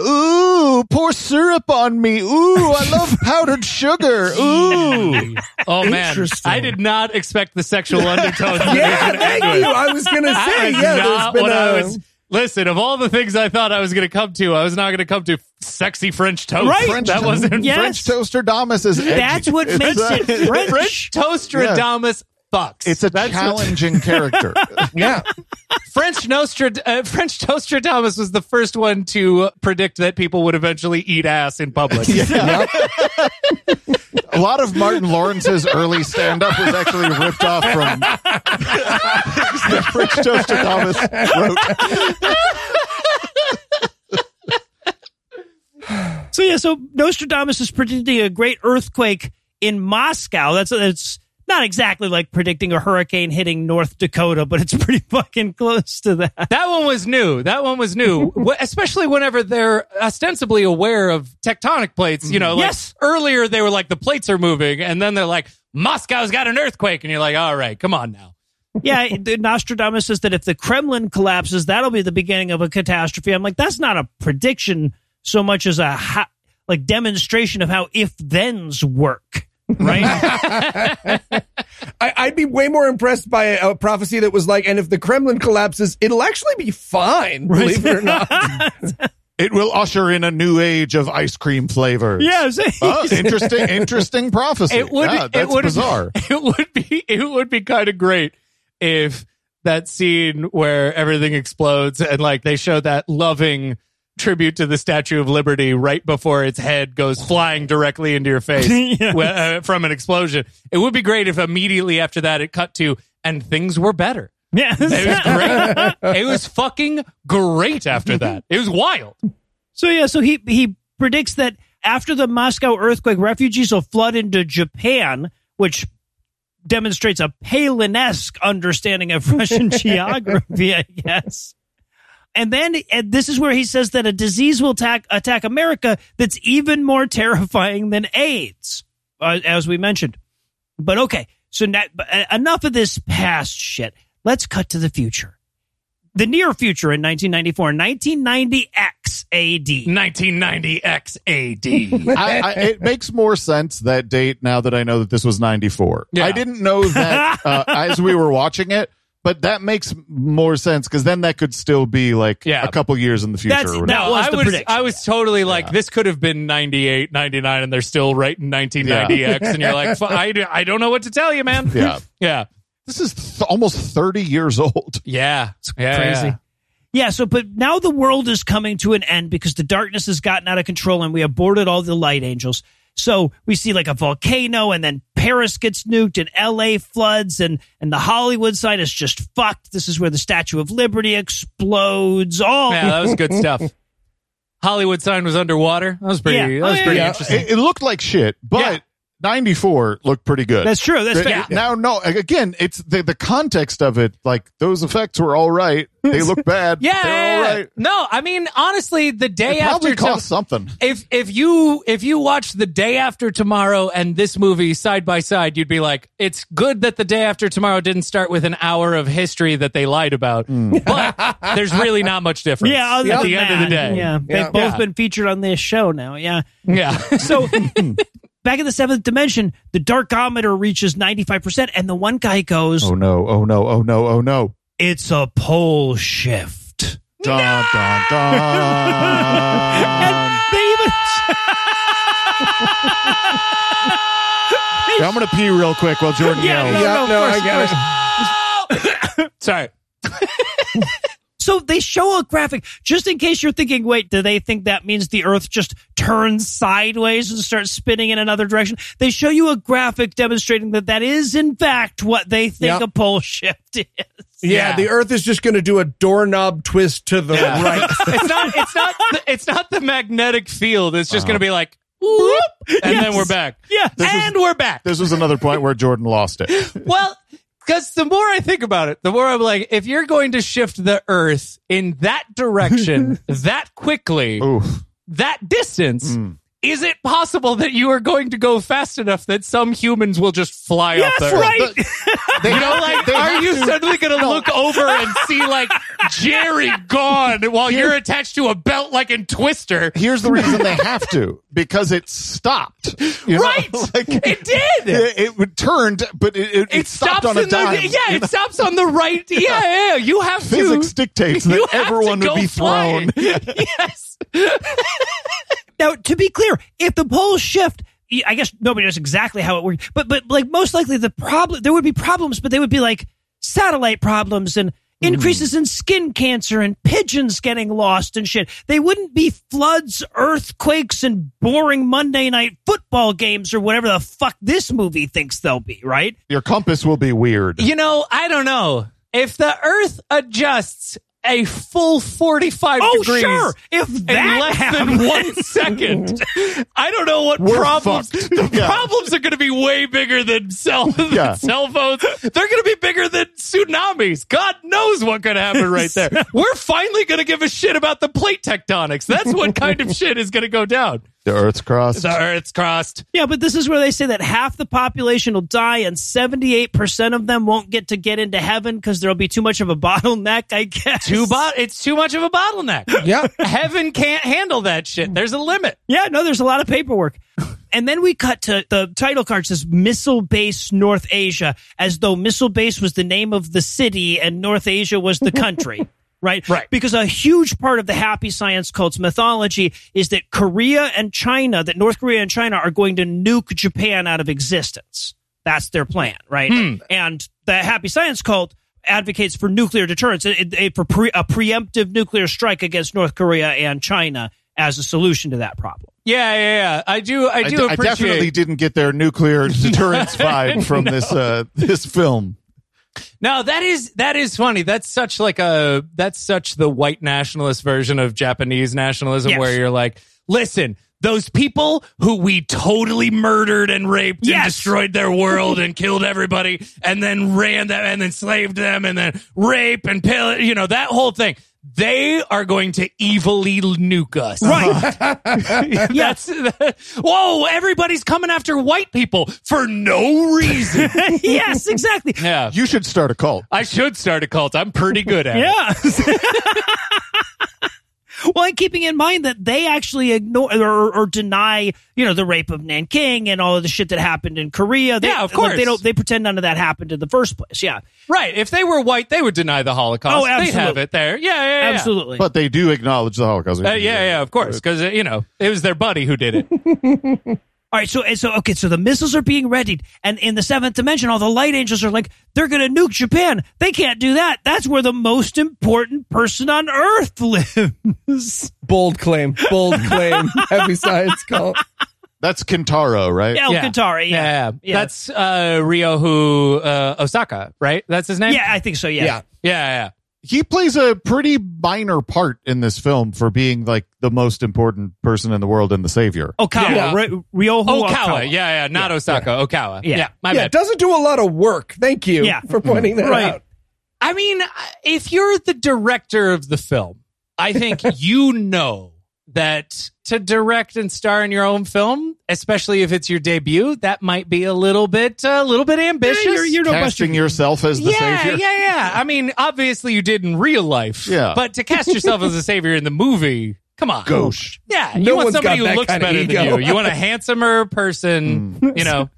C: Ooh, pour syrup on me. Ooh, I love powdered sugar. Ooh.
D: Oh man,
B: Interesting.
D: I did not expect the sexual undertones.
B: Yeah, thank you. I was gonna
D: That
B: say,
D: was
B: yeah, there's
D: not
B: been
D: what I
B: a
D: was. Listen, of all the things I thought I was going to come to, I was not going to come to sexy French toast.
A: Right.
D: French that wasn't
A: Yes.
C: French toaster Domus is edgy.
A: That's what
C: It's
A: makes
C: a-
A: it French.
D: French Tostradamus fucks.
C: It's a challenging character.
B: yeah.
D: French Nostrad- uh, French Tostradamus was the first one to predict that people would eventually eat ass in public.
C: A lot of Martin Lawrence's early stand-up was actually ripped off from the French Toaster Thomas wrote.
A: So yeah, so Nostradamus is predicting a great earthquake in Moscow. That's that's not exactly like predicting a hurricane hitting North Dakota, but it's pretty fucking close to that.
D: That one was new. That one was new, Wh- especially whenever they're ostensibly aware of tectonic plates. You know, like
A: Yes.
D: earlier they were like the plates are moving, and then they're like Moscow's got an earthquake, and you're like, all right, come on now.
A: Yeah, the- Nostradamus says that if the Kremlin collapses, that'll be the beginning of a catastrophe. I'm like, that's not a prediction so much as a ho- like demonstration of how if thens work, right?
B: I, I'd be way more impressed by a, a prophecy that was like, and if the Kremlin collapses, it'll actually be fine, believe it or not.
C: It will usher in a new age of ice cream flavors.
A: yeah, so-
C: Oh, interesting, interesting prophecy.
D: It would.
C: Yeah,
D: it
C: that's
D: would.
C: bizarre.
D: It would be. It would be kind of great if that scene where everything explodes and like they show that loving tribute to the Statue of Liberty right before its head goes flying directly into your face
A: Yes.
D: wh- uh, from an explosion. It would be great if immediately after that it cut to and things were better.
A: yeah.
D: It was great. it was fucking great after that. It was wild.
A: So yeah, so he he predicts that after the Moscow earthquake, refugees will flood into Japan, which demonstrates a Palin-esque understanding of Russian geography, I guess. And then and this is where he says that a disease will attack attack America that's even more terrifying than AIDS, uh, as we mentioned. But okay, so now, but, uh, enough of this past shit. Let's cut to the future. The near future in 1994, 1990 X AD.
D: 1990 XAD.
C: I, I, it makes more sense that date now that I know that this was 94.
D: Yeah.
C: I didn't know that uh, as we were watching it, but that makes more sense because then that could still be like
D: Yeah.
C: a couple years in the future.
A: That's-
C: or whatever.
A: that was
D: I
A: the
D: was,
A: prediction,
D: I was totally like, this could have been 98, 99, and they're still writing 1990X. And you're like, "F- I, d- I don't know what to tell you, man.
C: Yeah.
D: Yeah.
C: This is th- almost 30 years old.
D: Yeah. Yeah,
A: Crazy.
D: yeah.
A: Yeah, so but now the world is coming to an end because the darkness has gotten out of control and we aborted all the light angels. So we see like a volcano and then Paris gets nuked and LA floods and and the Hollywood side is just fucked. This is where the Statue of Liberty explodes. All
D: Yeah, that was good stuff. Hollywood sign was underwater. That was pretty,
A: Yeah.
D: that was
A: Oh, yeah,
D: pretty
B: yeah.
D: interesting.
C: It, it looked like shit, but
D: Yeah.
C: 94 looked pretty good.
A: That's true. That's
C: Th-
A: fair.
C: Now, no, again, it's the, the context of it. Like, those effects were all right. They look bad.
D: Yeah.
C: They're all right.
D: No, I mean, honestly, the day
C: It probably
D: after
C: cost something.
D: if if you if you watch the day after tomorrow and this movie side by side, you'd be like, it's good that the day after tomorrow didn't start with an hour of history that they lied about. But there's really not much difference.
A: Yeah, other
D: at
A: than
D: the end of the
A: that,
D: day.
A: Yeah,
B: Yeah.
A: they've both
D: Yeah.
A: been featured on this show now. Yeah.
D: yeah.
A: So back in the seventh dimension, the darkometer reaches 95%, and the one guy goes,
C: Oh, no. Oh, no. Oh, no. Oh, no.
A: It's a pole shift.
C: Dun, dun, dun.
A: They even.
C: I'm gonna pee real quick while Jordan
A: Yeah,
C: yells.
B: Yeah,
A: no,
B: no,
A: first,
B: I get it.
D: Sorry.
A: So they show a graphic just in case you're thinking, wait, do they think that means the Earth just turns sideways and starts spinning in another direction? They show you a graphic demonstrating that that is, in fact, what they think a
B: Yep.
A: pole shift is.
B: Yeah,
D: Yeah.
B: the Earth is just going to do a doorknob twist to the right.
D: It's not. It's not. The, it's not the magnetic field. It's just going to be like, whoop, and
A: Yes.
D: then we're back.
A: Yeah.
C: is-
D: and we're back.
C: This was another point where Jordan lost it.
D: Well, because the more I think about it, the more I'm like, if you're going to shift the Earth in that direction that quickly,
C: Oof.
D: that distance, is it possible that you are going to go fast enough that some humans will just fly off the
A: That's
D: Earth?
A: right.
C: They
D: You know, like, are you suddenly going to look over and see like Jerry gone while you're attached to a belt like in Twister?
C: Here's the reason they have to because it stopped. you know?
D: Right.
C: Like, it,
D: it did.
C: it, it turned, but it, it, it
D: it
C: stopped
D: stops
C: on a
D: in the
C: dime.
D: yeah. It stops on the right. Yeah, yeah. You have
C: Physics
D: to.
C: dictates
D: you
C: that
D: have to
C: everyone
D: go
C: would be
D: flying.
C: thrown.
D: yes.
A: Now, to be clear, if the polls shift, I guess nobody knows exactly how it works, but but like most likely the problem there would be problems, but they would be like satellite problems and
D: Hmm.
A: increases in skin cancer and pigeons getting lost and shit. They wouldn't be floods, earthquakes, and boring Monday night football games or whatever the fuck this movie thinks they'll be, right?
C: Your compass will be weird.
D: You know, I don't know if the Earth adjusts a full forty-five
A: Oh,
D: degrees.
A: sure. If that
D: in less
A: happens,
D: than one second. I don't know what
C: We're
D: problems.
C: fucked.
D: The
C: Yeah.
D: problems are going to be way bigger than cell, than
C: Yeah.
D: cell phones. They're going to be bigger than tsunamis. God knows what could happen right there. We're finally going to give a shit about the plate tectonics. That's what kind of shit is going to go down.
C: The Earth's crossed.
D: The Earth's crossed.
A: Yeah, but this is where they say that half the population will die and 78% of them won't get to get into heaven because there'll be too much of a bottleneck, I guess.
D: Too bo- it's too much of a bottleneck.
B: yeah.
D: Heaven can't handle that shit. There's a limit.
A: Yeah, no, there's a lot of paperwork. And then we cut to the title card says Missile Base North Asia, as though Missile Base was the name of the city and North Asia was the country. Right?
D: Right.
A: Because a huge part of the happy science cult's mythology is that Korea and China, that North Korea and China are going to nuke Japan out of existence. That's their plan, right? And the happy science cult advocates for nuclear deterrence, it, it- it- for pre, a preemptive nuclear strike against North Korea and China as a solution to that problem.
D: Yeah, yeah, yeah. I do. I
C: I,
D: do
C: d- I
D: appreciate.
C: definitely didn't get their nuclear deterrence vibe from this uh, this film.
D: No, that is that is funny. That's such like a that's such the white nationalist version of Japanese nationalism
A: Yes.
D: where you're like, listen, those people who we totally murdered and raped
A: Yes.
D: and destroyed their world and killed everybody and then ran them and enslaved them and then rape and pill you know, that whole thing. They are going to evilly nuke us.
A: Right.
D: That's whoa, everybody's coming after white people for no reason.
A: yes, exactly.
D: yeah.
C: You should start a cult.
D: I should start a cult. I'm pretty good at it.
A: Yeah. well, and keeping in mind that they actually ignore or, or deny, you know, the rape of Nanking and all of the shit that happened in Korea. They,
D: Yeah, of
A: like, they
D: course.
A: don't. They pretend none of that happened in the first place. Yeah,
D: Right. If they were white, they would deny the Holocaust.
A: Oh,
D: They'd have
A: absolutely.
D: it there. Yeah, yeah, yeah.
A: absolutely.
C: But they do acknowledge the Holocaust.
D: Uh, yeah, yeah, of course. Because, you know, it was their buddy who did it.
A: all right. So, and so okay. So the missiles are being readied, and in the seventh dimension, all the light angels are like, they're going to nuke Japan. They can't do that. That's where the most important person on Earth lives.
B: Bold claim. Bold claim. Heavy science cult.
C: That's Kintaro, right?
A: El Kantari. Oh, Yeah.
D: Yeah. That's uh, Ryohu uh, Osaka, right? That's his name?
A: Yeah, I think so.
B: Yeah.
D: Yeah,
C: He plays a pretty minor part in this film for being like the most important person in the world and the savior.
A: Okawa,
D: Yeah.
A: Ri- Ryoho
D: yeah. Okawa.
A: Okawa.
D: Yeah, yeah. Not Osaka. Okawa.
A: Yeah.
D: Yeah. my
B: yeah,
D: bad.
B: doesn't do a lot of work. Thank you
A: Yeah.
B: for pointing that
A: Right.
B: out.
D: I mean, if you're the director of the film, I think you know that to direct and star in your own film, especially if it's your debut, that might be a little bit a little bit ambitious.
A: Yeah, you're, you're no
C: Casting
A: question.
C: yourself as the
D: yeah,
C: savior.
D: yeah, yeah. I mean, obviously you did in real life.
C: Yeah.
D: But to cast yourself as a savior in the movie, come on.
C: Gauche.
D: Yeah.
B: No
D: You want
B: one's
D: somebody
B: got
D: who
B: that
D: looks
B: kind of
D: better than
B: ego. Mm.
D: you. You want a handsomer person, you know.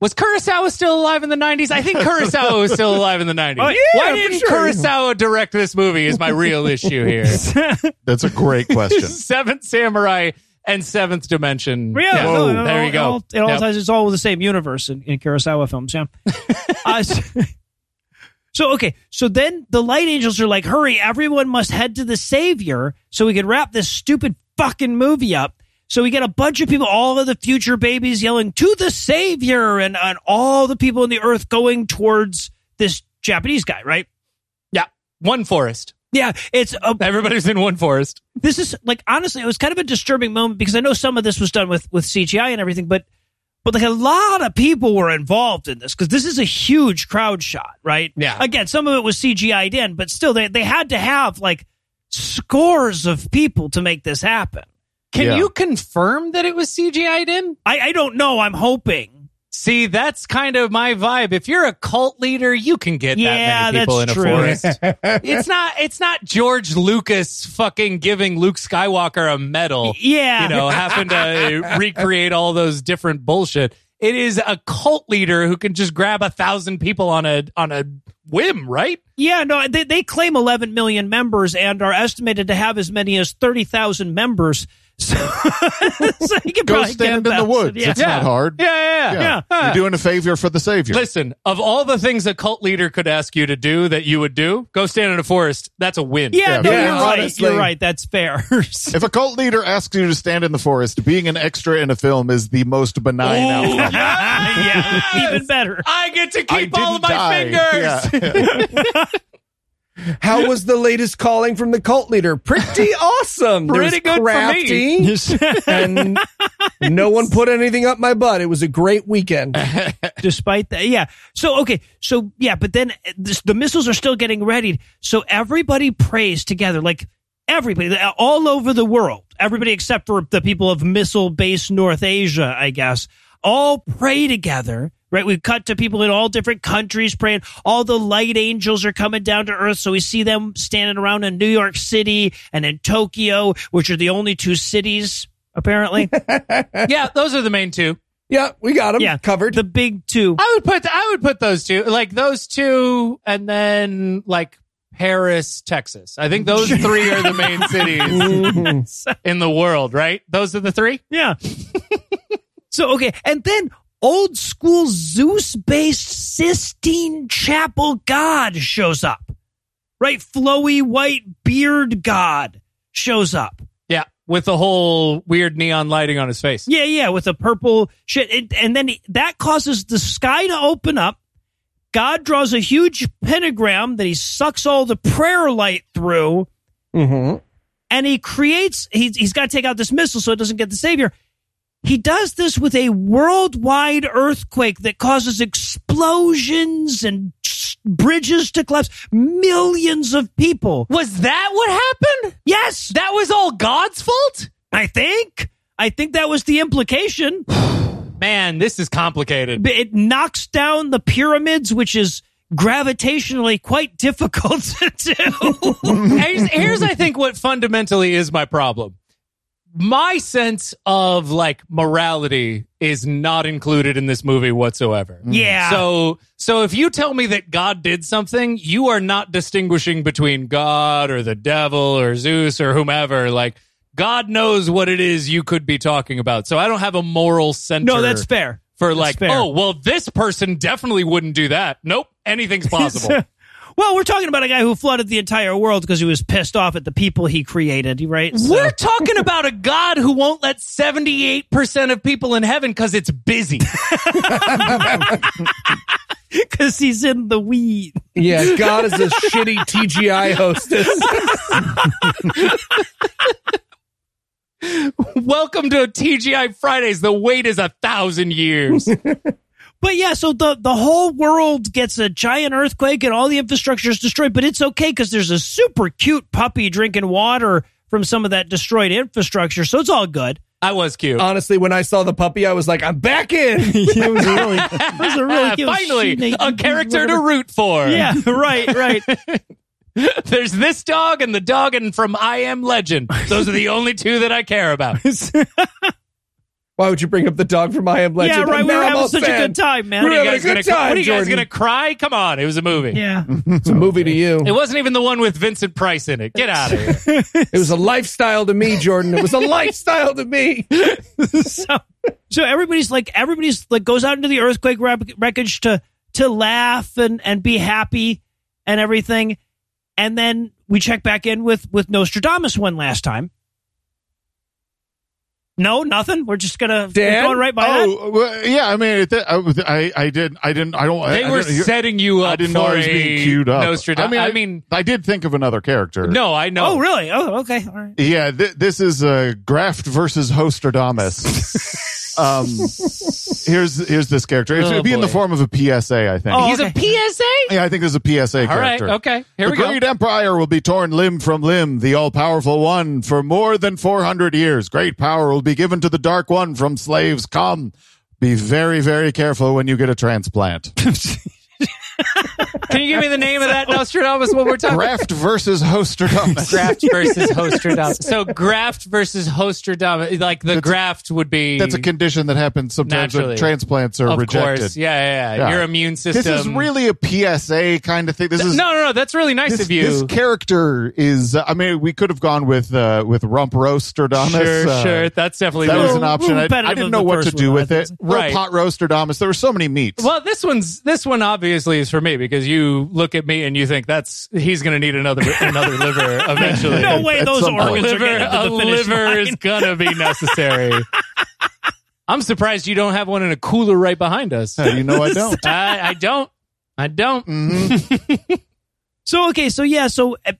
D: Was Kurosawa still alive in the 90s? I think Kurosawa was still alive in the 90s.
A: Oh, yeah,
D: Why
B: for
D: didn't
B: sure.
D: Kurosawa direct this movie is my real issue here.
C: That's a great question.
D: Seventh Samurai and Seventh Dimension.
A: Yeah,
D: Yeah.
A: no,
B: Oh,
A: no,
D: there
A: no,
D: you go.
A: It all, it all
D: Yep.
A: ties. It's all the same universe in, in Kurosawa films. Yeah. Uh, so, so, okay, so then the Light Angels are like, "Hurry! Everyone must head to the Savior, so we can wrap this stupid fucking movie up." So we get a bunch of people, all of the future babies yelling to the Savior, and and all the people in the Earth going towards this Japanese guy, right?
D: yeah, one forest.
A: Yeah, it's a
D: Everybody's in one forest.
A: this is like honestly, it was kind of a disturbing moment because I know some of this was done with with CGI and everything, but but like a lot of people were involved in this because this is a huge crowd shot, right?
D: Yeah.
A: Again, some of it was CGI'd in, but still, they they had to have like scores of people to make this happen.
D: Can
C: Yeah.
D: you confirm that it was CGI'd in?
A: I I don't know. I'm hoping.
D: See, that's kind of my vibe. If you're a cult leader, you can get
A: Yeah,
D: that many people
A: that's
D: in a
A: true.
D: forest. it's not it's not George Lucas fucking giving Luke Skywalker a medal.
A: Yeah.
D: You know, happen to uh, recreate all those different bullshit. It is a cult leader who can just grab a thousand people on a on a whim, right?
A: Yeah, no, they, they claim 11 million members and are estimated to have as many as 30,000 members. So, so you can
C: Go
A: probably get
C: stand in the
A: 1,000,
C: woods.
A: yeah.
C: It's not hard.
D: Yeah, yeah, yeah.
C: You're doing a favor for the savior.
D: Listen, of all the things a cult leader could ask you to do that you would do, go stand in a forest. That's a win.
A: Yeah,
C: Yeah,
A: no,
C: yeah,
A: you're right.
B: honestly.
A: You're right. That's fair.
C: If a cult leader asks you to stand in the forest, being an extra in a film is the most benign
D: Ooh,
C: outcome.
A: yeah,
D: Yes!
A: even better.
D: I get to
C: I
D: keep all
C: didn't
D: of my
C: die.
D: fingers.
C: Yeah.
B: How was the latest calling from the cult leader? Pretty awesome. There was
D: Pretty good for me.
B: crafty, and no one put anything up my butt. It was a great weekend.
A: Despite that, yeah. So okay, so yeah, but then uh, this, the missiles are still getting readied. So everybody prays together, like everybody, uh, all over the world, everybody except for the people of missile-based North Asia, I guess, all pray together. Right, we cut to people in all different countries praying. All the light angels are coming down to earth, so we see them standing around in New York City and in Tokyo, which are the only two cities apparently.
D: yeah, those are the main two.
B: Yeah, we got him
A: yeah,
B: covered.
A: the big two.
D: I would put I would put those two like those two, and then like Paris, Texas. I think those three are the main cities in the world, right? Those are the three.
A: Yeah. so okay, and then old school Zeus-based Sistine Chapel God shows up. Right, flowy white beard god shows up.
D: Yeah, with the whole weird neon lighting on his face.
A: Yeah, yeah, with a purple shit, and, and then he, that causes the sky to open up. God draws a huge pentagram that he sucks all the prayer light through.
B: Mhm.
A: and he creates he's, he's got to take out this missile so it doesn't get the savior he does this with a worldwide earthquake that causes explosions and s- bridges to collapse millions of people
D: Was that what happened?
A: yes
D: That was all God's fault.
A: i think i think that was the implication
D: Man, this is complicated.
A: B- it knocks down the pyramids which is gravitationally quite difficult to do
D: here's, here's I think what fundamentally is my problem. My sense of like morality is not included in this movie whatsoever.
A: Mm. Yeah.
D: So so if you tell me that God did something, you are not distinguishing between God or the devil or Zeus or whomever. Like God knows what it is you could be talking about. So I don't have a moral center.
A: no that's fair
D: For
A: That's
D: like,
A: fair.
D: oh well, this person definitely wouldn't do that. Nope, anything's possible.
A: well, we're talking about a guy who flooded the entire world because he was pissed off at the people he created, right? So-
D: We're talking about a God who won't let 78% of people in heaven because it's busy.
A: because he's in the weed.
B: Yeah, God is a shitty TGI hostess.
D: Welcome to TGI Fridays. The wait is a thousand years.
A: But yeah, so the the whole world gets a giant earthquake and all the infrastructure is destroyed. But it's okay because there's a super cute puppy drinking water from some of that destroyed infrastructure, so it's all good.
D: I was cute.
C: Oh,
B: Honestly, when I saw the puppy, I was like, I'm back in.
A: it was really, it was a really
D: Ah,
A: cute
D: finally,
A: she-
D: a character to
A: whatever.
D: root for.
A: Yeah, right, right.
D: There's this dog and the dog and from I Am Legend. Those are the only two that I care about.
B: Why would you bring up the dog from I Am Legend?
A: yeah, right.
B: I'm
A: We were
B: now I'm
A: having
B: all
A: such a
B: sad.
A: good time, man.
B: We're
D: What are you
B: having
D: guys
B: a
D: gonna,
B: good time,
D: what are you guys
B: Jordan.
D: gonna cry? Come on, it was a movie.
A: yeah.
B: It's a movie to you.
D: It wasn't even the one with Vincent Price in it. Get out of here.
B: It was a lifestyle to me, Jordan. It was a lifestyle to me.
A: so, so everybody's like everybody's like goes out into the earthquake wreck- wreckage to to laugh and and be happy and everything and then we check back in with with nostradamus one last time no nothing we're just gonna we're
B: Dan?
A: going right by that
C: Oh, well, yeah. I mean, it, I, was- I, I didn't, I didn't, I don't. I,
D: They
C: I
D: were
C: didn't-
D: setting you up
C: I didn't know
D: for
C: I was being
D: a
C: queued up.
D: Nostradamus.
C: I mean, I,
D: I mean,
C: I did think of another character.
D: no, I know.
A: oh really oh okay all right
C: Yeah, th- this is uh, Graft versus Hostradamus. um, here's here's this character. It's-
D: Oh,
C: It'll be in the
D: boy.
C: form of a PSA, I think.
A: Oh,
D: He's
A: okay.
D: a PSA.
C: Yeah, I think there's a PSA
D: All right.
C: character.
D: Okay. Here
C: the
D: we go.
C: great empire will be torn limb from limb, the all powerful one, for more than 400 years. Great power will be given to the dark one from slaves. Come. Be very, very careful when you get a transplant.
D: Can you give me the name of that Nostradamus one more time?
C: Graft versus Hostradamus.
D: Graft versus Hostradamus. So graft versus Hostradamus. Like the graft would be.
C: That's a condition that happens sometimes when
D: Naturally.
C: transplants are
D: of
C: rejected.
D: course. Yeah, yeah, yeah.
C: Yeah.
D: Your immune system.
C: This is really a PSA kind of thing. This is
D: No, no, no. That's really nice
C: this,
D: of you.
C: this character is. Uh, I mean, we could have gone with uh, with Rump Roasterdamus.
D: sure,
C: uh,
D: sure. That's definitely
C: That
D: the-
C: was
A: Well,
C: an option. I,
A: repetitive
C: I didn't
A: of
C: know
A: the
C: what to
A: first
C: do
A: one,
C: with
A: I
C: it.
A: think.
D: Right.
C: Real pot Roasterdamus. There were so many meats.
D: Well, this one's this one obviously is for me because you look at me and you think that's he's going to need another another liver eventually.
A: no way
C: at
A: those
C: some point.
A: organs are
D: liver,
A: getting to
D: a
A: the finish
D: liver
A: line.
D: is gonna be necessary. I'm surprised you don't have one in a cooler right behind us.
C: Uh, you know, I don't.
D: I, I don't. I don't.
C: Mm-hmm.
A: So okay, so yeah, so uh,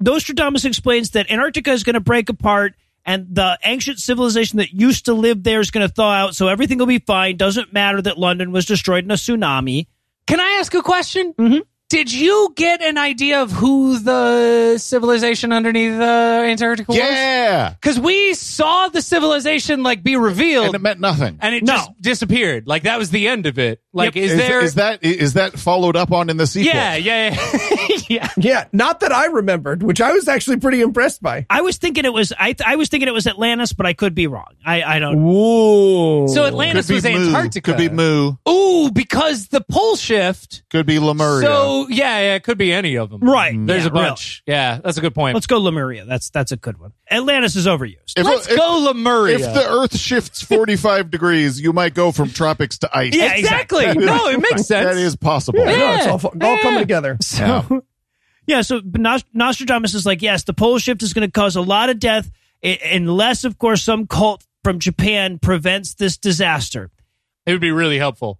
A: Nostradamus explains that Antarctica is going to break apart, and the ancient civilization that used to live there is going to thaw out, so everything will be fine. Doesn't matter that London was destroyed in a tsunami.
D: Can I ask a question?
C: Mm-hmm.
D: Did you get an idea of who the civilization underneath uh, Antarctica was?
C: Yeah,
D: Because we saw the civilization like be revealed,
C: and it meant nothing.
D: and it
A: No.
D: just disappeared. Like that was the end of it. Like,
A: Yep.
D: is,
C: is,
D: there?
C: is that is that followed up on in the sequel?
D: yeah, yeah, yeah. yeah.
B: Yeah, not that I remembered, which I was actually pretty impressed by.
A: I was thinking it was I, th- I was thinking it was Atlantis, but I could be wrong. I, I don't.
B: Whoa.
D: So
C: could
D: Atlantis
C: be
D: was
C: Moo,
D: Antarctica.
C: Could be Moo.
D: Ooh, because the pole shift.
C: Could be Lemuria.
D: So yeah, yeah, it could be any of them.
A: Right,
D: There's
A: yeah,
D: a bunch. Yeah, that's a good point.
A: Let's go Lemuria. That's that's a good one. Atlantis is overused.
C: If-
D: Let's
C: if-
D: go Lemuria.
C: If the Earth shifts 45 degrees, you might go from tropics to ice.
A: Yeah,
D: exactly. no, it makes sense.
C: That is possible.
B: yeah, no, it's
D: Yeah.
B: all, fu- all coming
D: Yeah.
B: together.
C: Yeah.
A: Yeah, so Nos- Nostradamus is like, yes, the pole shift is going to cause a lot of death, i- unless, of course, some cult from Japan prevents this disaster.
D: it would be really helpful.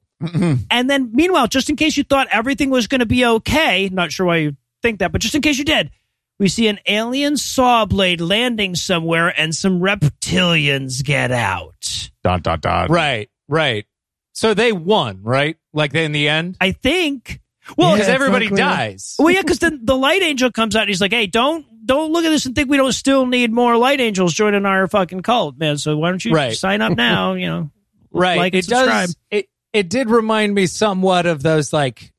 A: And then, meanwhile, just in case you thought everything was going to be okay, not sure why you think that, but just in case you did, we see an alien saw blade landing somewhere and some reptilians get out.
C: Dot, dot, dot.
D: Right, right. So they won, right? Like in the end.
A: I think.
D: Well,
B: Yeah,
D: because
B: it's
D: everybody
B: not clear.
D: dies.
A: Well, yeah, because then the light angel comes out and he's like, hey, don't. Don't look at this and think we don't still need more light angels joining our fucking cult, man. So why don't you
D: Right.
A: sign up now? You know,
D: Right.
A: like and
D: it
A: subscribe.
D: does. It it did remind me somewhat of those like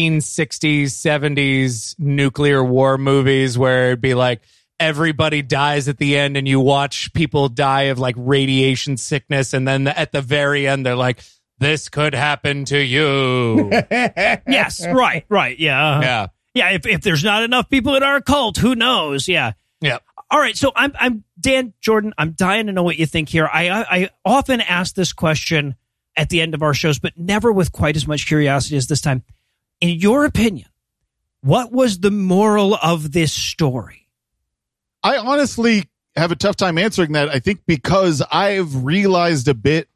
D: 1960s, 70s nuclear war movies where it'd be like everybody dies at the end and you watch people die of like radiation sickness and then at the very end they're like this could happen to you.
A: yes, right, right, yeah, uh-huh.
D: yeah.
A: yeah. If if there's not enough people in our cult, who knows? Yeah,
D: Yeah.
A: All right, so I'm I'm Dan Jordan. I'm dying to know what you think here. I I, I often ask this question at the end of our shows, but never with quite as much curiosity as this time. In your opinion, what was the moral of this story?
C: I honestly have a tough time answering that. I think because I've realized a bit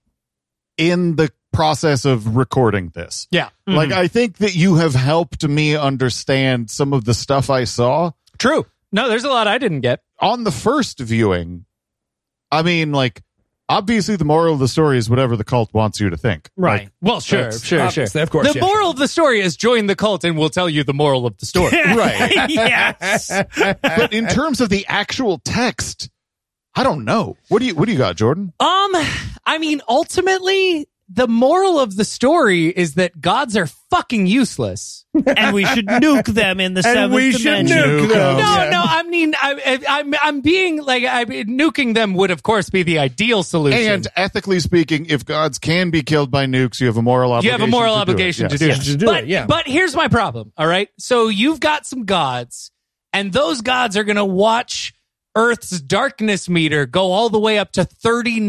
C: in the process of recording this.
D: Yeah.
C: Like, I think that you have helped me understand some of the stuff I saw.
D: True. No, there's a lot I didn't get.
C: on the first viewing, I mean, like, obviously the moral of the story is whatever the cult wants you to think. Like,
D: well, sure,
B: That's
D: sure, sure.
B: obviously, of course,
D: The
B: yeah.
D: moral of the story is join the cult and we'll tell you the moral of the story.
C: Right.
A: yes.
C: but in terms of the actual text, I don't know. What do you What do you got, Jordan?
D: Um, I mean, ultimately, the moral of the story is that gods are fucking useless.
A: and we should nuke them in the
B: and
A: seventh
B: we should
A: dimension.
B: nuke them.
D: No, no, I mean, I, I, I'm, I'm being like, I, nuking them would, of course, be the ideal solution.
C: And ethically speaking, if gods can be killed by nukes, you have a moral
D: you
C: obligation.
D: have a moral
C: to do it.
D: obligation
C: Yes.
D: to do
B: Yes.
D: it.
B: To do
D: but,
B: it, yeah.
D: But here's my problem. All right. So you've got some gods, and those gods are going to watch Earth's darkness meter go all the way up to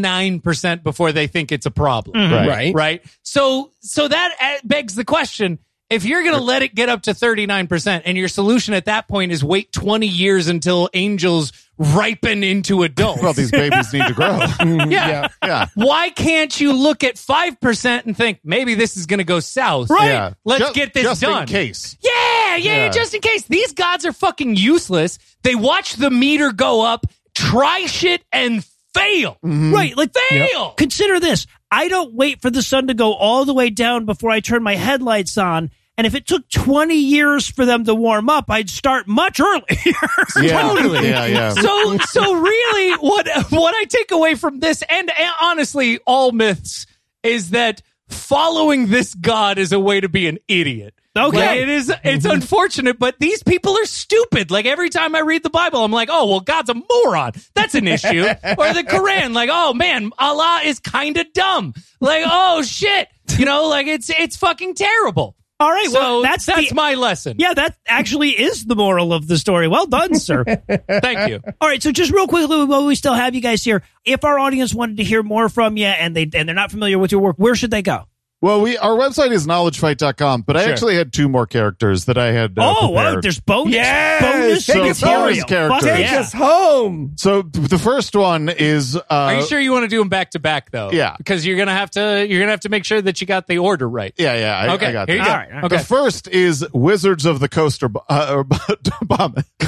D: 39% before they think it's a problem.
B: Mm-hmm.
C: Right.
B: Right.
D: Right. So, so that uh, begs the question. If you're going to let it get up to 39% and your solution at that point is wait 20 years until angels ripen into adults.
C: Well, these babies need to grow.
D: yeah.
C: yeah.
D: Why can't you look at 5% and think maybe this is going to go south?
A: Right.
C: Yeah.
D: Let's
C: Ju-
D: get this
C: just
D: done.
C: in case.
D: Yeah, yeah,
C: Yeah.
D: just in case. These gods are fucking useless. They watch the meter go up, try shit, and fail.
C: Mm-hmm.
A: Right, like
D: Fail!
A: Consider this: I don't wait for the sun to go all the way down before I turn my headlights on. And if it took twenty years for them to warm up, I'd start much earlier.
C: Yeah. Yeah, yeah.
D: So, so really, what what I take away from this, and, and honestly, all myths, is that following this god is a way to be an idiot.
A: Okay. Mm-hmm.
D: Like, it is. It's unfortunate, but these people are stupid. Like every time I read the Bible, I'm like, oh well, God's a moron. That's an issue. or the Quran, like, oh man, Allah is kind of dumb. Like, oh shit, you know, like it's it's fucking terrible.
A: all right,
D: So
A: well, that's
D: that's
A: the,
D: my lesson.
A: yeah, that actually is the moral of the story. Well done, sir.
D: Thank you.
A: All right, so just real quickly, while we still have you guys here, if our audience wanted to hear more from you and they and they're not familiar with your work, where should they go?
C: Well, we our website is knowledgefight.com, but I actually had two more characters that I had. Uh,
A: oh,
C: prepared.
A: wow, there's bonus,
B: Yes!
A: bonus
B: Take
C: us home.
A: material.
C: Bonus
A: Fuck
B: Take
A: yeah.
B: us home.
C: so the first one is. Uh,
D: Are you sure you want to do them back to back though?
C: Yeah.
D: because you're gonna have to you're gonna have to make sure that you got the order right.
C: Yeah, yeah. I,
D: okay,
C: I got
D: here you
C: that.
D: go.
A: All right, all right.
D: Okay,
C: The first is Wizards of the Coaster Bo- uh, Bomb.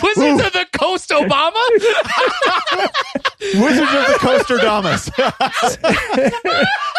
D: Wizards of the Coast, Obama.
C: Wizards of the Coaster Damas.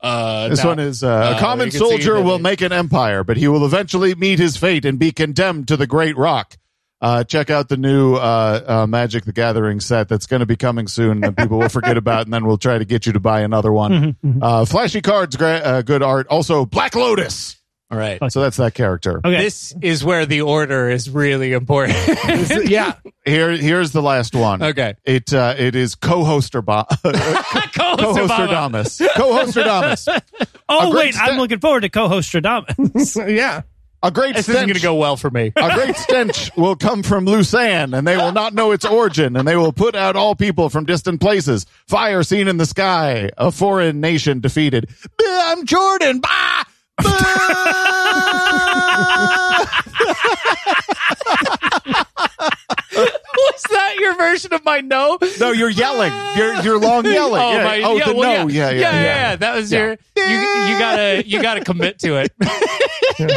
D: uh,
C: This
D: no.
C: one is uh,
D: Uh,
C: a common
D: you can sing
C: soldier
D: it,
C: will
D: maybe.
C: make an empire, but he will eventually meet his fate and be condemned to the Great Rock. Uh, check out the new uh, uh, Magic the Gathering set that's going to be coming soon that people will forget about, and then we'll try to get you to buy another one.
D: Mm-hmm,
C: Uh, flashy cards, gra- uh, good art. Also, Black Lotus.
D: All right.
A: Oh,
C: So that's that character.
A: Okay.
D: This is where the order is really important.
B: This is- yeah.
C: Here, here's the last one.
D: Okay.
C: it uh, it is co-hoster bo-
D: Coast, Obama.
C: co-hosterdamus. co-hosterdamus.
A: Oh
C: A great
A: wait, I'm
C: sta-
A: looking forward to co-host Stradamus.
B: yeah.
C: A great
D: This isn't
C: stench-
D: gonna go well for me.
C: A great stench will come from Lusan, and they will not know its origin, and they will put out all people from distant places. Fire seen in the sky, a foreign nation defeated. Bah, I'm Jordan. Bah! Bah!
D: Was that your version of my no?
C: no, you're yelling. You're you're long yelling.
D: Oh
C: yeah.
D: my!
C: oh
D: yeah,
C: the
D: well,
C: no. Yeah, yeah,
D: yeah, That was
C: Yeah.
D: your. You, you gotta you gotta commit to it.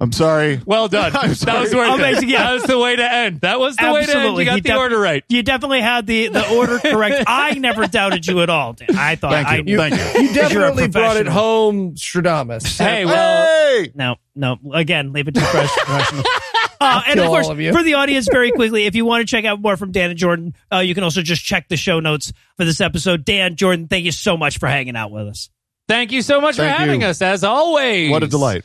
C: I'm sorry.
D: Well done.
C: I'm
D: That
C: sorry.
D: was worth
A: Amazing,
D: it.
A: yeah.
D: That was the way to end. That was the way to end.
A: Absolutely.
D: You got
A: He
D: the
A: def-
D: order right.
A: You definitely had the, the order correct. I never doubted you at all. Dan. I thought
C: Thank you.
A: I
C: Thank you.
B: You
A: You're a
B: definitely brought it
A: professional.
B: home, Stradamus.
D: Hey, well,
C: hey!
A: No, no. Again, leave it to the fresh professionals. Uh, and of
B: Kill
A: course,
B: all of you.
A: for the audience, very quickly, if you want to check out more from Dan and Jordan, uh, you can also just check the show notes for this episode. Dan, Jordan, thank you so much for hanging out with us.
D: thank you so much for
C: Thank
D: having
C: you.
D: us, as always.
C: What a delight.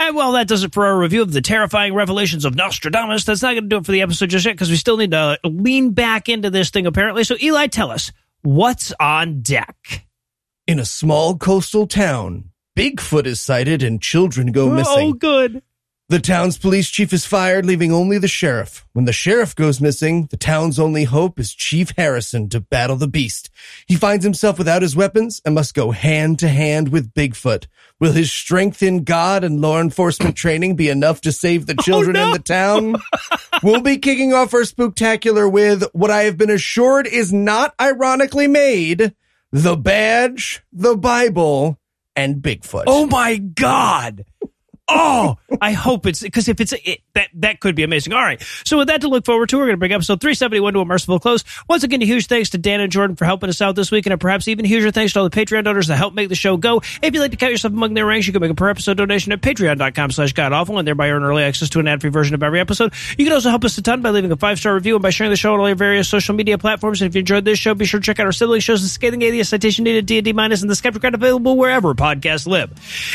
A: And well, that does it for our review of the terrifying revelations of Nostradamus. That's not going to do it for the episode just yet because we still need to lean back into this thing, apparently. So, Eli, tell us what's on deck?
B: In a small coastal town, Bigfoot is sighted and children go
A: Oh,
B: missing.
A: good.
B: The town's police chief is fired, leaving only the sheriff. When the sheriff goes missing, the town's only hope is Chief Harrison to battle the beast. He finds himself without his weapons and must go hand to hand with Bigfoot. Will his strength in God and law enforcement training be enough to save the children and the town? we'll be kicking off our spooktacular with what I have been assured is not ironically made the badge, the Bible, and Bigfoot.
A: Oh my Oh God. oh, I hope it's because if it's it, that that could be amazing. All right, so with that to look forward to, we're going to bring episode 371 to a merciful close. Once again, a huge thanks to Dan and Jordan for helping us out this week, and a perhaps even huger thanks to all the Patreon donors that help make the show go. If you'd like to count yourself among their ranks, you can make a per episode donation at Patreon.com/slash Godawful, and thereby earn early access to an ad-free version of every episode. You can also help us a ton by leaving a five-star review and by sharing the show on all your various social media platforms. And if you enjoyed this show, be sure to check out our sibling shows, The Scathing Atheist, Citation Needed, D&D Minus, and The Skeptocrat, available wherever podcasts live.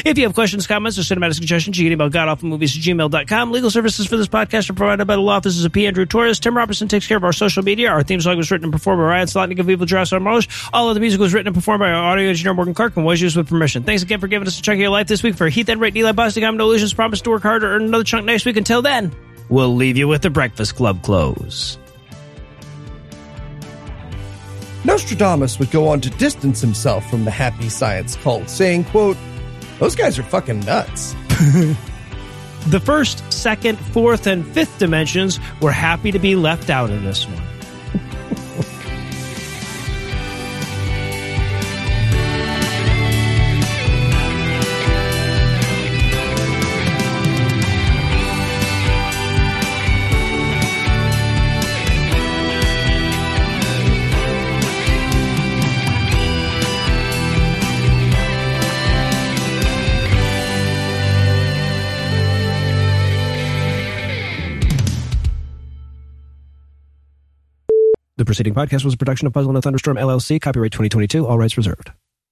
A: If you have questions, comments, or cinematic suggestions, you can email godawfulmovies at gmail.com. Legal services for this podcast are provided by the law offices of P. Andrew Torres. Tim Robertson takes care of our social media. Our theme song was written and performed by Ryan Slotnick of Evil Dross on Marlish. All of the music was written and performed by our audio engineer, Morgan Clark, and was used with permission. Thanks again for giving us a chunk of your life this week. For Heath Enright, Eli Bostic, I'm No Illusions. Promise to work hard to earn another chunk next week. Until then, we'll leave you with the Breakfast Club close.
B: Nostradamus would go on to distance himself from the happy science cult, saying, quote, those guys are fucking nuts.
A: The first, second, fourth, and fifth dimensions were happy to be left out of this one. The preceding podcast was a production of Puzzle and a Thunderstorm LLC, copyright 2022, all rights reserved.